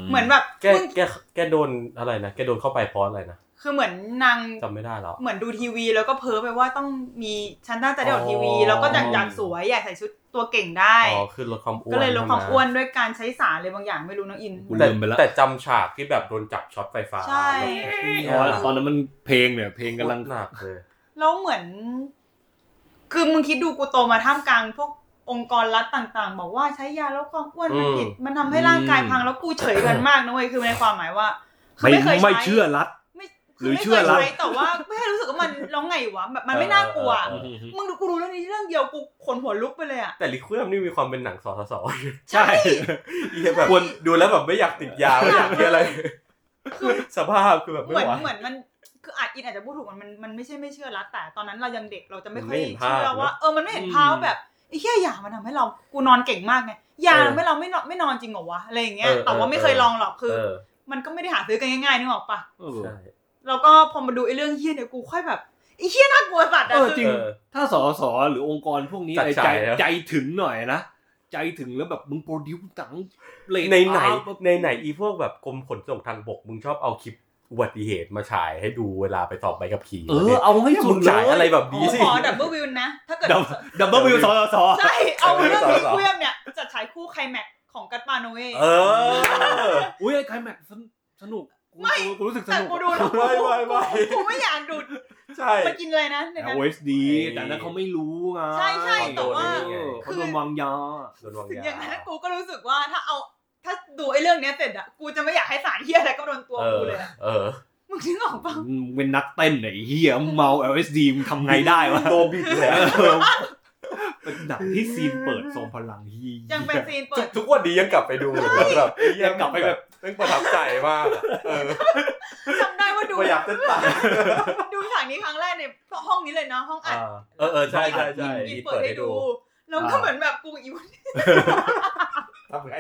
[SPEAKER 1] เหมือนแบบ
[SPEAKER 2] แก
[SPEAKER 1] มึง
[SPEAKER 2] แกแกโดนอะไรนะ แกโดนเข้าไปเพราะอะไรนะ
[SPEAKER 1] คือเหมือนนาง
[SPEAKER 2] จำไม่ได้แล้ว
[SPEAKER 1] เหมือนดูทีวี แล้วก็เพ้อไปว่าต้องมีฉันน่าจะได้ออกทีวี แล้วก็อยากอยากสวยอยากใส่ชุดตัวเก่งได้
[SPEAKER 2] อ๋อคือลดความอ้วน
[SPEAKER 1] ก็เลยลดความ
[SPEAKER 2] ใช่ไห
[SPEAKER 1] อ้วนด้วยการใช้สารอะไรบางอย่างไม่รู้น้องอิน
[SPEAKER 3] กู
[SPEAKER 2] แต่
[SPEAKER 3] ลืมไปแล้ว
[SPEAKER 2] แต่จำฉากที่แบบโดนจับช็อตไฟฟ้า
[SPEAKER 1] ใช่
[SPEAKER 3] อ๋อตอนนั้นมันเพลงเนี่ย เพลง
[SPEAKER 2] กำ
[SPEAKER 3] กำ
[SPEAKER 2] ลั
[SPEAKER 3] ลัง
[SPEAKER 2] งหนักเลย
[SPEAKER 1] แล้วเหมือน คือมึงคิดดูกูโตมาท่ามกลางพวกองค์กรรัฐต่าง ๆ บอกว่าใช้ยาลดความอ้วนมันผิด
[SPEAKER 2] อืม
[SPEAKER 1] มันทำให้ร่างกายพังแล้วกูเฉยกันมากนะเว้ยคือในความหมายว่าคือ
[SPEAKER 3] ไม่
[SPEAKER 1] ไม่เคยใช้
[SPEAKER 3] ไม่เชื่อรัด
[SPEAKER 1] ไม่
[SPEAKER 3] หรื
[SPEAKER 1] คือไม่
[SPEAKER 3] อเชื่
[SPEAKER 1] เค
[SPEAKER 3] อยรัฐ
[SPEAKER 1] ใช้แต่ว่าไม่ให้รู้สึกว่ามันแล้วไงวะแบบมันไม่น่ากลัว
[SPEAKER 2] เออ
[SPEAKER 1] มึงดูกูดูเรื่องนี้เรื่องเดียวกูขนหัวลุกไปเลยอ่ะ
[SPEAKER 2] แต่ลิควิมนี่มีความเป็นหนังสอสอสอ
[SPEAKER 3] ใช่
[SPEAKER 2] เหี้ยแบบดูแล้วแบบไม่อยากติดยาไม่อยากมีอะไร
[SPEAKER 1] คือ
[SPEAKER 2] สภาพคือแบบไม่
[SPEAKER 1] เหมือน
[SPEAKER 2] ไหว
[SPEAKER 1] เหมือนมันคืออาจอินอาจจะพูดถูกมันมันมันไม่ใช่ไม่เชื่อรัฐแต่ตอนนั้นเรายังเด็กเราจะไม่ค่อย
[SPEAKER 2] มันไม่เห็นภาพ
[SPEAKER 1] เชื่อว่า
[SPEAKER 2] เนอะ
[SPEAKER 1] เออมันไม่เห็นภาพ
[SPEAKER 3] อืม
[SPEAKER 1] ว่าแบบไอ้แค่ยามันทำให้เรากูนอนเก่งมากไงยา
[SPEAKER 2] เออ
[SPEAKER 1] ทำให้เราไม่นอนไม่นอนจริงเหรอวะอะไรอย่างเงี้ย
[SPEAKER 2] เออ
[SPEAKER 1] แต่ว่าไม่เคย
[SPEAKER 2] เออ
[SPEAKER 1] ลองหรอกคือ
[SPEAKER 2] เออ
[SPEAKER 1] มันก็ไม่ได้หาซื้อกันง่ายๆนึกออกปะ
[SPEAKER 2] ใช่
[SPEAKER 1] แล้วก็พอมาดูไอ้เรื่องเฮี้ยเนี่ยกูค่อยแบบไอ้เฮี้ยน่ากลัวสัตว์
[SPEAKER 3] เอ
[SPEAKER 1] อะ
[SPEAKER 3] อจริง
[SPEAKER 2] เออ
[SPEAKER 3] ถ้าสสหรือองค์กรพวกนี้
[SPEAKER 2] จัด
[SPEAKER 3] ไอ้
[SPEAKER 2] ฉา
[SPEAKER 3] ใจ
[SPEAKER 2] ยนะ
[SPEAKER 3] ใจถึงหน่อยนะ ใจถึงแล้วแบบมึงโปรดิวตังเล
[SPEAKER 2] ในไหนในไหนอีพวกแบบกรมขนส่งทางบกมึงชอบเอาคลิปอุบัติเหตุมาฉายให้ดูเวลาไปสอบใบขับขี่
[SPEAKER 3] เอ
[SPEAKER 2] แล้ว
[SPEAKER 3] อ
[SPEAKER 2] เนี่ย
[SPEAKER 3] เอาให้สุ
[SPEAKER 2] มึ
[SPEAKER 3] ด
[SPEAKER 2] ง
[SPEAKER 3] เล
[SPEAKER 2] ฉาย
[SPEAKER 3] ย
[SPEAKER 2] อะไรแบบนี้สิ
[SPEAKER 1] ขอดับเบิลวิวนะ ถ้าเกิด
[SPEAKER 3] ดับดับเบิลวิวสสส
[SPEAKER 1] ใช่เอาเรื่องนี้
[SPEAKER 2] สอสอ
[SPEAKER 1] เคลื่อนเนี่ยจะฉายคู่ไคลแม็กซ์ของกัตปาโนเว
[SPEAKER 2] เออ
[SPEAKER 3] อุ้ยไอ้ใครแม็กสนุกกู
[SPEAKER 1] ไม่
[SPEAKER 3] กูรู้สึกส
[SPEAKER 1] แต่
[SPEAKER 3] นุก
[SPEAKER 1] กูดูแล้วกู
[SPEAKER 2] ไม่ไม่ไม่
[SPEAKER 1] กูไม่อยากดูด
[SPEAKER 2] ใช่
[SPEAKER 1] มากินอะไรนะในนั้น
[SPEAKER 3] LSD แต่นั้นเขาไม่รู้ไง
[SPEAKER 1] ใช่ใช่แต่ว่า
[SPEAKER 3] เออเขาโดนวางยา
[SPEAKER 2] โดนวาง
[SPEAKER 1] ถึง
[SPEAKER 2] ยา
[SPEAKER 1] อย่างนั้นกูก็รู้สึกว่าถ้าเอา ถ้าดูไอ้เรื่องเนี้ยเสร็จอะกูจะไม่อยากให้สารเฮียอะไรก็โดนตัว
[SPEAKER 2] เออ
[SPEAKER 1] กูเลยอะ
[SPEAKER 2] เออ
[SPEAKER 1] มึงนึกออกปะ
[SPEAKER 3] มึงเป็นนักเต้นไหนเฮียมึงเมา LSD มึงทำไงได้วะ
[SPEAKER 2] โดบิดเลย
[SPEAKER 3] เออเป็นหนังที่ซีนเปิดทรงพลังเฮีย
[SPEAKER 1] ยังเป็นซีนเปิด
[SPEAKER 2] ทุกวันนี้ยังกลับไปดูอยู่นะแบบ
[SPEAKER 3] ยังกลับไปแบบ
[SPEAKER 2] ยังประทับใจมากอะเออ
[SPEAKER 1] จำได้ว่าดู
[SPEAKER 2] ไม่อยากเต้นตาม
[SPEAKER 1] ดูฉากนี้ครั้งแรกในห้องนี้เลยเนาะห้องอัด
[SPEAKER 2] เออเออใช่ใช่ใช่
[SPEAKER 1] อินเปิดให้ดูแล้วก็
[SPEAKER 3] อ่า
[SPEAKER 1] เหมือนแบบกูอีวัน
[SPEAKER 2] ทำไง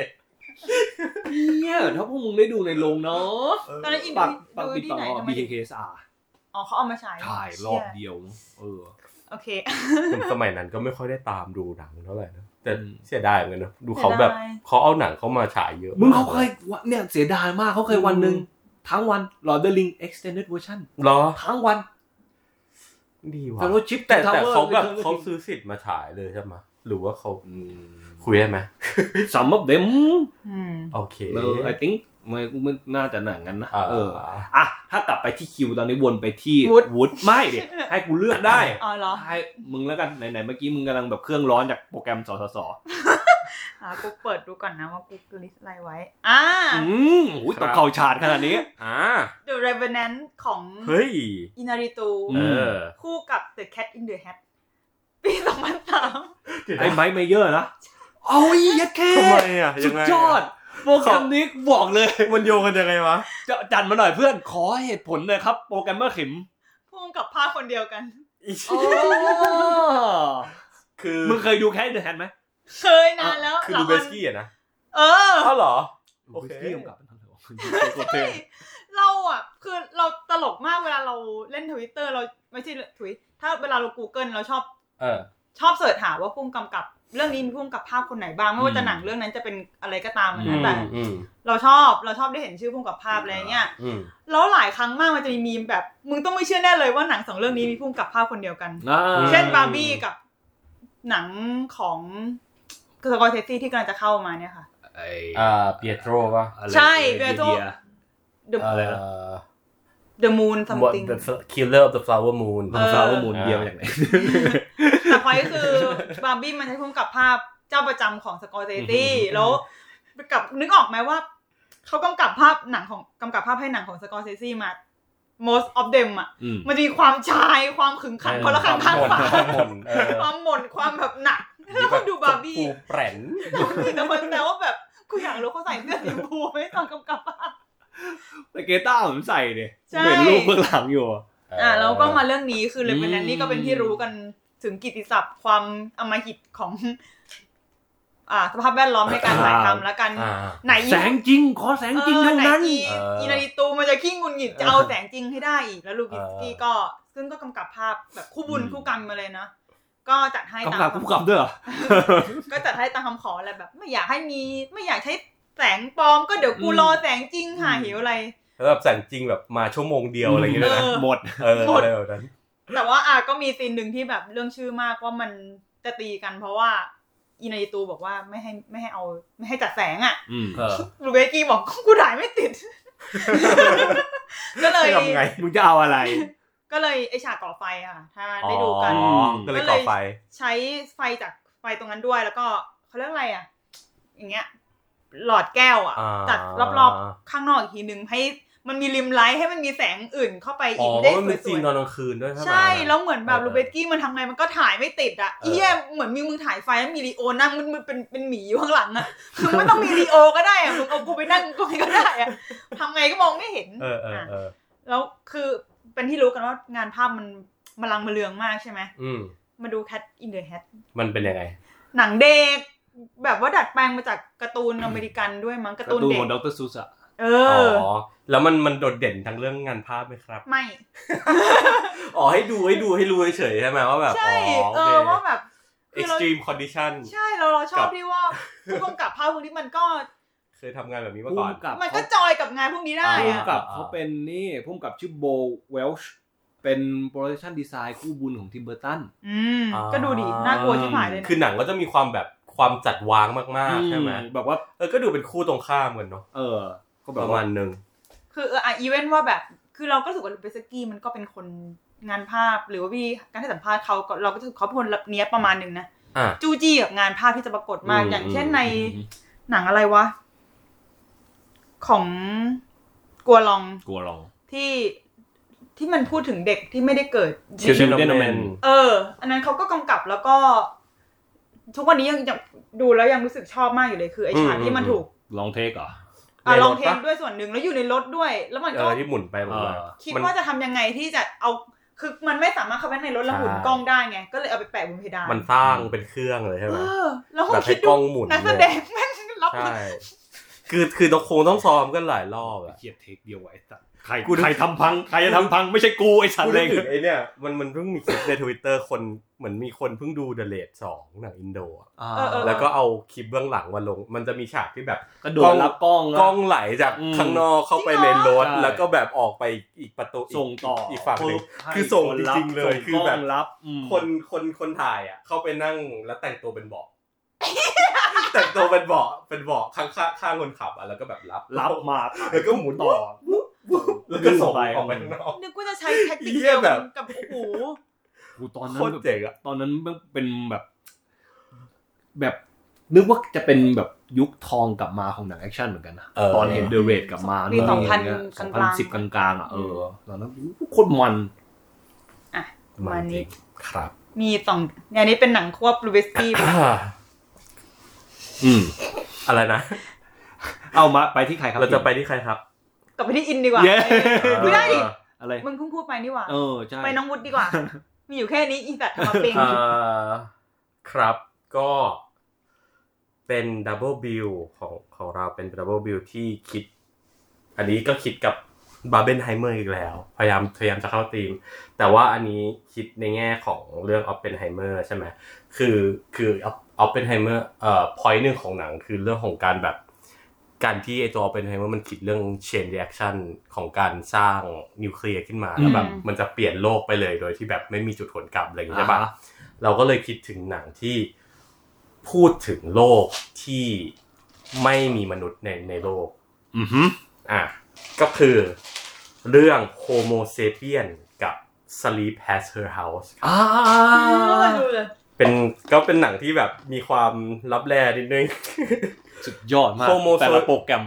[SPEAKER 3] เนี่ยถ้าพวกมึงได้ดูในโรงเนาะ
[SPEAKER 2] เออ
[SPEAKER 1] ตอนนั้นอิน
[SPEAKER 3] ปาก
[SPEAKER 1] ดู
[SPEAKER 3] ปากปิด
[SPEAKER 1] ที่
[SPEAKER 3] ปาก
[SPEAKER 1] ไหน
[SPEAKER 3] หม้อ
[SPEAKER 1] ทำไม
[SPEAKER 3] BKSR
[SPEAKER 1] อ๋อเขาเอามาฉาย
[SPEAKER 3] ถ่ายรอบเดียว เออ
[SPEAKER 1] โอเค
[SPEAKER 2] ผมสมัยนั้นก็ไม่ค่อยได้ตามดูหนังเท่าไหร่นะแต่
[SPEAKER 3] อืม
[SPEAKER 2] เสียดายเหมือนกันนะดูเขาแบบ
[SPEAKER 1] เสียดาย
[SPEAKER 2] เขาเอาหนังเขามาฉายเยอะ
[SPEAKER 3] มึงเขาเคยวันเนี่ยเสียดายมากเขาเคยวันหนึ่งทั้งวัน Lord of the Ring Extended Version
[SPEAKER 2] เหรอ
[SPEAKER 3] ทั้งวัน
[SPEAKER 2] ดีว่ะ
[SPEAKER 3] แต่ว่าชิป
[SPEAKER 2] แต่แต่เขาแบบ
[SPEAKER 3] Tower
[SPEAKER 2] เขาซื้อสิทธิ์มาฉายเลยใช่ไหมหรือว่าเขาคุยได้ไหม
[SPEAKER 3] some of them
[SPEAKER 1] อืม
[SPEAKER 2] โอเค
[SPEAKER 3] เออ I think ไม่มันน่าจะหนังกันนะ
[SPEAKER 2] อ่า
[SPEAKER 3] เอออ่ะถ้ากลับไปที่คิวตอนนี้วนไปที่
[SPEAKER 1] Wood
[SPEAKER 3] วูดไม่ เด็ให้กูเลือกได้
[SPEAKER 1] อ๋อเหรอ
[SPEAKER 3] ให้มึงแล้วกัน ไหนๆเมื่อกี้มึงกำลังแบบเครื่องร้อนจากโปรแกรมสสส
[SPEAKER 1] อ่ะกูเปิดดูก่อนนะว่ากูลิสต์อะไรไว้ อ่า
[SPEAKER 3] อืมโอ้ยตบเข่าฉาดขนาดนี้
[SPEAKER 2] อ่า
[SPEAKER 1] The Revenant ของ
[SPEAKER 2] เฮ้ย
[SPEAKER 1] อินาริตู
[SPEAKER 3] อื
[SPEAKER 2] เอ
[SPEAKER 3] ม
[SPEAKER 2] อ
[SPEAKER 1] คู่กับ The Cat in the Hat ปีสองพันสาม
[SPEAKER 3] ไอ้ไมค์เมเยอร์นะโอ้ยยัดแค่
[SPEAKER 2] ทำไมอ่ะ
[SPEAKER 3] สุ
[SPEAKER 2] ยัง
[SPEAKER 3] ด
[SPEAKER 2] ไง
[SPEAKER 3] ยอด โปรแกรมนี้บอกเลย
[SPEAKER 2] มันโยงกันยังไงวะ
[SPEAKER 3] จะจัดมาหน่อยเพื่อนขอเหตุผลเลยครับ โปรแกรมเมอร์ขิม
[SPEAKER 1] พ่วงกับภาคคนเดียวกัน
[SPEAKER 2] คือ
[SPEAKER 3] มึงเคยดูแค่เดอะแฮนไหม
[SPEAKER 1] เคยนานแล้ว
[SPEAKER 2] คือ
[SPEAKER 1] หลั
[SPEAKER 2] ดู
[SPEAKER 1] ง
[SPEAKER 2] เบ
[SPEAKER 1] มัน
[SPEAKER 2] สกี้อะนะ
[SPEAKER 1] เออ
[SPEAKER 2] อ้าวเหรอ โอเค
[SPEAKER 3] พี่กำกับเป็นทั้งหมดโคตรเท่
[SPEAKER 1] เราอ่ะ คือเราตลกมากเวลาเราเล่นทวิตเตอร์เราไม่ใช่ทวิตถ้าเวลาเรา Google เราชอบ
[SPEAKER 2] เออ
[SPEAKER 1] ชอบเสิร์ชหาว่าพุ่มกำกับ เรื่องนี้มีพุ่มกับภาพคนไหนบ้าง ไม่ว่าจะหนังเรื่องนั้นจะเป็นอะไรก็ตามอะ
[SPEAKER 2] อื
[SPEAKER 1] นะ
[SPEAKER 2] ม
[SPEAKER 1] แต่
[SPEAKER 2] อืม
[SPEAKER 1] เราชอบเราชอบได้เห็นชื่อพุ่มกับภาพอะไรเงี้ย
[SPEAKER 2] อืม
[SPEAKER 1] แล้วหลายครั้งมากมันจะมีมีมแบบ มึงต้องไม่เชื่อแน่เลยว่าหนังสองเรื่องนี้มีพุ่มกับภาพคนเดียวกัน
[SPEAKER 2] า
[SPEAKER 1] เช่นบาร์บี้กับหนังของสกอร์เทสซี่ที่กำลังจะเข้ามาเนี่ยค่ะ
[SPEAKER 2] อ่าเปียโตรป่ะ
[SPEAKER 1] ใช่เปียโตร The
[SPEAKER 2] เอ่อ
[SPEAKER 1] The Moon something
[SPEAKER 2] What the Killer of the Flower Moon
[SPEAKER 1] เออ
[SPEAKER 3] ฟลาวมูลเบียร์มาจากไหน
[SPEAKER 1] แต่พอยก็คือบาร์บี้มันใช้พุ่มกับภาพเจ้าประจำของสกอร์เซตี้
[SPEAKER 2] อืม
[SPEAKER 1] แล้วกับนึกออกไหมว่า เขากำกับภาพหนังของกำกับภาพให้หนังของสกอร์เซซี่มา most of them อ่ะ
[SPEAKER 3] อืม
[SPEAKER 1] มันจะมีความชายความขึงขันคนละขันทาง
[SPEAKER 2] หมด
[SPEAKER 1] ฝา
[SPEAKER 2] หมดเออ
[SPEAKER 1] ความหม่นความแบบหนักแล้วคนดูบาร์บี้
[SPEAKER 2] ปูแปรน
[SPEAKER 1] มีแต่คนแต่ว่าแบบกูอยากรู้เขาใส่เสื้อสีชมพูไหมตอนกำกับภาพ
[SPEAKER 3] แต่เกต้าผมใส่เนี่ย
[SPEAKER 1] ใช่
[SPEAKER 3] เห็นรูปเบื้องหลังอยู่อะ
[SPEAKER 1] อ่ะแล้วก็มาเรื่องนี้คือเลเวนแน
[SPEAKER 3] อื
[SPEAKER 1] น
[SPEAKER 3] ม
[SPEAKER 1] นี่ก็เป็นที่รู้กันถึงกิตติศัพท์ความอำมหิตของ อ่าสภาพแวดล้อมในการถ่ายทำและกัน
[SPEAKER 2] อ่า
[SPEAKER 1] ไหน
[SPEAKER 3] แสงจริง ขอแสงจริงเท่านั้น
[SPEAKER 1] อี
[SPEAKER 2] เอออี
[SPEAKER 1] อีนาริตูมันจะขี้งุนหงิดจะ
[SPEAKER 2] เออ
[SPEAKER 1] เอาแสงจริงให้ได้อีก แล้วลูกิสกี้
[SPEAKER 2] เออ
[SPEAKER 1] ก็ ซึ่งก็กำกับภาพแบบคู่บุญ
[SPEAKER 3] อืม
[SPEAKER 1] คู่กรรมมาเลยนะ ก็จัดให้
[SPEAKER 3] กำ
[SPEAKER 1] ตาม
[SPEAKER 3] กับ
[SPEAKER 1] คำ
[SPEAKER 3] กูกลับด้วยเหรอ
[SPEAKER 1] ก็ จัดให้ตามคำขออะไรแบบ ไม่อยากให้มี ไม่อยากใช้แสงปลอมก็เดี๋ยวกู
[SPEAKER 3] อืม
[SPEAKER 1] รอแสงจริงหา
[SPEAKER 3] อืม
[SPEAKER 1] เหวอะไร
[SPEAKER 2] แล้วแบบแสงจริงแบบมาชั่วโมงเดียวอะไรอย่างเงี้ยด้วยนะ
[SPEAKER 1] เออ
[SPEAKER 3] หมด
[SPEAKER 2] เอออะไรแบบนั้น
[SPEAKER 1] แต่ว่าอ่ะก็มีซีนหนึ่งที่แบบเรื่องชื่อมากว่ามันจะตีกันเพราะว่าอินาริตูบอกว่าไม่ให้ไม่ให้เอาไม่ให้จัดแสง อ่ะ
[SPEAKER 3] อืม
[SPEAKER 2] เออ
[SPEAKER 1] ลูเบกี้บอกกูถ่ายไม่ติด ก็เลย
[SPEAKER 2] ให้ทำไง
[SPEAKER 3] มึงจะเอาอะไร
[SPEAKER 1] ก็เลยไอฉากก่อไฟอะค่ะถ้าได้ดูกัน
[SPEAKER 2] อ๋อก็เลยก่อไฟ
[SPEAKER 1] ใช้ไฟจากไฟตรงนั้นด้วยแล้วก็เขาเรียกอะไรอ่ะ อย่างเงี้ย หลอดแก้วอ่ะ
[SPEAKER 2] อ่า
[SPEAKER 1] จัดรอบๆข้างนอกอีกทีหนึ่งให้มันมีริมไลท์ให้มันมีแสงอื่นเข้าไป
[SPEAKER 2] อ๋
[SPEAKER 1] อี
[SPEAKER 2] อก
[SPEAKER 1] ได้
[SPEAKER 2] มัน
[SPEAKER 1] สว
[SPEAKER 2] เป็
[SPEAKER 1] น
[SPEAKER 2] ซี
[SPEAKER 1] ย
[SPEAKER 2] น
[SPEAKER 1] ๆ
[SPEAKER 2] ตอนกลางคืนด้วยใช่ไหม
[SPEAKER 1] ใช่แล้วเหมือนแบบ
[SPEAKER 2] เออ
[SPEAKER 1] ลูเบสกี้มันทำไงมันก็ถ่ายไม่ติดอ่ะ
[SPEAKER 2] เออ
[SPEAKER 1] เอี้ยเหมือนมีมึงถ่ายไฟแล้วมีลีโอนั่งมึงมึงเป็นเป็นหมีอยู่ข้างหลังอ่ะมึงไม่ต้องมีลีโอก็ได้อ่ะมึงเอากูไปนั่งตรงนี้ก็ได้อ่ะทำไงก็มองไม่เห็น
[SPEAKER 2] เออเออเออ
[SPEAKER 1] แล้วคือเป็นที่รู้กันว่างานภาพมันมันลังมาเลืองมากใช่ไหม
[SPEAKER 2] อืม
[SPEAKER 1] มาดู Cat in the Hat
[SPEAKER 2] มันเป็นยังไง
[SPEAKER 1] หนังเด็ก แบบว่าดัดแปลงมาจากการ์ตูนอเมริกันด้วยมั้งการ์
[SPEAKER 3] ตู
[SPEAKER 1] ตูน
[SPEAKER 3] น
[SPEAKER 1] เด็ก
[SPEAKER 3] ของดรซูสอะ
[SPEAKER 1] เอ
[SPEAKER 2] อ๋
[SPEAKER 1] อ
[SPEAKER 2] อ แล้วมันมันโดดเด่นทั้งเรื่องงานภาพไหมครับ
[SPEAKER 1] ไม่
[SPEAKER 2] อ๋อให้ดูให้ดูให้รู้เฉยๆใช่ไหมว่าแบบ
[SPEAKER 1] ใช่
[SPEAKER 2] อ๋อ
[SPEAKER 1] เอ
[SPEAKER 2] โอเค
[SPEAKER 1] อว่าแบบคือเรา
[SPEAKER 2] extreme condition
[SPEAKER 1] ใช่เราเราชอ
[SPEAKER 2] กั
[SPEAKER 1] บบ ที่ว่าผู้กำกับภาพพวกนี้มันก็
[SPEAKER 2] เคยทำงานแบบนี้มา
[SPEAKER 3] พุ่
[SPEAKER 2] ก่อ
[SPEAKER 3] ม
[SPEAKER 2] น
[SPEAKER 3] กับ
[SPEAKER 1] มัน
[SPEAKER 3] เขา
[SPEAKER 1] ก็จอยกับงานพวกนี้ได้
[SPEAKER 3] พุ่ม
[SPEAKER 1] อะ
[SPEAKER 3] กับเขาเป็นนี่พุ่มกับชื่อโบเวลช์เป็นโปรดักชันดีไซน์คู่บุญของทิมเบอร์ตัน
[SPEAKER 1] อืม
[SPEAKER 2] อ่า
[SPEAKER 1] ก็ดูดิ น่ากลัวชิบหายเลยนะ
[SPEAKER 2] คือหนังก็จะมีความแบบความจัดวางมากๆใช่ไหม
[SPEAKER 3] แบบว่า
[SPEAKER 2] เออก็ดูเป็นคู่ตรงข้ามกันเนาะ
[SPEAKER 3] เออเขาแบ
[SPEAKER 2] ป
[SPEAKER 3] บ
[SPEAKER 2] ระ
[SPEAKER 3] ว่า
[SPEAKER 2] มาณหนึ่ง
[SPEAKER 1] คือเอออ่ะอีเวนต์ว่าแบบ คือเราก็รู้สึกว่าลูเปสกี้มันก็เป็นคนงานภาพ หรือว่าวิธีการให้สัมภาษณ์เขาก็เราก็รู้สึกเขาเป็นคนเนี้ยบประมาณหนึ่งนะ
[SPEAKER 2] อ่ะ
[SPEAKER 1] จู้จี้กับงานภาพที่จะปรากฏมาก
[SPEAKER 2] อืม
[SPEAKER 1] อย่างเช่นในหนังอะไรวะ ของกัวลอง
[SPEAKER 3] กลัวลอง
[SPEAKER 1] ที่ที่มันพูดถึงเด็กที่ไม่ได้เกิด
[SPEAKER 3] Children of Men
[SPEAKER 1] เออ อันนั้นเขาก็กำกับแล้วก็ ทุกวันนี้ยังยังดูแล้วยังรู้สึกชอบมากอยู่เลยคือไอฉากที่มันถูก
[SPEAKER 3] ลองเทกเหรอ
[SPEAKER 1] อ่ะ
[SPEAKER 2] ในรถ
[SPEAKER 1] ลองเทค
[SPEAKER 2] ปะ
[SPEAKER 1] ด้วยส่วนหนึ่งแล้วอยู่ในรถด้วย แล้วมัน
[SPEAKER 2] เอ
[SPEAKER 1] ก็
[SPEAKER 2] อที่หมุนไปหมุนมา
[SPEAKER 3] เออ
[SPEAKER 1] คิด
[SPEAKER 2] มัน
[SPEAKER 1] ว่าจะทำยังไงที่จะเอาคือมันไม่สามารถเข้าไปในรถแล้วหมุน
[SPEAKER 2] ใช่
[SPEAKER 1] กล้องได้ไง ก็เลยเอาไปแปะบนเพดาน
[SPEAKER 2] มันสร้างเป็นเครื่องเลยใช่ไหม
[SPEAKER 1] เออแล้ว
[SPEAKER 2] แบ
[SPEAKER 1] เขา
[SPEAKER 2] บให้
[SPEAKER 1] คิดดู
[SPEAKER 2] กล้องหมุน
[SPEAKER 1] นักแส
[SPEAKER 2] เล
[SPEAKER 1] ด
[SPEAKER 2] ย
[SPEAKER 1] งแม่งรับ
[SPEAKER 2] ใช่ คือคือต้องคงต้องซ้อมกันหลายรอบอะ
[SPEAKER 3] เกียดเทคเดียวไว้สัตว์ ใครใครทำพัง ใครจะทำพังไม่ใช่กูไอ้สัต
[SPEAKER 2] พูด
[SPEAKER 3] ว์เลย
[SPEAKER 2] ถึงไอ้เนี่ยมันมันเพิ่งมีคลิปในทวิตเตอร์คนเหมือนมีคนเพิ่งดูเดเลทสองหนังอินโดอะ
[SPEAKER 1] เออเออ
[SPEAKER 2] แล้วก็เอาคลิปเบื้องหลังมาลง มันจะมีฉากที่แบบ
[SPEAKER 3] กระโดดรับกล้องแล้
[SPEAKER 2] กล้
[SPEAKER 3] ว
[SPEAKER 2] องไหลจาก
[SPEAKER 3] อืม
[SPEAKER 2] ข้างนอกเข้าไปในรถ
[SPEAKER 3] ใช่
[SPEAKER 2] แล้วก็แบบออกไปอีกประตูก
[SPEAKER 3] ส่งต่ออี
[SPEAKER 2] กฝั่งหนึ่ง
[SPEAKER 3] ให้
[SPEAKER 2] คือส่งจริงๆเลยคือแบบ
[SPEAKER 3] ส่งกล้งรับอืม
[SPEAKER 2] คนคนคนถ่ายอ่ะ เข้าไปนั่งแล้วแต่งตัวเป็น เบาะ แต่งตัวเป็นเบาะเป็นเบาะข้างข้างข้างคนขับอ่ะแล้วก็แบบรับ
[SPEAKER 3] รับมา
[SPEAKER 2] แล้วก็หมุน
[SPEAKER 3] ต่อ
[SPEAKER 2] แล้วก็ส่ง
[SPEAKER 3] ไป
[SPEAKER 2] ออกไปข้างนอก
[SPEAKER 1] นึกว่าจะใช้แท็กติก
[SPEAKER 2] เหี้
[SPEAKER 1] เดี
[SPEAKER 2] ย
[SPEAKER 1] ยว
[SPEAKER 2] แบ
[SPEAKER 1] กับ นกับโอ้โห
[SPEAKER 3] กูตอนนั้
[SPEAKER 2] โคน ตร
[SPEAKER 3] แบบ
[SPEAKER 2] เจ๋งอ่ะ
[SPEAKER 3] ตอนนั้นเป็นแบบ แบบ นึกว่าจะเป็นแบบยุคทองกลับมาของหนังแอคชั่นเหมือนกันนะ
[SPEAKER 2] เออ
[SPEAKER 3] ตอนเห็นเดอะเรทกลับมา
[SPEAKER 1] ปี
[SPEAKER 3] เย
[SPEAKER 1] สองพัน
[SPEAKER 3] สอง
[SPEAKER 1] ก
[SPEAKER 3] พัน
[SPEAKER 1] ลาง
[SPEAKER 3] สิบ
[SPEAKER 1] ๆ
[SPEAKER 3] กลางๆอ่ะเออตอนนั้นโคตรมัน
[SPEAKER 1] ประมาณนี้
[SPEAKER 2] ครับ
[SPEAKER 1] มีสองอย่างนี้เป็นหนังควบลูเวสตี้
[SPEAKER 3] อืม
[SPEAKER 2] อะไรนะ
[SPEAKER 3] เอามาไปที่ใครครับ
[SPEAKER 2] เราจะไปที่ใครครับ
[SPEAKER 1] กลับไปที่อินดีกว่า
[SPEAKER 3] เย้
[SPEAKER 1] ไม่ได้ดิ
[SPEAKER 3] อะไร
[SPEAKER 1] มึงเพิ่งพูดไปนี่หว่า
[SPEAKER 3] เออ ใช่
[SPEAKER 1] ไปน้องวุฒิดี กว่า มีอยู่แค่นี้อีสัตว์มาเป็น
[SPEAKER 2] เอ่อครับก็เป็นดับเบิลบิลของของเราเป็นดับเบิลบิลที่คิด อันนี้ก็คิดกับบาเบนไฮเมอร์อีกแล้ว พยายามพยายามจะเข้าธีม แต่ว่าอันนี้คิดในแง่ของเรื่องออฟเปนไฮเมอร์ใช่ไหม คือคือออฟเปนไฮเมอร์เอ่อพอยต์หนึ่งของหนังคือเรื่องของการแบบ การที่ไอตัวออปเปนไฮเมอร์มันคิดเรื่องเชนเรีแอคชั่นของการสร้างนิวเคลียร์ขึ้นมาแล้วแบบมันจะเปลี่ยนโลกไปเลยโดยที่แบบไม่มีจุดหวนกลับอะไรอย่างเงี้ยใช่ปะเราก็เลยคิดถึงหนังที่พูดถึงโลกที่ไม่มีมนุษย์ในในโลก
[SPEAKER 3] อือหือ
[SPEAKER 2] อ่ะก็คือเรื่อง Homo sapien กับ Sleep Has Her House ครับ
[SPEAKER 3] อ่า
[SPEAKER 1] ดูเลย
[SPEAKER 2] เป็นก็เป็นหนังที่แบบมีความลับแลนิดนึง
[SPEAKER 3] สุดยอดมาก
[SPEAKER 2] Homo
[SPEAKER 3] แต่ละโปรแกรม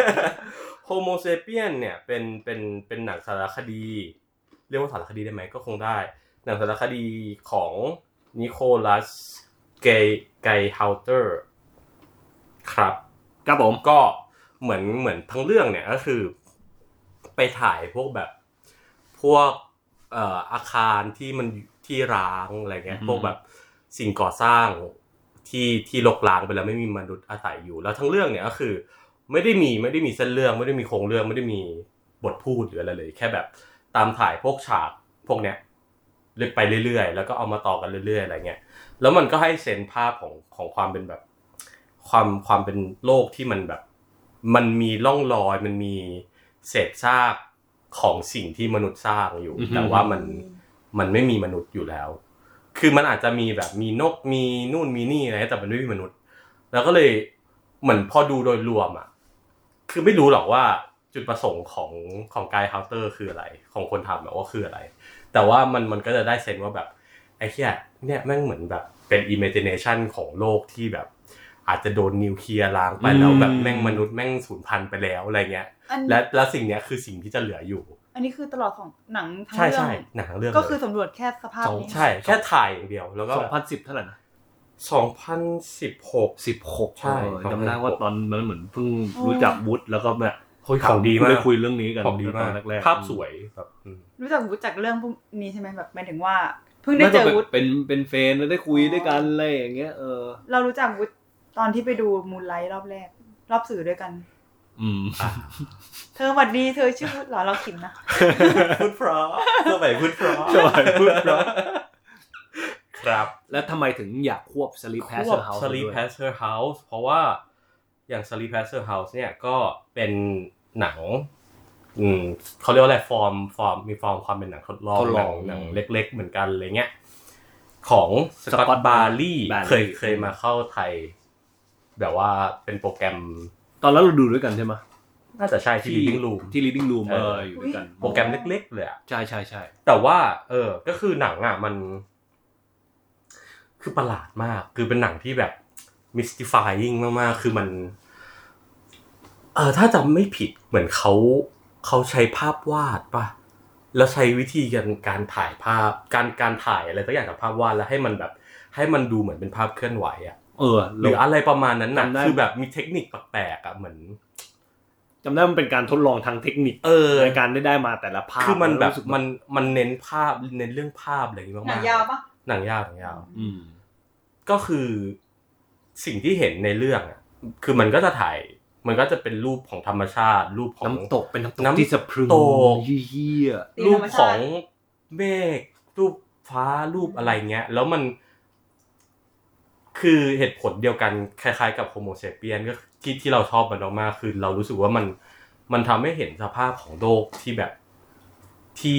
[SPEAKER 2] Homo sapien เนี่ยเป็นเป็นเป็นหนังสารคดี เรียกว่าสารคดีได้ไหมก็คงได้ หนังสารคดีของนิโคลัสเกย์ไกฮาวเตอร์ครับ
[SPEAKER 3] ครับผม
[SPEAKER 2] ก็เหมือนเหมือนทั้งเรื่องเนี่ยก็คือไปถ่ายพวกแบบพวกเอ่ออาคารที่มันที่ร้างอะไรเงี้ย
[SPEAKER 3] อืม
[SPEAKER 2] พวกแบบสิ่งก่อสร้างที่ที่รกร้างไปแล้วไม่มีมนุษย์อาศัยอยู่ แล้วทั้งเรื่องเนี่ยก็คือ ไม่ได้มีไม่ได้มีเส้นเรื่องไม่ได้มีโครงเรื่องไม่ได้มีบทพูดหรืออะไรเลย แค่แบบตามถ่ายพวกฉากพวกเนี้ยเรื่อยไปเรื่อยๆ แล้วก็เอามาต่อกันเรื่อยๆอะไรเงี้ย แล้วมันก็ให้เซนส์ภาพของของความเป็นแบบ ความความเป็นโลกที่มันแบบ มันมีร่องรอยมันมีเศษซากของสิ่งที่มนุษย์สร้างอยู่
[SPEAKER 3] อือฮึ
[SPEAKER 2] แต่ว่ามันมันไม่มีมนุษย์อยู่แล้ว คือมันอาจจะมีแบบมีนกมีนู่นมีนี่อะไรแต่มันไม่มีมนุษย์ แล้วก็เลยเหมือนพอดูโดยรวมอ่ะ คือไม่รู้หรอกว่าจุดประสงค์ของของกายฮาวเตอร์คืออะไร ของคนทำแบบว่าคืออะไร แต่ว่ามันมันก็จะได้เซนส์ว่าแบบ ไอ้เหี้ยเนี่ยแม่งเหมือนแบบเป็น imagination ของโลกที่แบบ อาจจะโดนนิวเคลียร์ล้างไปแล้ว
[SPEAKER 3] อืม
[SPEAKER 2] แบบแม่งมนุษย์แม่งสูญพันธุ์ไปแล้วอะไรเงี้ย
[SPEAKER 1] อัน
[SPEAKER 2] และและสิ่งเนี้ยคือสิ่งที่จะเหลืออยู่
[SPEAKER 1] อันนี้คือตลอดของหนังทั้ง
[SPEAKER 2] ใช่
[SPEAKER 1] เรื่อ
[SPEAKER 2] ใช่
[SPEAKER 1] ง
[SPEAKER 2] หนังเรื่อง
[SPEAKER 1] ก็คือ
[SPEAKER 2] เลย
[SPEAKER 1] สำรวจแค่สภาพ
[SPEAKER 2] สอง
[SPEAKER 1] นี้
[SPEAKER 2] ใช่แค่ถ่ายอย่างเดียว แล้วก็
[SPEAKER 3] สองพันสิบเท่าไหร่นะ
[SPEAKER 2] สองพันสิบหก
[SPEAKER 3] สิบหก
[SPEAKER 2] ใช่
[SPEAKER 3] จำได้ว่าตอนนั้นเหมือนเพิ่งรู้จักวุฒิแล้วก็แบบ
[SPEAKER 2] โอ้ยของดีมาก
[SPEAKER 3] เลยคุยเรื่องนี้กัน
[SPEAKER 2] ของดีมาก
[SPEAKER 3] ตอนแรกๆ
[SPEAKER 2] ภาพสวยแบบอืม
[SPEAKER 1] รู้จักวุฒิจากเรื่องพวกนี้ใช่ไหมแบบหมายถึงว่าเพิ่งได้เจอวุฒิ
[SPEAKER 3] เป็นเป็นเฟนแล้วได้คุย
[SPEAKER 1] อ๋อ
[SPEAKER 3] ด้วยกันอะไรอย่างเงี้ยเออ
[SPEAKER 1] เรารู้จักวุฒิตอนที่ไปดูมูนไลท์รอบแรก รอบสื่อด้วยกัน
[SPEAKER 3] อืม
[SPEAKER 1] เธอหวัดดีเธอชื่อวุฒิเหรอเราขิมนะ
[SPEAKER 2] พูดเพราะสมัยพูดเพราะ
[SPEAKER 3] สมัยพูดเพราะ
[SPEAKER 2] ครับ
[SPEAKER 3] แล้วทำไมถึงอยากควบสลีปแพส
[SPEAKER 2] ควบ
[SPEAKER 3] เซอร์เฮาส์
[SPEAKER 2] Sleep Passer House เพราะว่าอย่าง Sleep Passer House เนี่ยก็เป็นหนัง อืมเขาเรียกว่าอะไรฟอร์มฟอร์มมีฟอร์มความเป็นหนังทดลอง
[SPEAKER 3] ทดลอง
[SPEAKER 2] หนังหนังเล็ก ๆ เหมือนกันอะไรเงี้ยของสกอต
[SPEAKER 3] Scott
[SPEAKER 2] บาร์ลี่
[SPEAKER 3] Barley
[SPEAKER 2] เคยเคยมาเข้าไทย แบบว่าเป็นโปรแกรม
[SPEAKER 3] ตอนนั้นเราดูด้วยกันใช่ไหม
[SPEAKER 2] น่าจะใช่ที่ Living Room
[SPEAKER 3] ที่ reading room
[SPEAKER 2] เอ
[SPEAKER 3] เอ
[SPEAKER 2] อ
[SPEAKER 3] ออยู่ด้วยกัน
[SPEAKER 2] โปรแกรมเล็ก ๆ เลยอะ
[SPEAKER 3] ใช่ใช่ใช่
[SPEAKER 2] แต่ว่า เออ ก็คือหนังอ่ะมัน คือประหลาดมาก คือเป็นหนังที่แบบ mystifying มาก ๆ คือมัน เออถ้าจำไม่ผิดเหมือนเขาเขาใช้ภาพวาดป่ะ แล้วใช้วิธีการการถ่ายภาพ การการถ่ายอะไรตักอย่างกับภาพวาดแล้วให้มันแบบ ให้มันดูเหมือนเป็นภาพเคลื่อนไหวอ่ะ
[SPEAKER 3] เออ
[SPEAKER 2] หรือ
[SPEAKER 3] เรา
[SPEAKER 2] อะไรประมาณนั้นน่ะ
[SPEAKER 3] จำได้
[SPEAKER 2] คือแบบมีเทคนิคแปลกๆอ่ะเหมือน
[SPEAKER 3] จำได้มันเป็นการทดลองทางเทคนิค
[SPEAKER 2] เออ
[SPEAKER 3] ในการได้ได้มาแต่ละภาพ
[SPEAKER 2] คือมันแบบ
[SPEAKER 3] รู้สึก
[SPEAKER 2] มันมันเน้นภาพเน้นเรื่องภาพอะไรอย่างงี้มากๆ
[SPEAKER 1] หนังยาวปะ
[SPEAKER 2] หนังยาวหนังยาว
[SPEAKER 3] อืม
[SPEAKER 2] ก็คือสิ่งที่เห็นในเรื่องอะคือมันก็จะถ่าย มันก็จะเป็นรูปของธรรมชาติ รูปของ
[SPEAKER 3] น้ำตกเป็นน้ำตก
[SPEAKER 2] น้ำ
[SPEAKER 3] ที่สะพรึง
[SPEAKER 2] ตก
[SPEAKER 3] เยี่ย
[SPEAKER 1] ตี
[SPEAKER 2] รู
[SPEAKER 1] ธรรม
[SPEAKER 2] ปข
[SPEAKER 1] ชา
[SPEAKER 2] อง
[SPEAKER 1] ติ
[SPEAKER 2] เมฆรูปฟ้ารูปอะไรเงี้ย แล้วมันคือเหตุผลเดียวกันคล้ายๆกับโฮโมเซเปียนก็ที่ที่เราชอบมันมากๆคือเรารู้สึกว่ามันมันทำให้เห็นสภาพของโลกที่แบบที่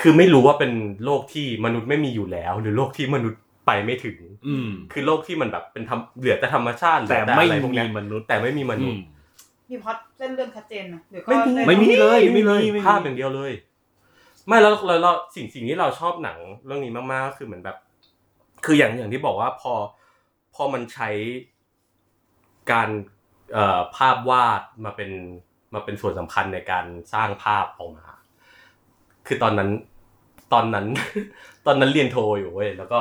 [SPEAKER 2] คือไม่รู้ว่าเป็นโลกที่มนุษย์ไม่มีอยู่แล้ว หรือโลกที่มนุษย์ไปไม่ถึง
[SPEAKER 3] อืม
[SPEAKER 2] คือโลกที่มันแบบเป็นทำเหลือแต่ธรรมชาติเหลื
[SPEAKER 3] แต่
[SPEAKER 2] อ
[SPEAKER 3] ไม่
[SPEAKER 2] อะรพวก
[SPEAKER 3] มี
[SPEAKER 2] เนี้ย
[SPEAKER 3] มนุษย์
[SPEAKER 2] แต่ไม่มีมนุษย์
[SPEAKER 1] มีพล็อตเส้นเรื่องชัดเจนนะหรือก็
[SPEAKER 2] ไม่มี
[SPEAKER 1] เส้น
[SPEAKER 3] ไม่มีเลยไม่มีไม่มี
[SPEAKER 2] ภาพอย่างเดียวเลย ไม่แล้วแล้วแล้วสิ่งสิ่งที่เราชอบหนังเรื่องนี้มากๆก็คือเหมือนแบบ คืออย่างอย่างที่บอกว่าพอพอมันใช้การเอ่อภาพวาดมาเป็นมาเป็นส่วนสำคัญในการสร้างภาพออกมา คือตอนนั้นตอน นั้น ตอนนั้นเรียนโทอยู่เว้ยแล้วก็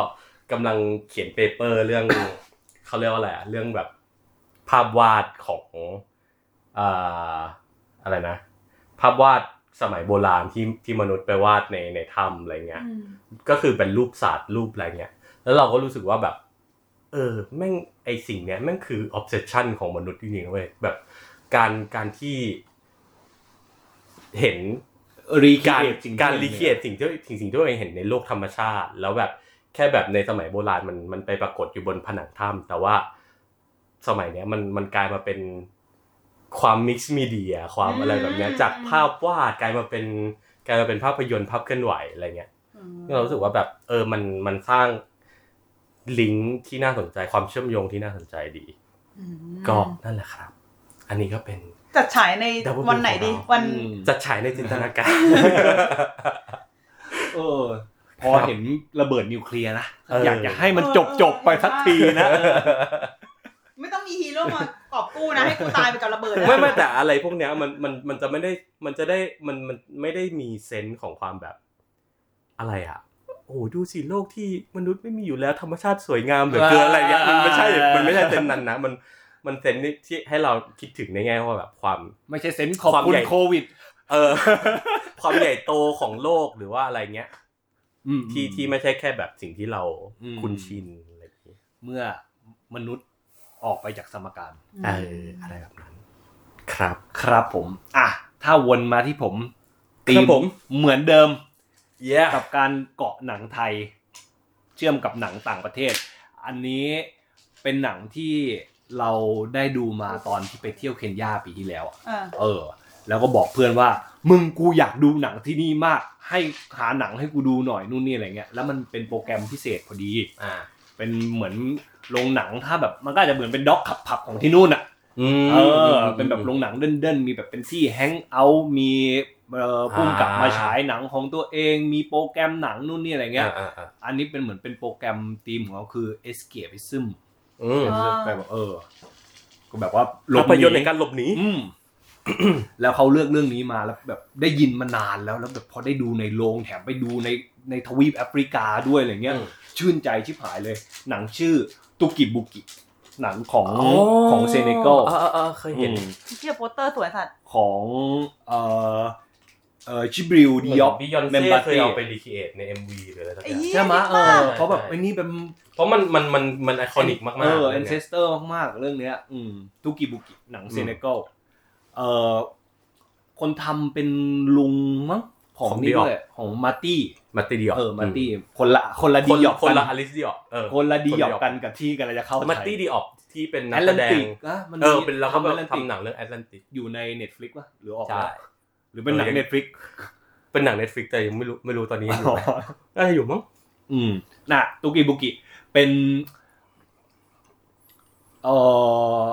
[SPEAKER 2] กำลังเขียนเปเปอร์เรื่อง เขาเรียกว่าอะไรอะเรื่องแบบภาพวาดของเอ่อ อะไรนะภาพวาดสมัยโบราณที่ที่มนุษย์ไปวาดในในถ้ำอะไรเงี้ย
[SPEAKER 1] อืม
[SPEAKER 2] ก็คือเป็นรูปสัตว์รูปอะไรเงี้ย แล้วเราก็รู้สึกว่าแบบ เออแม่งไอสิ่งเนี้ยแม่งคือออ s เซชันของมนุษย์จริงๆนะเว้ยแบบการการที่เห็น
[SPEAKER 3] รี
[SPEAKER 2] การ
[SPEAKER 3] สิ่ง
[SPEAKER 2] การ
[SPEAKER 3] ที่
[SPEAKER 2] รี
[SPEAKER 3] เห็น
[SPEAKER 2] เคียสิ่งที่สิ่งสิ่งที่เราเห็นในโลกธรรมชาติ แล้วแบบแค่แบบในสมัยโบราณมันมันไปปรากฏอยู่บนผนังถ้ำแต่ว่าสมัยเนี้ยมันมันกลายมาเป็นความมิกซ์มีเดียความอะไรแบบเนี้ยจากภาพวาดกลายมาเป็นกลายมาเป็นภาพยนตร์ภาพเคลื่อนไหวอะไรเงี้ย
[SPEAKER 1] อืม
[SPEAKER 2] เรารู้สึกว่าแบบเออมันมันสร้างลิงก์ที่น่าสนใจความเชื่อมโยงที่น่าสนใจดี ก็นั่นแหละครับ อันนี้ก็เป็น
[SPEAKER 1] จัดฉายใน
[SPEAKER 2] Double
[SPEAKER 1] วันไหนดี
[SPEAKER 2] Bill ของเรา
[SPEAKER 1] วัน
[SPEAKER 3] อืม
[SPEAKER 2] จัดฉายในจินตนาการ
[SPEAKER 3] เออ พอเห็นระเบิดนิวเคลียร์นะ
[SPEAKER 2] เอออ
[SPEAKER 3] อยากจะให้มันจบจบๆไปสักทีนะ
[SPEAKER 1] ไม่ต้องมีฮีโร่มากอบกู้นะ ให้กูตายไปกับระเบิดนะ
[SPEAKER 2] ไม่ไม่แต่อะไรพวกเนี้ยมันมันมันจะไม่ได้มันจะได้มันมันไม่ได้มีเซนส์ของความแบบอะไรอ่ะ โอ้โหดูสิโลกที่มนุษย์ไม่มีอยู่แล้วธรรมชาติสวยงามเหลือเกินอะไรเงี้ยมันไม่ใช่มันไม่ใช่เซนส์นั้นนะมันมันเซนส์ที่ให้เราคิดถึงในแง่ว่าแบบความ
[SPEAKER 3] ไม่ใช่เซนส์ขอบ
[SPEAKER 2] ความ
[SPEAKER 3] คุณ
[SPEAKER 2] ใหญ่
[SPEAKER 3] โควิด
[SPEAKER 2] เออ ความใหญ่โตของโลกหรือว่าอะไรเงี้ย
[SPEAKER 3] อืม
[SPEAKER 2] ที่ที่ไม่ใช่แค่แบบสิ่งที่เรา
[SPEAKER 3] อืม
[SPEAKER 2] คุ้นชินอะไรอย่างเงี้ย
[SPEAKER 3] เมื่อมนุษย์ออกไปจากสมการ
[SPEAKER 2] เอออะไรแบบนั้น ครับ
[SPEAKER 3] ครับผม อ่ะ ถ้าวนมาที่ผมตี
[SPEAKER 2] ครับผม
[SPEAKER 3] เหมือนเดิม
[SPEAKER 2] เย้
[SPEAKER 3] กับการเกาะหนังไทย เชื่อมกับหนังต่างประเทศ อันนี้เป็นหนังที่เราได้ดูมาตอนที่ไปเที่ยวเคนยาปีที่แล้วอะ
[SPEAKER 1] อ่า
[SPEAKER 3] เออ แล้วก็บอกเพื่อนว่า มึงกูอยากดูหนังที่นี่มาก ให้หาหนังให้กูดูหน่อยนู่นนี่อะไรเงี้ย แล้วมันเป็นโปรแกรมพิเศษพอดี
[SPEAKER 2] อ่า
[SPEAKER 3] เป็นเหมือนโรงหนังถ้าแบบมันก็อาจจะเหมือนเป็นด็อกขับผับของที่นู่นอ่ะ
[SPEAKER 2] อืม
[SPEAKER 3] เออ เป็นแบบโรงหนังเด่นๆ มีแบบเป็นที่แฮงเอาท์ มีเอ่อพุ่มกลับมา
[SPEAKER 2] อ่า
[SPEAKER 3] ฉายหนังของตัวเอง มีโปรแกรมหนังนู่นนี่อะไรเงี้ย
[SPEAKER 2] อ่าอ่า
[SPEAKER 3] อันนี้เป็นเหมือนเป็นโปรแกรมธีมของเขาคือ escapism
[SPEAKER 2] อืม
[SPEAKER 3] แปลว่าเออ ก็แบบว่าหลบ
[SPEAKER 2] ภา
[SPEAKER 3] ห
[SPEAKER 2] พยนตร์ในการหลบหนี
[SPEAKER 3] อืม แล้วเขาเลือกเรื่องนี้มาแล้วแบบได้ยินมานานแล้วแล้วแบบพอได้ดูในโรงแถมไปดูในในทวีปแอฟริกาด้วยอะไรเงี้ย
[SPEAKER 2] อืม
[SPEAKER 3] ชื่นใจชิบหายเลย หนังชื่อตุกิบุกิ หนังของ
[SPEAKER 2] อ๋อ
[SPEAKER 3] ของเซเนกัล
[SPEAKER 2] เออเออเคยเห็น
[SPEAKER 3] อืม
[SPEAKER 1] เชี่ยโปสเตอร์สวยสัตว์
[SPEAKER 3] ของเอ่อเอ่อชิบริวดิออฟ
[SPEAKER 2] บิยอน
[SPEAKER 3] เม
[SPEAKER 2] เซ่
[SPEAKER 3] มเบอร์
[SPEAKER 2] เคยเอา
[SPEAKER 3] ตี้
[SPEAKER 2] ไปรีครีเอทใน MV หรืออะไรสัก
[SPEAKER 1] ไอ้
[SPEAKER 2] อย่าง
[SPEAKER 1] เหี้ย
[SPEAKER 3] ใช่ไหม
[SPEAKER 1] ดิ
[SPEAKER 3] เอ
[SPEAKER 1] บ้า
[SPEAKER 3] อเขาแบบ
[SPEAKER 2] ใช่
[SPEAKER 3] ไอ้นี่เป็น
[SPEAKER 2] เพราะมันมันมันมันไอคอนิกมากๆ
[SPEAKER 3] เออ
[SPEAKER 2] ล
[SPEAKER 3] แอย น
[SPEAKER 2] ย
[SPEAKER 3] เซสเตอร์มากๆ เรื่องเนี้ย อืมตุกิบุกิ หนัง
[SPEAKER 2] อืม
[SPEAKER 3] เซเนกัลเอ่อคนทำเป็นลุงมั้งของนี่ด้วยของมาร์ตี้
[SPEAKER 2] มาร์ติดิออ
[SPEAKER 3] เออมาร์ตี้คนละคนละ
[SPEAKER 2] ค
[SPEAKER 3] ดี
[SPEAKER 2] น
[SPEAKER 3] หยอก
[SPEAKER 2] คนละอ
[SPEAKER 3] กั
[SPEAKER 2] ลิสดิออกเออ
[SPEAKER 3] คนละดีหยอก
[SPEAKER 2] คนละ
[SPEAKER 3] กันกับที่กันจะเข้า
[SPEAKER 2] มาร์
[SPEAKER 3] ไท
[SPEAKER 2] ตี้
[SPEAKER 3] ย
[SPEAKER 2] ดิออกที่เป็นนั
[SPEAKER 3] แอ
[SPEAKER 2] แส
[SPEAKER 3] ก ตแลน
[SPEAKER 2] ดง
[SPEAKER 3] ติกอะมัน
[SPEAKER 2] เออเป็นแล้วก็แบบ
[SPEAKER 3] แอตแลนติก
[SPEAKER 2] ทำหนังเรื่องแอตแลนติก
[SPEAKER 3] อยู่ใน Netflix ป่ะหรือออก
[SPEAKER 2] ใช่
[SPEAKER 3] แล้วหรือเป็นหนัง Netflix
[SPEAKER 2] เป็นหนัง Netflix แต่ยังไม่รู้ไม่รู้ตอนนี้ยังอยู่ไหมน่าจะอยู่มั้ง
[SPEAKER 3] อืมน่ะตุกิบุกิเป็นเอ่อ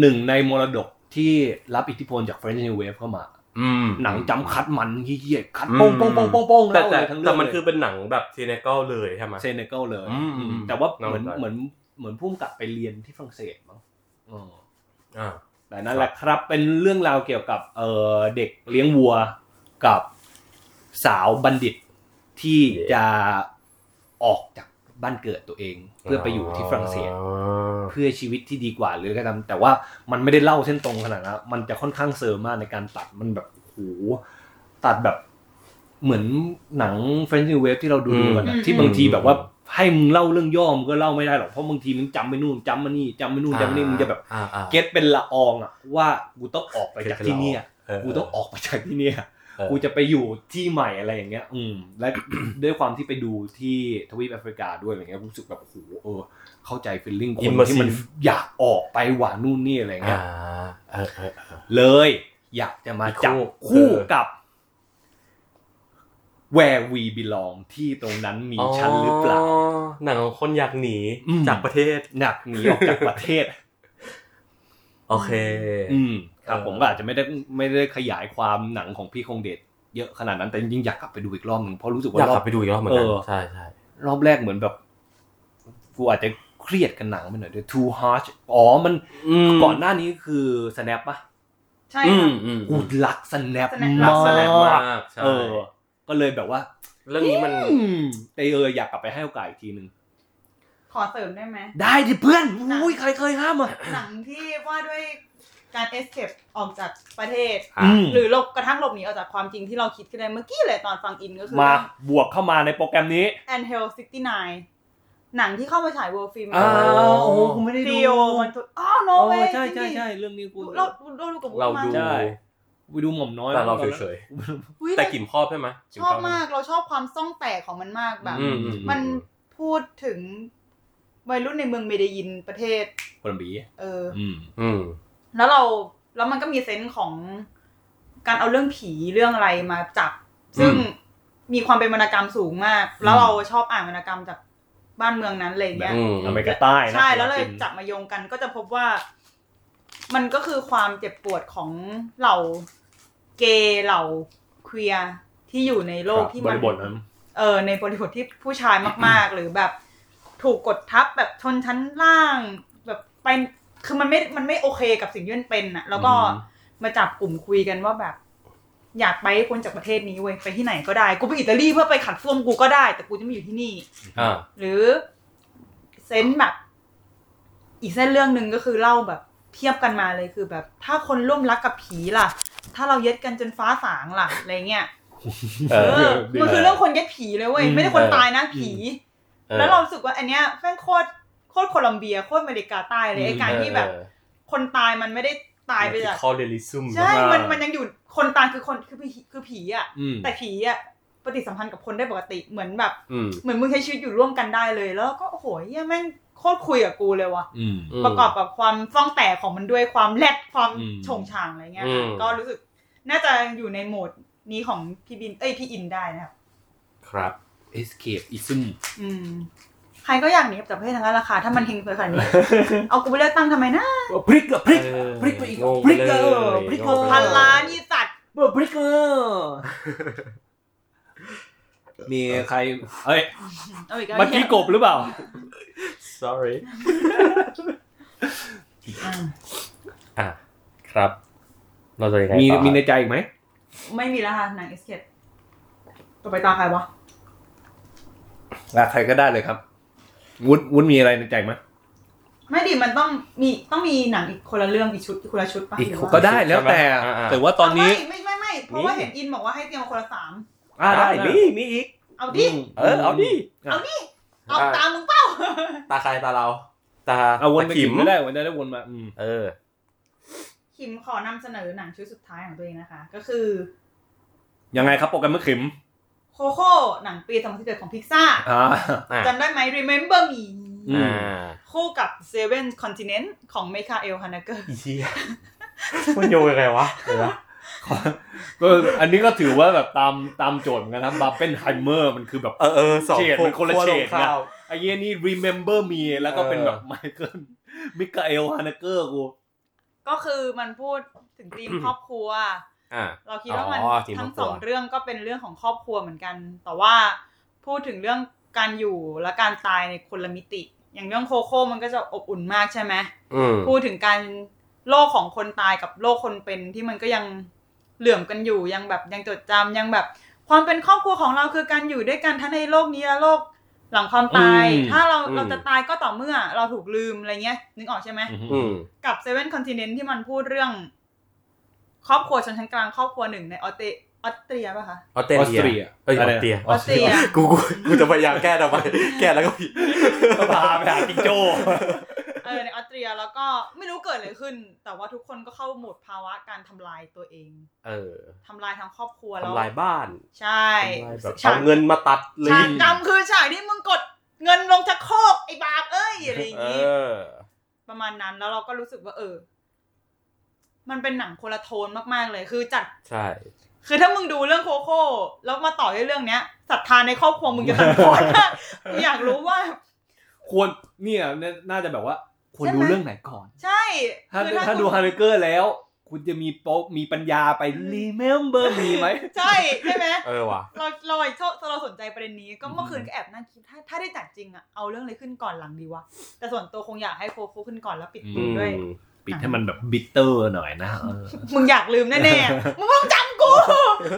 [SPEAKER 3] หนึ่งในมรดกที่รับอิทธิพลจาก French New Wave เข้ามา
[SPEAKER 2] อืม
[SPEAKER 3] หนังจำคัดมันเหี้ยๆคัด
[SPEAKER 2] อืม
[SPEAKER 3] โป้งโป้งโป้งโป้งโป้ง
[SPEAKER 2] แต่
[SPEAKER 3] แล้ว
[SPEAKER 2] แต่
[SPEAKER 3] เลยทั้งเรื่
[SPEAKER 2] แต่
[SPEAKER 3] อง
[SPEAKER 2] มัน
[SPEAKER 3] เลย
[SPEAKER 2] คือเป็นหนังแบบซีเนกัลเลยใช่ไหม
[SPEAKER 3] เซเนกัลเลย
[SPEAKER 2] อืมอืม
[SPEAKER 3] อืมแต่ว่า
[SPEAKER 2] น่า
[SPEAKER 3] เห
[SPEAKER 2] ส
[SPEAKER 3] มือน
[SPEAKER 2] นใจ
[SPEAKER 3] เหมือนเหมือนพุ่มกลับไปเรียนที่ฝรั่งเศสมั้งเออ
[SPEAKER 2] อ่า
[SPEAKER 3] แต่นั่นแหละครับเป็นเรื่องราวเกี่ยวกับเออเด็กเลี้ยงวัวกับสาวบัณฑิตที่
[SPEAKER 2] เย้
[SPEAKER 3] จะออกจากบ้านเกิดตัวเอง เพื่อไปอยู่ที่ฝรั่งเศส เพื่อชีวิตที่ดีกว่าหรืออะไรก็ตามแต่ว่ามันไม่ได้เล่าเส้นตรงขนาดนั้นมันจะค่อนข้างเซอร์มากในการตัดมันแบบโอ้โหตัดแบบเหมือนหนัง French New Wave ที่เราดู
[SPEAKER 2] อืม
[SPEAKER 3] ๆกันอะที่บางทีแบบว่า ให้มึงเล่าเรื่องย่อมงก็เล่าไม่ได้หรอกเพราะบางทีมึงจำไปนู่นจำมานี่จำไปนู่นจำมานี่มึงจะแบบ
[SPEAKER 2] อ่าอ่า
[SPEAKER 3] เก็ตเป็นละอองอะว่ากูต้องออกไปจากที่เนี่ย
[SPEAKER 2] เออ
[SPEAKER 3] กูต้องออกไปจากที่เนี่ย
[SPEAKER 2] เออ
[SPEAKER 3] กูจะไปอยู่ที่ใหม่อะไรอย่างเงี้ย อืม และ ด้วยความที่ไปดูที่ทวีปแอฟริกาด้วยอะไรเงี้ยรู้สึกแบบโอ้โหเออ เข้าใจฟีลลิ่งคนที่มัน
[SPEAKER 2] Immersive
[SPEAKER 3] อยากออกไปหว่านู่นนี่อะไร
[SPEAKER 2] อ่า
[SPEAKER 3] เงี้ย
[SPEAKER 2] เออเออเออ
[SPEAKER 3] เลย อยากจะมาจับ
[SPEAKER 2] คู่
[SPEAKER 3] คู่
[SPEAKER 2] เออ
[SPEAKER 3] กับ Where We Belong ที่ตรงนั้นมีชั้นหรือเปล่า
[SPEAKER 2] หนังของคนอยากหนี
[SPEAKER 3] อืม
[SPEAKER 2] จากประเทศ
[SPEAKER 3] หนักหนีออกจากประเทศ
[SPEAKER 2] โอเค
[SPEAKER 3] อืมครับ
[SPEAKER 2] เออ
[SPEAKER 3] ผมก็อาจจะไม่ได้ไม่ได้ขยายความหนังของพี่คงเดชเยอะขนาดนั้นแต่จริงๆอยากกลับไปดูอีกรอบหนึ่งเพราะรู้สึกว่า
[SPEAKER 2] อยาก
[SPEAKER 3] ร
[SPEAKER 2] ก
[SPEAKER 3] อ
[SPEAKER 2] ลั
[SPEAKER 3] บ
[SPEAKER 2] บไปดูอีกรอบเหมือนกัน
[SPEAKER 3] เออ
[SPEAKER 2] ใช่ใช่
[SPEAKER 3] รอบแรกเหมือนแบบ กูอาจจะเครียดกันหนังไปหน่อยด้วย too harsh อ๋อมัน
[SPEAKER 2] ก่
[SPEAKER 3] ก่
[SPEAKER 2] อ
[SPEAKER 3] อน นหน้านี้คือ snap ปะ
[SPEAKER 1] ใช่
[SPEAKER 2] อื
[SPEAKER 1] ค่ะ
[SPEAKER 2] มอืม
[SPEAKER 3] กูรัก
[SPEAKER 1] Snap
[SPEAKER 3] snap มาก
[SPEAKER 1] รัก
[SPEAKER 2] แสดงมากใช่
[SPEAKER 3] เออ ก็เลยแบบว่า
[SPEAKER 2] เรื่องนี้มัน
[SPEAKER 3] อืมแต่เอออยากกลับไปให้โอกาสอีกทีหนึ่ง
[SPEAKER 1] ขอเสริมได้ไหม
[SPEAKER 3] ได้ดิเพื่อนอุ้ยใครเคยห้ามอ่ะ
[SPEAKER 1] หนังที่ว่าด้วยการเอสเคปออกจากประเทศ
[SPEAKER 2] อ่ะ
[SPEAKER 3] อืม
[SPEAKER 1] หรือหลบกระทั่งหลบหนีออกจากความจริงที่เราคิดขึ้นได้เมื่อกี้เลยตอนฟังอินก็คือ
[SPEAKER 3] มาบวกเข้ามาในโปรแกรมนี้
[SPEAKER 1] and hell 69 หนังที่เข้ามาฉาย world film
[SPEAKER 2] อ่า
[SPEAKER 3] โอ้โหกูไม่ได้ดู
[SPEAKER 1] ซีโอมันทุกอ้าวโน
[SPEAKER 3] โอ้
[SPEAKER 1] เว
[SPEAKER 3] ใช่ใช่ใช่เรื่องนี้กู
[SPEAKER 1] เราเราดูกับบุ๊ค
[SPEAKER 2] เรา
[SPEAKER 1] มาก
[SPEAKER 2] ดู
[SPEAKER 3] ใช่ ไปดูหม่อมน้อย
[SPEAKER 2] แต่เรา
[SPEAKER 3] ตอนนั้น
[SPEAKER 2] เฉย
[SPEAKER 1] อุ๊ย
[SPEAKER 2] ๆ แต่กิมครอบใช่ไหม
[SPEAKER 1] ชอบมากเราชอบความซ่องแตกของมันมากแบบ
[SPEAKER 2] อืมอืม
[SPEAKER 1] มันพูดถึงวัยรุ่นในเมืองเมเดยินประเทศ
[SPEAKER 3] โคนบี
[SPEAKER 1] เออ
[SPEAKER 3] อืม
[SPEAKER 2] อืม
[SPEAKER 1] แล้วเราแล้วมันก็มีเซนส์ของการเอาเรื่องผีเรื่องอะไรมาจับ ซึ่ง
[SPEAKER 2] อืม
[SPEAKER 1] มีความเป็นวรรณกรรมสูงมาก แล้
[SPEAKER 3] อื
[SPEAKER 1] ว
[SPEAKER 3] ม
[SPEAKER 1] เราชอบอ่านวรรณกรรมจากบ้านเมืองนั้นอะไรอย่างเงี้ย
[SPEAKER 2] อืม
[SPEAKER 3] อเมริกาใต้นะ
[SPEAKER 1] ใช่แล้วเลย
[SPEAKER 3] าติน
[SPEAKER 1] จับมาโยงกันก็จะพบว่า มันก็คือความเจ็บปวดของเหล่าเกย์เหล่าเคลียร์ที่อยู่ในโลกที่
[SPEAKER 3] บ
[SPEAKER 1] มัน
[SPEAKER 3] ริบทนั้น
[SPEAKER 1] เออในบริบทที่ผู้ชายมาก ๆ หรือแบบถูกกดทับแบบชนชั้นล่าง แบบไปคือมันไม่มันไม่โอเคกับสิ่งที่มันเป็นอะแล้วก็
[SPEAKER 3] อืม
[SPEAKER 1] มาจับกลุ่มคุยกันว่าแบบ อยากไปให้คนจากประเทศนี้เว้ยไปที่ไหนก็ได้ กูไปอิตาลีเพื่อไปขัดส้วมกูก็ได้ แต่กูจะไม่อยู่ที่นี่
[SPEAKER 2] อ่า
[SPEAKER 1] หรือเซนส์แบบ อีกเส้นเรื่องหนึ่งก็คือเล่าแบบเทียบกันมาเลยคือแบบ ถ้าคนร่วมรักกับผีล่ะ ถ้าเราเย็ดกันจนฟ้าสางล่ะอะไรเงี้ย
[SPEAKER 2] เออ
[SPEAKER 1] เออมันคือเรื่องคนเย็ดผีเลยเว้ย
[SPEAKER 3] อืม
[SPEAKER 1] ไม่ได้คนตายนะ
[SPEAKER 3] อืม
[SPEAKER 1] ผี แล้วเรารู้สึกว่าอันเนี้ยแม่งโคตรโคตรโคลัมเบียโคตรอเมริกาใต้เลยไอ้การที่แบบ คนตายมันไม่ได้ตายไปจาก
[SPEAKER 2] คอเรลิซึม
[SPEAKER 1] ใช่ มันมันยังอยู่คนตายคือคนคือผีคือผีอ่ะ
[SPEAKER 3] อืม
[SPEAKER 1] แต่ผีอ่ะปฏิสัมพันธ์กับคนได้ปกติเหมือนแบบ
[SPEAKER 2] อืม
[SPEAKER 1] เหมือนมึงใช้ชีวิตอยู่ร่วมกันได้เลย แล้วก็โอ้โหเหี้ยแม่งโคตรคุยกับกูเลยว่ะ
[SPEAKER 3] อืม
[SPEAKER 2] ม
[SPEAKER 1] ประกอบกับความฟ้องแตกของมันด้วยความแรดความ
[SPEAKER 3] อืม
[SPEAKER 1] โฉงฉางอะไรเงี้ย
[SPEAKER 2] อืม
[SPEAKER 1] ก็รู้สึกน่าจะอยู่ในโหมดนี้ของพี่บินเอ้ยพี่อินได้นะครับ
[SPEAKER 2] ครับ
[SPEAKER 3] escape ism
[SPEAKER 1] อืมใครก็อยากหนีออกจากประเทศทั้งนั้นแหละค่ะถ้ามันเฮงไปขนาดนี้ เอากูไปเลือกตั้งทำไมนะ
[SPEAKER 3] พริกอะพริก
[SPEAKER 2] เออ
[SPEAKER 3] พริกไปอีก
[SPEAKER 2] งง
[SPEAKER 3] พริกเออ
[SPEAKER 2] เลย
[SPEAKER 3] พริก
[SPEAKER 2] งง
[SPEAKER 3] เออ
[SPEAKER 2] ไป
[SPEAKER 1] พัน
[SPEAKER 2] เย
[SPEAKER 1] ล้านยี่สัตว์
[SPEAKER 3] เบอร์พริกเออ มีใคร เอ้ย
[SPEAKER 1] เอาอีกแล้ว
[SPEAKER 3] เมื่อกี้กบหรือเปล่า
[SPEAKER 2] sorry
[SPEAKER 1] อืม
[SPEAKER 2] อ่ะครับ เราจะยังไง
[SPEAKER 3] มี
[SPEAKER 2] ต่อ
[SPEAKER 3] มีในใจอีกไหม
[SPEAKER 1] ไม่มีแล้วค่ะหนังเอสเคดต่อไปตาใครวะ
[SPEAKER 3] อ่ะ ใครก็ได้เลยครับ วุ้นวุ้นมีอะไรในใจไหม
[SPEAKER 1] ไม่ดิมันต้องมีต้องมีหนังอีกคนละเรื่องอีกชุดคนละชุดปะหรืว่า
[SPEAKER 3] ก็ได้แล้วแต่ แต่ว่าตอนนี้
[SPEAKER 1] ไม่ไม่ไม่ไม่เพราะว่าเห็นอินบอกว่าให้เตรียมมาคนละสาม
[SPEAKER 3] อ่า
[SPEAKER 2] อ่ะ
[SPEAKER 3] ได้
[SPEAKER 2] ได้มีมีอีก
[SPEAKER 1] เอาดิ
[SPEAKER 2] เออเอาดิ
[SPEAKER 1] เอาดิเอา
[SPEAKER 2] อ่ะ
[SPEAKER 1] ตามมึงเป้า
[SPEAKER 2] ตาใครตาเรา ตา
[SPEAKER 3] เอาวนไป
[SPEAKER 2] ต
[SPEAKER 3] กินก็ได้วนได้ได้วนมาอืม
[SPEAKER 2] เออ
[SPEAKER 1] คิมขอนำเสนอหนังชุดสุดท้ายของตัวเองนะคะ ก็คือ
[SPEAKER 3] ยังไงครับโปรแกรมเมื่อขิม
[SPEAKER 1] โคโค่หนังปี2011ของพิกซ่า
[SPEAKER 3] อ่า
[SPEAKER 2] อ่ะ
[SPEAKER 1] จำได้ไหม Remember Me
[SPEAKER 3] อืม
[SPEAKER 2] อ่า
[SPEAKER 1] คู่กับ Seven Continent ของเมคาเอลฮานาเกอร์
[SPEAKER 2] อีเหี้ย มันโยงยังไงวะเออ
[SPEAKER 3] ก็อันนี้ก็ถือว่าแบบตามตามโจทย์เหมือนกันนะบาเป็นไฮเมอร์มันคือแบบ
[SPEAKER 2] เออเออสอง
[SPEAKER 3] เฉดมันคนละ
[SPEAKER 2] ว
[SPEAKER 3] เฉ
[SPEAKER 2] ตร
[SPEAKER 3] ด
[SPEAKER 2] งข้า
[SPEAKER 3] นะ
[SPEAKER 2] ว
[SPEAKER 3] ไอ้เนี้ยนี่ remember me แล้วก็เป็นแบบ
[SPEAKER 2] เออ
[SPEAKER 3] ไมเคิ ลมิกาเอลฮานาเกอร์กู
[SPEAKER 1] ก็คือมันพูดถึงธีม ครอบครัว
[SPEAKER 2] อ่ะ
[SPEAKER 1] เราคิดว่ามัน
[SPEAKER 2] อ๋อธีมครอบครัว
[SPEAKER 1] ทั้งสองเรื่องก็เป็นเรื่องของครอบครัวเหมือนกัน แต่ว่าพูดถึงเรื่องการอยู่และการตายในคนละมิติ อย่างเรื่องโคโค่มันก็จะอบอุ่นมากใช่ไหม
[SPEAKER 2] อืม
[SPEAKER 1] พูดถึงการโลกของคนตายกับโลกคนเป็นที่มันก็ยังเหลื่อมกันอยู่ยังแบบยังจดจำยังแบบ ความเป็นครอบครัวของเราคือการอยู่ด้วยกันทั้งในโลกนี้และโลกหลังความตาย
[SPEAKER 3] อืม
[SPEAKER 1] ถ้าเรา
[SPEAKER 2] อืม
[SPEAKER 1] เราจะตายก็ต่อเมื่อเราถูกลืมอะไรเงี้ย นึกออกใช่ไหม
[SPEAKER 2] อืม
[SPEAKER 1] กับเซเว่นคอนติเนนที่มันพูดเรื่อง ครอบครัวชนชั้นกลางครอบครัวหนึ่งในออสเตรออ ออสเตรียป่ะคะ
[SPEAKER 2] ออสเตร
[SPEAKER 3] ออส
[SPEAKER 2] เลี
[SPEAKER 3] เตรี
[SPEAKER 2] ย
[SPEAKER 3] ย
[SPEAKER 2] เอ้ยอ
[SPEAKER 3] อะ
[SPEAKER 2] อ
[SPEAKER 3] ไร
[SPEAKER 2] ส
[SPEAKER 3] นะ
[SPEAKER 2] เตรีย
[SPEAKER 1] ออสเตรีย
[SPEAKER 2] กูกูกูจะพยายามแก้ทำไม แก้แล้วก็ผิด
[SPEAKER 3] พาไปหาจิงโจ้
[SPEAKER 1] เออในออสเตรียแล้วก็ไม่รู้เกิดอะไรขึ้น แต่ว่าทุกคนก็เข้าโหมดภาวะการทำลายตัวเอง
[SPEAKER 2] เออ
[SPEAKER 1] ทำลายทั้งครอบครัวแล้ว
[SPEAKER 2] ทำลายบ้าน
[SPEAKER 1] ใช่
[SPEAKER 2] ทำลายแบบ
[SPEAKER 1] ฉา
[SPEAKER 2] เอา
[SPEAKER 1] ก
[SPEAKER 2] เงินมาตัดลิ
[SPEAKER 1] ฉาก
[SPEAKER 2] ง
[SPEAKER 1] ดำคือฉากที่มึงกดเงินลงชักโครกไอ้บาปเอ้ยอะไรอย่าง
[SPEAKER 2] เอ
[SPEAKER 1] งี้
[SPEAKER 2] อ
[SPEAKER 1] ประมาณนั้นแล้วเราก็รู้สึกว่า เออ มันเป็นหนังคนละโทนมากๆเลย คือจัด
[SPEAKER 2] ใช่
[SPEAKER 1] คือถ้ามึงดูเรื่องโคโค่แล้วมาต่อในเรื่องเนี้ยศรัทธาในครอบครัวมึงจะ ตัดทอนมากกูอยากรู้ว่า
[SPEAKER 3] ควรเนี่ยน่าน่าจะแบบว่า ควร
[SPEAKER 1] ใช่ไหม
[SPEAKER 3] ดูเรื่องไหนก่อน
[SPEAKER 1] ใช่
[SPEAKER 3] ถ้า
[SPEAKER 1] คือ
[SPEAKER 3] ถ้า
[SPEAKER 1] คุณ
[SPEAKER 3] ดูฮาร์เกอร์แล้ว คุณจะมีโป๊ะมีปัญญาไป remember มีไหม
[SPEAKER 1] ใช่ใช่ไหม
[SPEAKER 2] เออว่ะ
[SPEAKER 1] เราเราเราสนใจประเด็นนี้ก็
[SPEAKER 3] อืม
[SPEAKER 1] เมื่อคืนก็แอบนั่งคิดถ้าถ้าได้จัดจริงอะเอาเรื่องอะไรขึ้นก่อนหลังดีวะแต่ส่วนตัวคงอยากให้โคโค่ขึ้นก่อนแล้วปิด
[SPEAKER 2] อืม
[SPEAKER 1] ด้วย
[SPEAKER 3] ปิดให้มันแบบ bitter หน่อยนะเออ
[SPEAKER 1] มึงอยากลืมแน่ๆอะ มึงต้องจำกู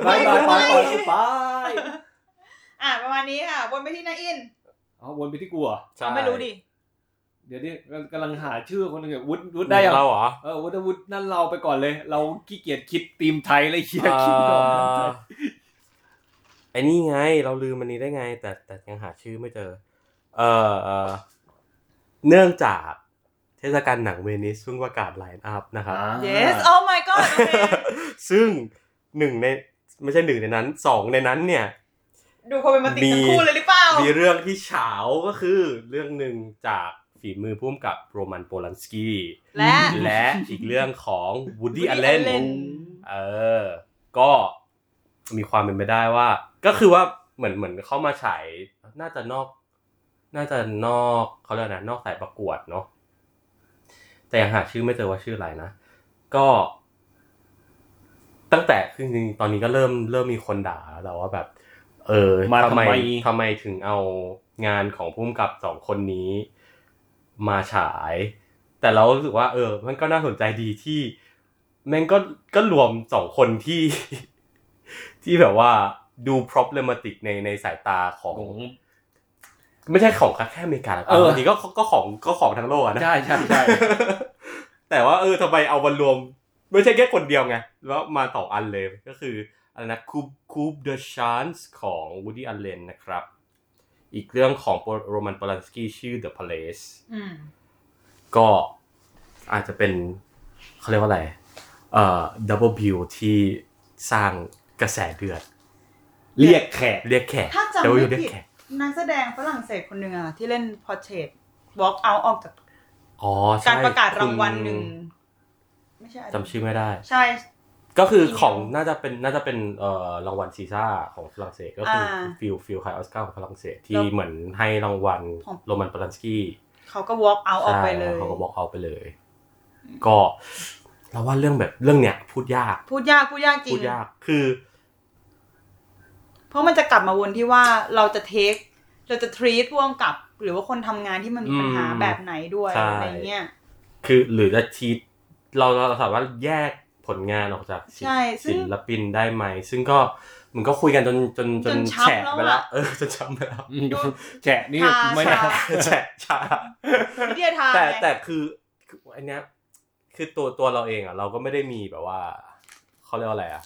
[SPEAKER 4] ไปไปไปไปไป
[SPEAKER 1] อ่ะประมาณนี้ค่ะวนไปที่นาอิน
[SPEAKER 3] เอาวนไปที่กูเหรอ
[SPEAKER 2] ใช่
[SPEAKER 1] ไม่รู้ดิ
[SPEAKER 3] เดี๋ยวนี้กำลังหาชื่อคนหนึงอะวุฒิวุฒิ
[SPEAKER 2] ได้
[SPEAKER 3] ได้ยัง
[SPEAKER 2] เราเหรอ
[SPEAKER 3] เออวุฒิวุฒินั่นเราไปก่อนเลย เราขี้เกียจคิดทีมไทยเลยเฮีย
[SPEAKER 2] เอ่
[SPEAKER 3] คิดไม่ออก
[SPEAKER 2] อไอ้นี่ไง เราลืมมันนี้ได้ไง แต่แต่ยังหาชื่อไม่เจอ เออเอ่อเนื่องจากเทศกาลหนังเวนิสเพิ่งประกาศไลน์อัพนะครับ
[SPEAKER 3] อ่า
[SPEAKER 1] yes oh my god โอเค
[SPEAKER 2] ซึ่งหนึ่งในไม่ใช่หนึ่งในนั้นสองในนั้นเนี่ย
[SPEAKER 1] ดูโคเป็นมาติดทั้งคู่เลยหรือเปล่า
[SPEAKER 2] มีเรื่องที่เฉาก็คือเรื่องหนึ่งจากฝีมือพุ่มกับโรมันโปลันสกี้
[SPEAKER 1] และ
[SPEAKER 2] และอีกเรื่องของวูด
[SPEAKER 1] Woody
[SPEAKER 2] ดี้อัลเล
[SPEAKER 1] Allen
[SPEAKER 2] นเออ ก็มีความเป็นไปได้ว่า ก็คือว่าเหมือนเหมือนเข้ามาฉายน่าจะนอก น่าจะนอกเขาเรียกนะนอกสายประกวดเนาะแต่ยังหาชื่อไม่เจอว่าชื่ออะไรนะ ก็ ตั้งแต่คือจริงๆตอนนี้ก็เริ่มเริ่มมีคนด่าแล้วว่าแบบ เออ
[SPEAKER 3] มาทำไม
[SPEAKER 2] ทำไมถึงเอางานของพุ่มกับสองคนนี้ มาฉาย แต่เรารู้สึกว่า เออ มันก็น่าสนใจดีที่แม่งก็ก็รวมสองคนที่ ที่แบบว่าดู problematic ในในสายตาของ
[SPEAKER 3] ของ
[SPEAKER 2] ไม่ใช่ของแค่อเมริกาหรอก
[SPEAKER 3] เออ
[SPEAKER 2] บางทีก็ก็ของก็ของทั้งโลกอะนะ
[SPEAKER 3] ใช่ใช่ใช่
[SPEAKER 2] แต่ว่าเออทำไมเอามารวม ไม่ใช่แค่คนเดียวไง แล้วมาสองอันเลยก็คืออะไรนะคูบคูบเดอะชานส์ของ Woody Allen นะครับ อีกเรื่องของโรมันป o ลันสกี้ชื่อ The Palace
[SPEAKER 1] อืม
[SPEAKER 2] ก็อาจจะเป็นเขาเรียกว่าอะไร เอ่อดับเบิลบิวที่สร้างกระแสเดือด
[SPEAKER 3] เรียกแขก
[SPEAKER 2] เรียกแขก
[SPEAKER 1] ถ้าจำ
[SPEAKER 2] Double
[SPEAKER 1] ไม่
[SPEAKER 2] Bill เรีย
[SPEAKER 1] ผิ
[SPEAKER 2] ก
[SPEAKER 1] ด
[SPEAKER 2] แขก
[SPEAKER 1] นักแสดงฝรั่งเศสคนหนึ่งอะที่เล่นพอเชตวอล์กเอาออกจาก
[SPEAKER 2] อ๋อใช่
[SPEAKER 1] การประกาศรางวัล
[SPEAKER 2] คุณ
[SPEAKER 1] หนึ่ง ไม่ใช่
[SPEAKER 2] จำชื่อไม่ได้
[SPEAKER 1] ใช่
[SPEAKER 2] ก็คือของน่าจะเป็นน่าจะเป็นเอ่อรางวัลซีซ่าของฝรั่งเศสก็คืออา ฟิลฟิลคายออสการ์ของฝรั่งเศสที่เหมือนให้รางวัล
[SPEAKER 1] ของ
[SPEAKER 2] โรมันปลันสกี้
[SPEAKER 1] เขาก็วอล์กเอาออกไปเลย
[SPEAKER 2] เขาก็บอกเอาไปเลย ก็เราว่าเรื่องแบบเรื่องเนี้ยพูดยาก
[SPEAKER 1] พูดยากพูดยากจริ
[SPEAKER 2] พู
[SPEAKER 1] ง
[SPEAKER 2] ดยากคือ
[SPEAKER 1] เพราะมันจะกลับมาวนที่ว่าเราจะเทค เราจะทรีตร่วมกับ หรือว่าคนทำงานที่มันมีปัญหา
[SPEAKER 2] อืม
[SPEAKER 1] แบบไหนด้วย
[SPEAKER 2] ใช่
[SPEAKER 1] อะไรเงี้ย
[SPEAKER 2] คือหรือจะชีตเราเราสามารถแยกผลงานออกจากศิลป์
[SPEAKER 1] ใช่ซึ่ง
[SPEAKER 2] ศิลปินได้ไหม ซึ่งก็มันก็คุยกันจนจนจน
[SPEAKER 1] จนช้ำ
[SPEAKER 2] แฉะไป
[SPEAKER 1] แล้ว
[SPEAKER 2] แล้ว
[SPEAKER 1] อะ
[SPEAKER 2] เออจนช้ำไปแล้ว
[SPEAKER 3] แฉะนี่
[SPEAKER 1] ทา
[SPEAKER 3] ไม่น่า
[SPEAKER 1] ชา
[SPEAKER 2] แฉะชา
[SPEAKER 1] วิทยาทาน
[SPEAKER 2] แต่
[SPEAKER 1] ไง
[SPEAKER 2] แต่คือคืออันเนี้ยคือตัวตัวเราเองอ่ะ เราก็ไม่ได้มีแบบว่าเขาเรียกว่าอะไรอ่ะ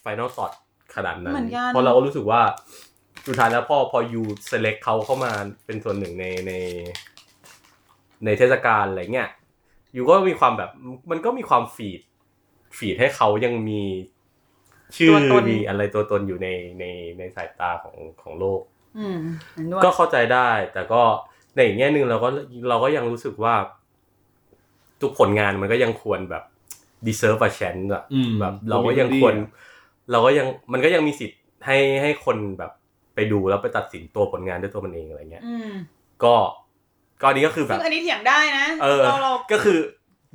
[SPEAKER 2] ไฟนอลตอดขนาดนั้น
[SPEAKER 1] เหมือนกัน
[SPEAKER 2] เพราะเราก็รู้สึกว่าสุดท้ายแล้วพอพอยูเซเล็กเขาเข้ามาเป็นส่วนหนึ่งในใน ในเทศกาลอะไรเงี้ยยูก็มีความแบบมันก็มีความฟีด ฟีดให้เขายังมีชื่อ
[SPEAKER 1] ตัวตน
[SPEAKER 2] มีอะไรตัวตนอยู่ในในในสายตาของของโลก
[SPEAKER 1] อืมเห็นด้วย
[SPEAKER 2] ก็เข้าใจได้ แต่ก็ในอีกแง่หนึ่งเราก็เราก็ยังรู้สึกว่า ทุกผลงานมันก็ยังควรแบบ deserve a chance อะ
[SPEAKER 3] อืม
[SPEAKER 2] แบบเราก็ยังควร เราก็ยังมันก็ยังมีสิทธิ์ให้ให้คนแบบไปดูแล้วไปตัดสินตัวผลงานด้วยตัวมันเองอะไรเงี้ย
[SPEAKER 1] อืม
[SPEAKER 2] ก็ก็อันนี้ก็คือแบ
[SPEAKER 1] ซึ่
[SPEAKER 2] บ
[SPEAKER 1] งอันนี้เถียงได้นะ
[SPEAKER 2] เออ
[SPEAKER 1] เราเรา
[SPEAKER 2] ก็คือ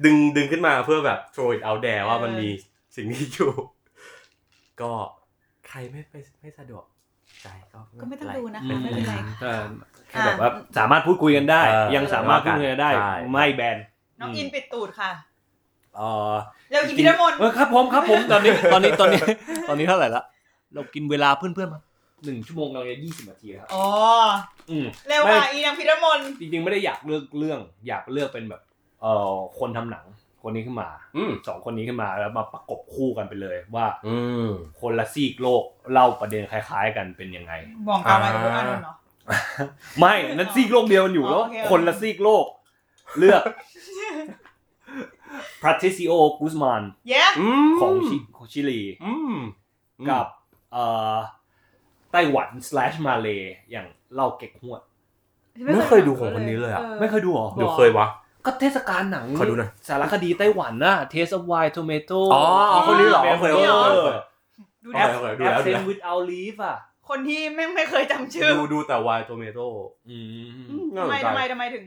[SPEAKER 2] ดึงดึงขึ้นมาเพื่อแบบ throw it out there ว่ามันมีสิ่งนี้อยู่ ก็ใครไม่ไม่ไม่สะดวกใจก็
[SPEAKER 1] ก็ไม่ต้อง
[SPEAKER 2] เป็ร
[SPEAKER 1] ดูนะ
[SPEAKER 3] อื
[SPEAKER 1] คะ
[SPEAKER 3] ม
[SPEAKER 1] ไม่เป็นไร
[SPEAKER 3] แต่แค่แบบว่าสามารถพูดคุยกันได้
[SPEAKER 2] เออ
[SPEAKER 3] ยังสามารถพูดคุยกันได้
[SPEAKER 2] ใช่
[SPEAKER 3] ไม่แบน
[SPEAKER 1] น้องอินปิดตูดค่ะ
[SPEAKER 2] เอ่อ
[SPEAKER 1] เรากินพิรมนต์
[SPEAKER 3] เออครับผมครับผมตอน นี้ตอนนี้ตอนนี้ ตอนนี้เท่าไหร่ละเรากินเวลาเพื่อนๆมาหนึ่งชั่วโมงเราจะยี่สิบนาทีแล้วครับ
[SPEAKER 1] อ๋อ
[SPEAKER 3] อืม
[SPEAKER 1] เร็วกว่า
[SPEAKER 3] ไม่
[SPEAKER 1] อีนางพิรมนต์
[SPEAKER 3] จริงๆไม่ได้อยากเลือกเรื่อง อยากเลือกเป็นแบบ เออคนทำหนัง ค คนนี้ขึ้นมา
[SPEAKER 2] อืม
[SPEAKER 3] สองคนนี้ขึ้นมาแล้วมาประกบคู่กันไปเลยว่า
[SPEAKER 2] อืม
[SPEAKER 3] คนละซีกโลกเล่าประเด็นคล้ายๆ กันเป็นยังไง
[SPEAKER 1] มองตามอะไรกับพวกอานนท์เนาะ
[SPEAKER 3] ไม่นั้นซีกโลกเดียวกันอยู่
[SPEAKER 1] อ๋อ
[SPEAKER 3] แล้ว
[SPEAKER 1] โอเคโอเค
[SPEAKER 3] คนละซีกโลก เลือก p r a t i c i o Guzman
[SPEAKER 1] เย้
[SPEAKER 2] อืม
[SPEAKER 3] ของชิของชิลี
[SPEAKER 2] อืม
[SPEAKER 3] กับเอ่อไต้หวัน slash มาเลย์อย่างเล่าเก๊กฮวด
[SPEAKER 2] ไม่เคยดูของคนนี้เลยอ่ะ
[SPEAKER 3] ไม่เคยดูหรอ
[SPEAKER 2] เดี๋ยวเคยวะ
[SPEAKER 3] ก็เทศกาลหนัง
[SPEAKER 2] ขอดูหน่อย
[SPEAKER 3] สารคดีไต้หวันนะ Taste of Wild Tomato
[SPEAKER 2] อ๋อคนนี้เหรอ
[SPEAKER 3] แบบ
[SPEAKER 2] เคยเคย
[SPEAKER 3] นี้
[SPEAKER 2] เคย
[SPEAKER 3] เห
[SPEAKER 2] เค
[SPEAKER 3] ร
[SPEAKER 2] ย
[SPEAKER 3] อ
[SPEAKER 1] ดูนะ
[SPEAKER 2] โอเคโอเคดูแล้ว
[SPEAKER 3] Absent without leaf อ่ะ
[SPEAKER 1] คนที่แม่งไม่เคยจำชื่อ
[SPEAKER 2] ดูดูแต่วายโทเมโต้
[SPEAKER 1] ทำไมทำไมทำไมถึง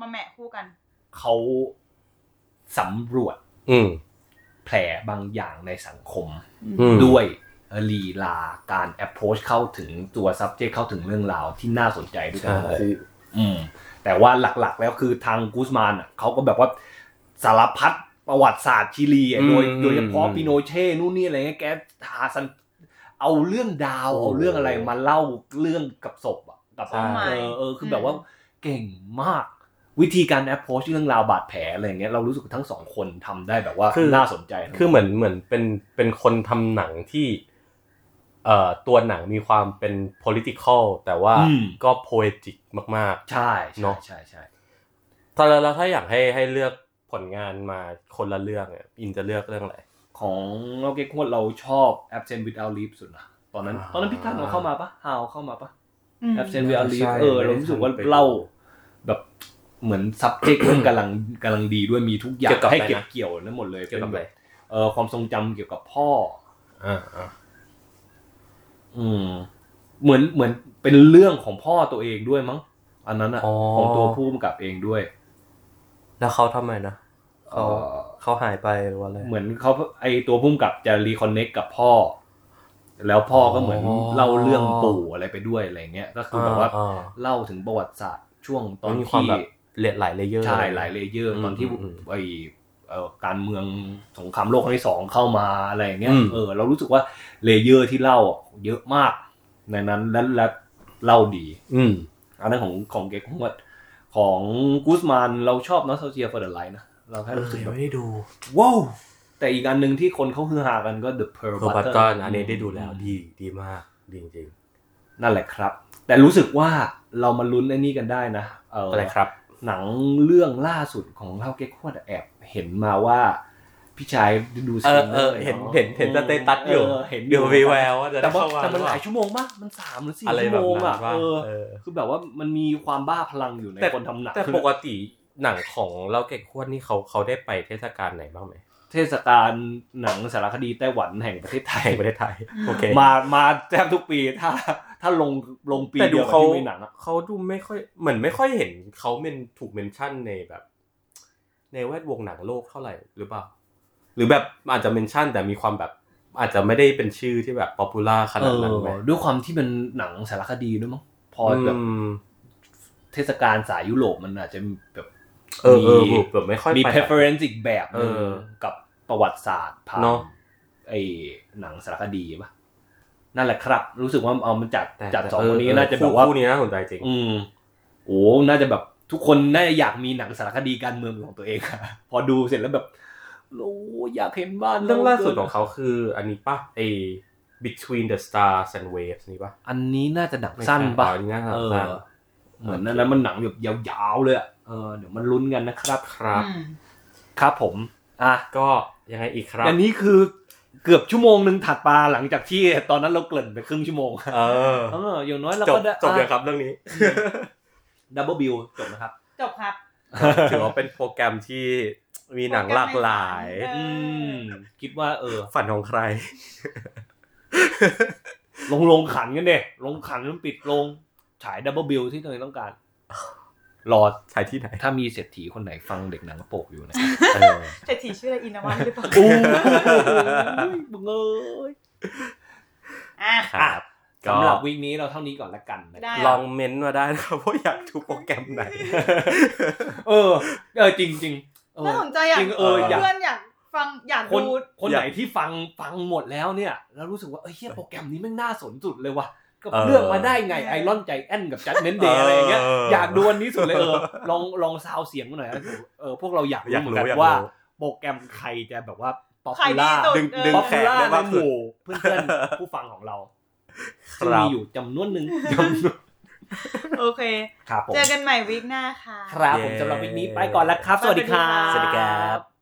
[SPEAKER 1] มาแมะคู่กัน
[SPEAKER 3] เขาสำรวจ
[SPEAKER 2] อืม
[SPEAKER 3] แผลบางอย่างในสังคม
[SPEAKER 2] อืม
[SPEAKER 3] ด้วยลีลาการ approach เข้าถึงตัว subject เข้าถึงเรื่องราวที่น่าสนใจด้วยกันทั้งคู่อืม แต่ว่าหลักๆแล้วคือทางกูสมานอ่ะเขาก็แบบว่าสารพัดประวัติศาสตร์ชิลีอ่ะโดยโดยเฉพาะปิโนเช่นู่นนี่อะไรเงี้ยแกหาสันเอาเรื่องดาว เอาเรื่องอะไรมาเล่าเรื่องกับศพอ่ะกับ
[SPEAKER 1] ใช่
[SPEAKER 3] เออเออคือแบบว่าเก่งมาก วิธีการ approach เรื่องราวบาดแผลอะไรเงี้ยเรารู้สึกทั้งสองคนทำได้แบบว่าน่าสนใจทั้งคู่
[SPEAKER 2] คือเหมือนเหมือนเป็นเป็นคนทำหนังที่ เอ่อตัวหนังมีความเป็น political แต่ว่า
[SPEAKER 3] อืม
[SPEAKER 2] ก็ poetic มาก
[SPEAKER 3] ใช่ใช่
[SPEAKER 2] เนาะ
[SPEAKER 3] ใช่ใช่
[SPEAKER 2] ๆถ้าแล้วถ้าอยากให้ให้เลือกผลงานมาคนละเรื่องเนี่ยอินจะเลือกเรื่องอะไร
[SPEAKER 3] ของเราเก็กฮวดเราชอบ absent without leave สุดนะตอนนั้น
[SPEAKER 2] อ่า
[SPEAKER 3] ตอนนั้นพี่ทันเอาเข้ามาปะฮาวเข้ามาปะ
[SPEAKER 1] แอปเซน
[SPEAKER 3] absent without
[SPEAKER 2] ใช่
[SPEAKER 3] leave เออเรารู้สึกว่าเล่าแบบเหมือน subject มันกำลังกำลังดีด้วยมีทุกอย่าง
[SPEAKER 2] เกี่ยวกับ
[SPEAKER 3] ให้
[SPEAKER 2] อะไรนะ
[SPEAKER 3] เก็บเกี่ยวนั่นหมดเลย
[SPEAKER 2] เกี่ยวกับอะไร
[SPEAKER 3] ป็นแบบเออความทรงจำเกี่ยวกับพ่อ
[SPEAKER 2] อ่าอ่า
[SPEAKER 3] อืม เหมือนเหมือนเป็นเรื่องของพ่อตัวเองด้วยมั้ง อันนั้นอะ
[SPEAKER 2] อ๋อ
[SPEAKER 3] ของตัวผู้กำกับเองด้วย
[SPEAKER 2] แล้วเขาทำไมนะ
[SPEAKER 3] เอ
[SPEAKER 2] เขา
[SPEAKER 3] อ
[SPEAKER 2] เขาหายไปหรือว่าอะไร
[SPEAKER 3] เหมือนเขาไอตัวพุ่มกับจะรีคอนเน็กกับพ่อ แล้วพ่อก็เหมือน
[SPEAKER 2] อ๋อ
[SPEAKER 3] เล่าเรื่องปู่อะไรไปด้วยอะไรเงี้ยก็คือแบบว่าเล่าถึงประวัติศาสตร์ช่วงต
[SPEAKER 2] ตอ
[SPEAKER 3] อนน
[SPEAKER 2] มีความ
[SPEAKER 3] ที่
[SPEAKER 2] แบบเลหลายเลเยอร์
[SPEAKER 3] ใช่หลายเลเยอร์
[SPEAKER 2] อืม
[SPEAKER 3] ตอนที่
[SPEAKER 2] อืม
[SPEAKER 3] ไอเอ่อการเมืองสงครามโลกครั้งที่สองเข้ามาอะไรเงี้ย
[SPEAKER 2] อืม
[SPEAKER 3] เออเรารู้สึกว่าเลเยอร์ที่เล่าอ่ะเยอะมาก ในนั้นและและเล่าดี
[SPEAKER 2] อืม
[SPEAKER 3] อันนั้นของของเก็กฮวดของกูสมานเราชอบนอสเซียฟอร์เดอร์ไลน์นะเราแค่รู้สึกแบบ
[SPEAKER 2] ไม่ได้ดู
[SPEAKER 3] ว้าวแต่อีกอันหนึ่งที่คนเขาฮือฮากันก็ The Pearl
[SPEAKER 2] เพอร์บัต
[SPEAKER 3] Butter
[SPEAKER 2] ตันอันนี้ได้ดูแล้วดีดีมากดีจริง
[SPEAKER 3] นั่นแหละครับ แต่รู้สึกว่าเรามาลุ้นไอ้นี่กันได้นะเออ
[SPEAKER 2] ๆ
[SPEAKER 3] อหนังเรื่องล่าสุดของเล่าเก๊กฮวดแอบเห็นมาว่า พี่ชายดู
[SPEAKER 2] เอ
[SPEAKER 3] ซี
[SPEAKER 2] อเออเห็นเห็นเห็นสเตตัสอยู่
[SPEAKER 3] เเห็นอ
[SPEAKER 2] เดี๋ย
[SPEAKER 3] ยู่
[SPEAKER 2] วมีแววว่าจะ
[SPEAKER 3] แต่
[SPEAKER 2] ได้เข้ามา
[SPEAKER 3] ว่าแต่มันหลายชั่วโมงมากมันสามหรือสี่
[SPEAKER 2] อะไร
[SPEAKER 3] ชั่ว
[SPEAKER 2] แบบ
[SPEAKER 3] โมง
[SPEAKER 2] นั้น
[SPEAKER 3] อ่ะ
[SPEAKER 2] ว่า
[SPEAKER 3] เออ
[SPEAKER 2] เออ
[SPEAKER 3] คือแบบว่ามันมีความบ้าพลังอยู่ในคนทำหนัง
[SPEAKER 2] แต่ปกติหนังของเราเก่งขวดนี่เขาเขาได้ไปเทศกาลไหนบ้างไหม
[SPEAKER 3] เทศกาลหนังสารคดีไต้หวันแห่งประเทศไทย
[SPEAKER 2] แห่งประเทศไท ย โอเค
[SPEAKER 3] มา มาแทบทุกปีถ้า ถ้าลง ลงปี
[SPEAKER 2] แต่
[SPEAKER 3] เดี
[SPEAKER 2] ดู
[SPEAKER 3] ยวกับ
[SPEAKER 2] เขา
[SPEAKER 3] ที่มีหนังอะ
[SPEAKER 2] เขาดูไม่ค่อยเหมือนไม่ค่อยเห็นเขาเป็นถูกเมนชั่นในแบบ ในแวดวงหนังโลกเท่าไหร่หรือเปล่า หรือแบบอาจจะเมนชั่นแต่มีความแบบ อาจจะไม่ได้เป็นชื่อที่แบบป๊อปปูล่าข
[SPEAKER 3] เอ
[SPEAKER 2] นาด
[SPEAKER 3] อ
[SPEAKER 2] นั้นไหม
[SPEAKER 3] ด้วยความที่เป็นหนังสารคดีด้วยมั้ง พออแบบ
[SPEAKER 2] อืม
[SPEAKER 3] เทศกาลสายยุโรปมันอาจจะแบบ
[SPEAKER 2] เออเออ
[SPEAKER 3] มี
[SPEAKER 2] แบบไม่ค่อย
[SPEAKER 3] มี
[SPEAKER 2] ไป
[SPEAKER 3] preference อีกแบบหนึง
[SPEAKER 2] เออ
[SPEAKER 3] กับประวัติศาสตร์ผ่าน
[SPEAKER 2] เนอะ
[SPEAKER 3] ไอ้หนังสารคดีปะนั่นแหละครับ รู้สึกว่าเอามันจัด
[SPEAKER 2] แต่
[SPEAKER 3] จัดสอง
[SPEAKER 2] แต่
[SPEAKER 3] คนนี้
[SPEAKER 2] เออ
[SPEAKER 3] น่าจะ
[SPEAKER 2] คู่
[SPEAKER 3] แบบว่า
[SPEAKER 2] คู่นี้น่าสนใจจริง
[SPEAKER 3] อืมโอ้น่าจะแบบทุกคนน่าจะอยากมีหนังสารคดีการเมืองของตัวเองอะ พอดูเสร็จแล้วแบบโอ้อยากเห็นบ้าน
[SPEAKER 2] เรื่องล่าสุด
[SPEAKER 3] กิน
[SPEAKER 2] ของเขาคืออันนี้ป่ะไอ Between the Stars and Waves นี่ป่ะ
[SPEAKER 3] อันนี้น่าจะหนังสั้นปะ
[SPEAKER 2] ไม่ใช่อ๋อนี่น่าจะ
[SPEAKER 3] เออ
[SPEAKER 2] สั้น
[SPEAKER 3] เหมือนนั้นนะมันหนังแบบยาวๆเลยอะเออเดี๋ยวมันลุ้นกันนะครับ
[SPEAKER 2] ครับ
[SPEAKER 3] ครับผม อ่ะ
[SPEAKER 2] ก็ยังไงอีกครับ
[SPEAKER 3] อันนี้คือเกือบชั่วโมงหนึ่งถัดมาหลังจากที่ตอนนั้นเราเกริ่นไปครึ่งชั่วโมง
[SPEAKER 2] เออ
[SPEAKER 3] เอออย่างน้อยเรา
[SPEAKER 2] จบ
[SPEAKER 3] ก็ได้
[SPEAKER 2] จบยังครับเรื่องนี้
[SPEAKER 3] ดับเบิลบิลจบนะครับ
[SPEAKER 1] จบครับ
[SPEAKER 2] ถือว่าเป็นโปรแกรมที่มีหนังหลากหลาย
[SPEAKER 1] เอออ
[SPEAKER 3] อืม คิดว่าเออ
[SPEAKER 2] ฝันของใคร
[SPEAKER 3] ลงลงขันกันเด้ลงขันมันปิดลง ฉายดับเบิลบิลที่ตัวเองต้องการ รอ
[SPEAKER 2] ใช้ที่ไหน
[SPEAKER 3] ถ้ามีเศรษฐีคนไหนฟังเด็กหนังโปกอยู่นะ
[SPEAKER 2] เออ
[SPEAKER 1] เศรษฐีชื่ออะไรอินาวันหรือเปล่า
[SPEAKER 3] โอ้ยมึงเอ้ย
[SPEAKER 1] อ่ะ
[SPEAKER 2] ครับ ก็
[SPEAKER 3] สำหรับวีคนี้เราเท่านี้ก่อนละกันนะ
[SPEAKER 1] ได้
[SPEAKER 2] ลองเม้นต์มาได้นะครับว่าอยากดูโปรแกรมไหน
[SPEAKER 3] เออ เออจริงจริงๆเออ
[SPEAKER 1] น่าสนใจอยาก
[SPEAKER 3] จริงเอออยาก
[SPEAKER 1] เพื่อนอยากฟังอยาก
[SPEAKER 3] คน
[SPEAKER 1] ดู
[SPEAKER 3] คน
[SPEAKER 2] อยาก
[SPEAKER 3] ไหนที่ฟังฟังหมดแล้วเนี่ย แล้วรู้สึกว่าเอ้ยเฮียโปรแกรมนี้แม่งน่าสนสุดเลยว่ะก็
[SPEAKER 2] เออ
[SPEAKER 3] เลือกมาได้ไงไอรอนใจแอนกับจัดเน้นเดย์อะไรอย่างเงี้ย
[SPEAKER 2] เออ
[SPEAKER 3] อยากดูอันนี้สุดเลยเออลองลองซาวเสียงมาหน่อยนะเออพวกเราอยาก
[SPEAKER 2] อ
[SPEAKER 3] รู้
[SPEAKER 2] ยาก
[SPEAKER 3] เห
[SPEAKER 2] รู้
[SPEAKER 3] มือนกั
[SPEAKER 2] อยาก
[SPEAKER 3] น
[SPEAKER 2] รู้
[SPEAKER 3] ว่า โปรแกรมใครจะแบบว่าป๊อป
[SPEAKER 1] ใคร
[SPEAKER 3] ปู
[SPEAKER 1] ดี
[SPEAKER 3] ล่า
[SPEAKER 1] สุด
[SPEAKER 2] ดึง
[SPEAKER 1] เออ
[SPEAKER 2] ดึง
[SPEAKER 3] ป๊อป
[SPEAKER 2] แขน
[SPEAKER 3] ปูล่า
[SPEAKER 2] ได้
[SPEAKER 3] ใน
[SPEAKER 2] มาก
[SPEAKER 3] ห
[SPEAKER 2] สุด
[SPEAKER 3] มู่เพื่อนๆผู้ฟังของเรา
[SPEAKER 2] ค
[SPEAKER 3] ซึ่ง
[SPEAKER 2] รับ
[SPEAKER 3] มีอยู่จำนวนหนึ่งจำนวน
[SPEAKER 1] โอเค
[SPEAKER 3] ครับผม
[SPEAKER 1] เจอกันใหม่วิกหน้าค่ะ
[SPEAKER 3] ครับผมสำหรับวันนี้ไปก่อนแล้วครับ สวัสดีครับ
[SPEAKER 2] สวัสดีครับ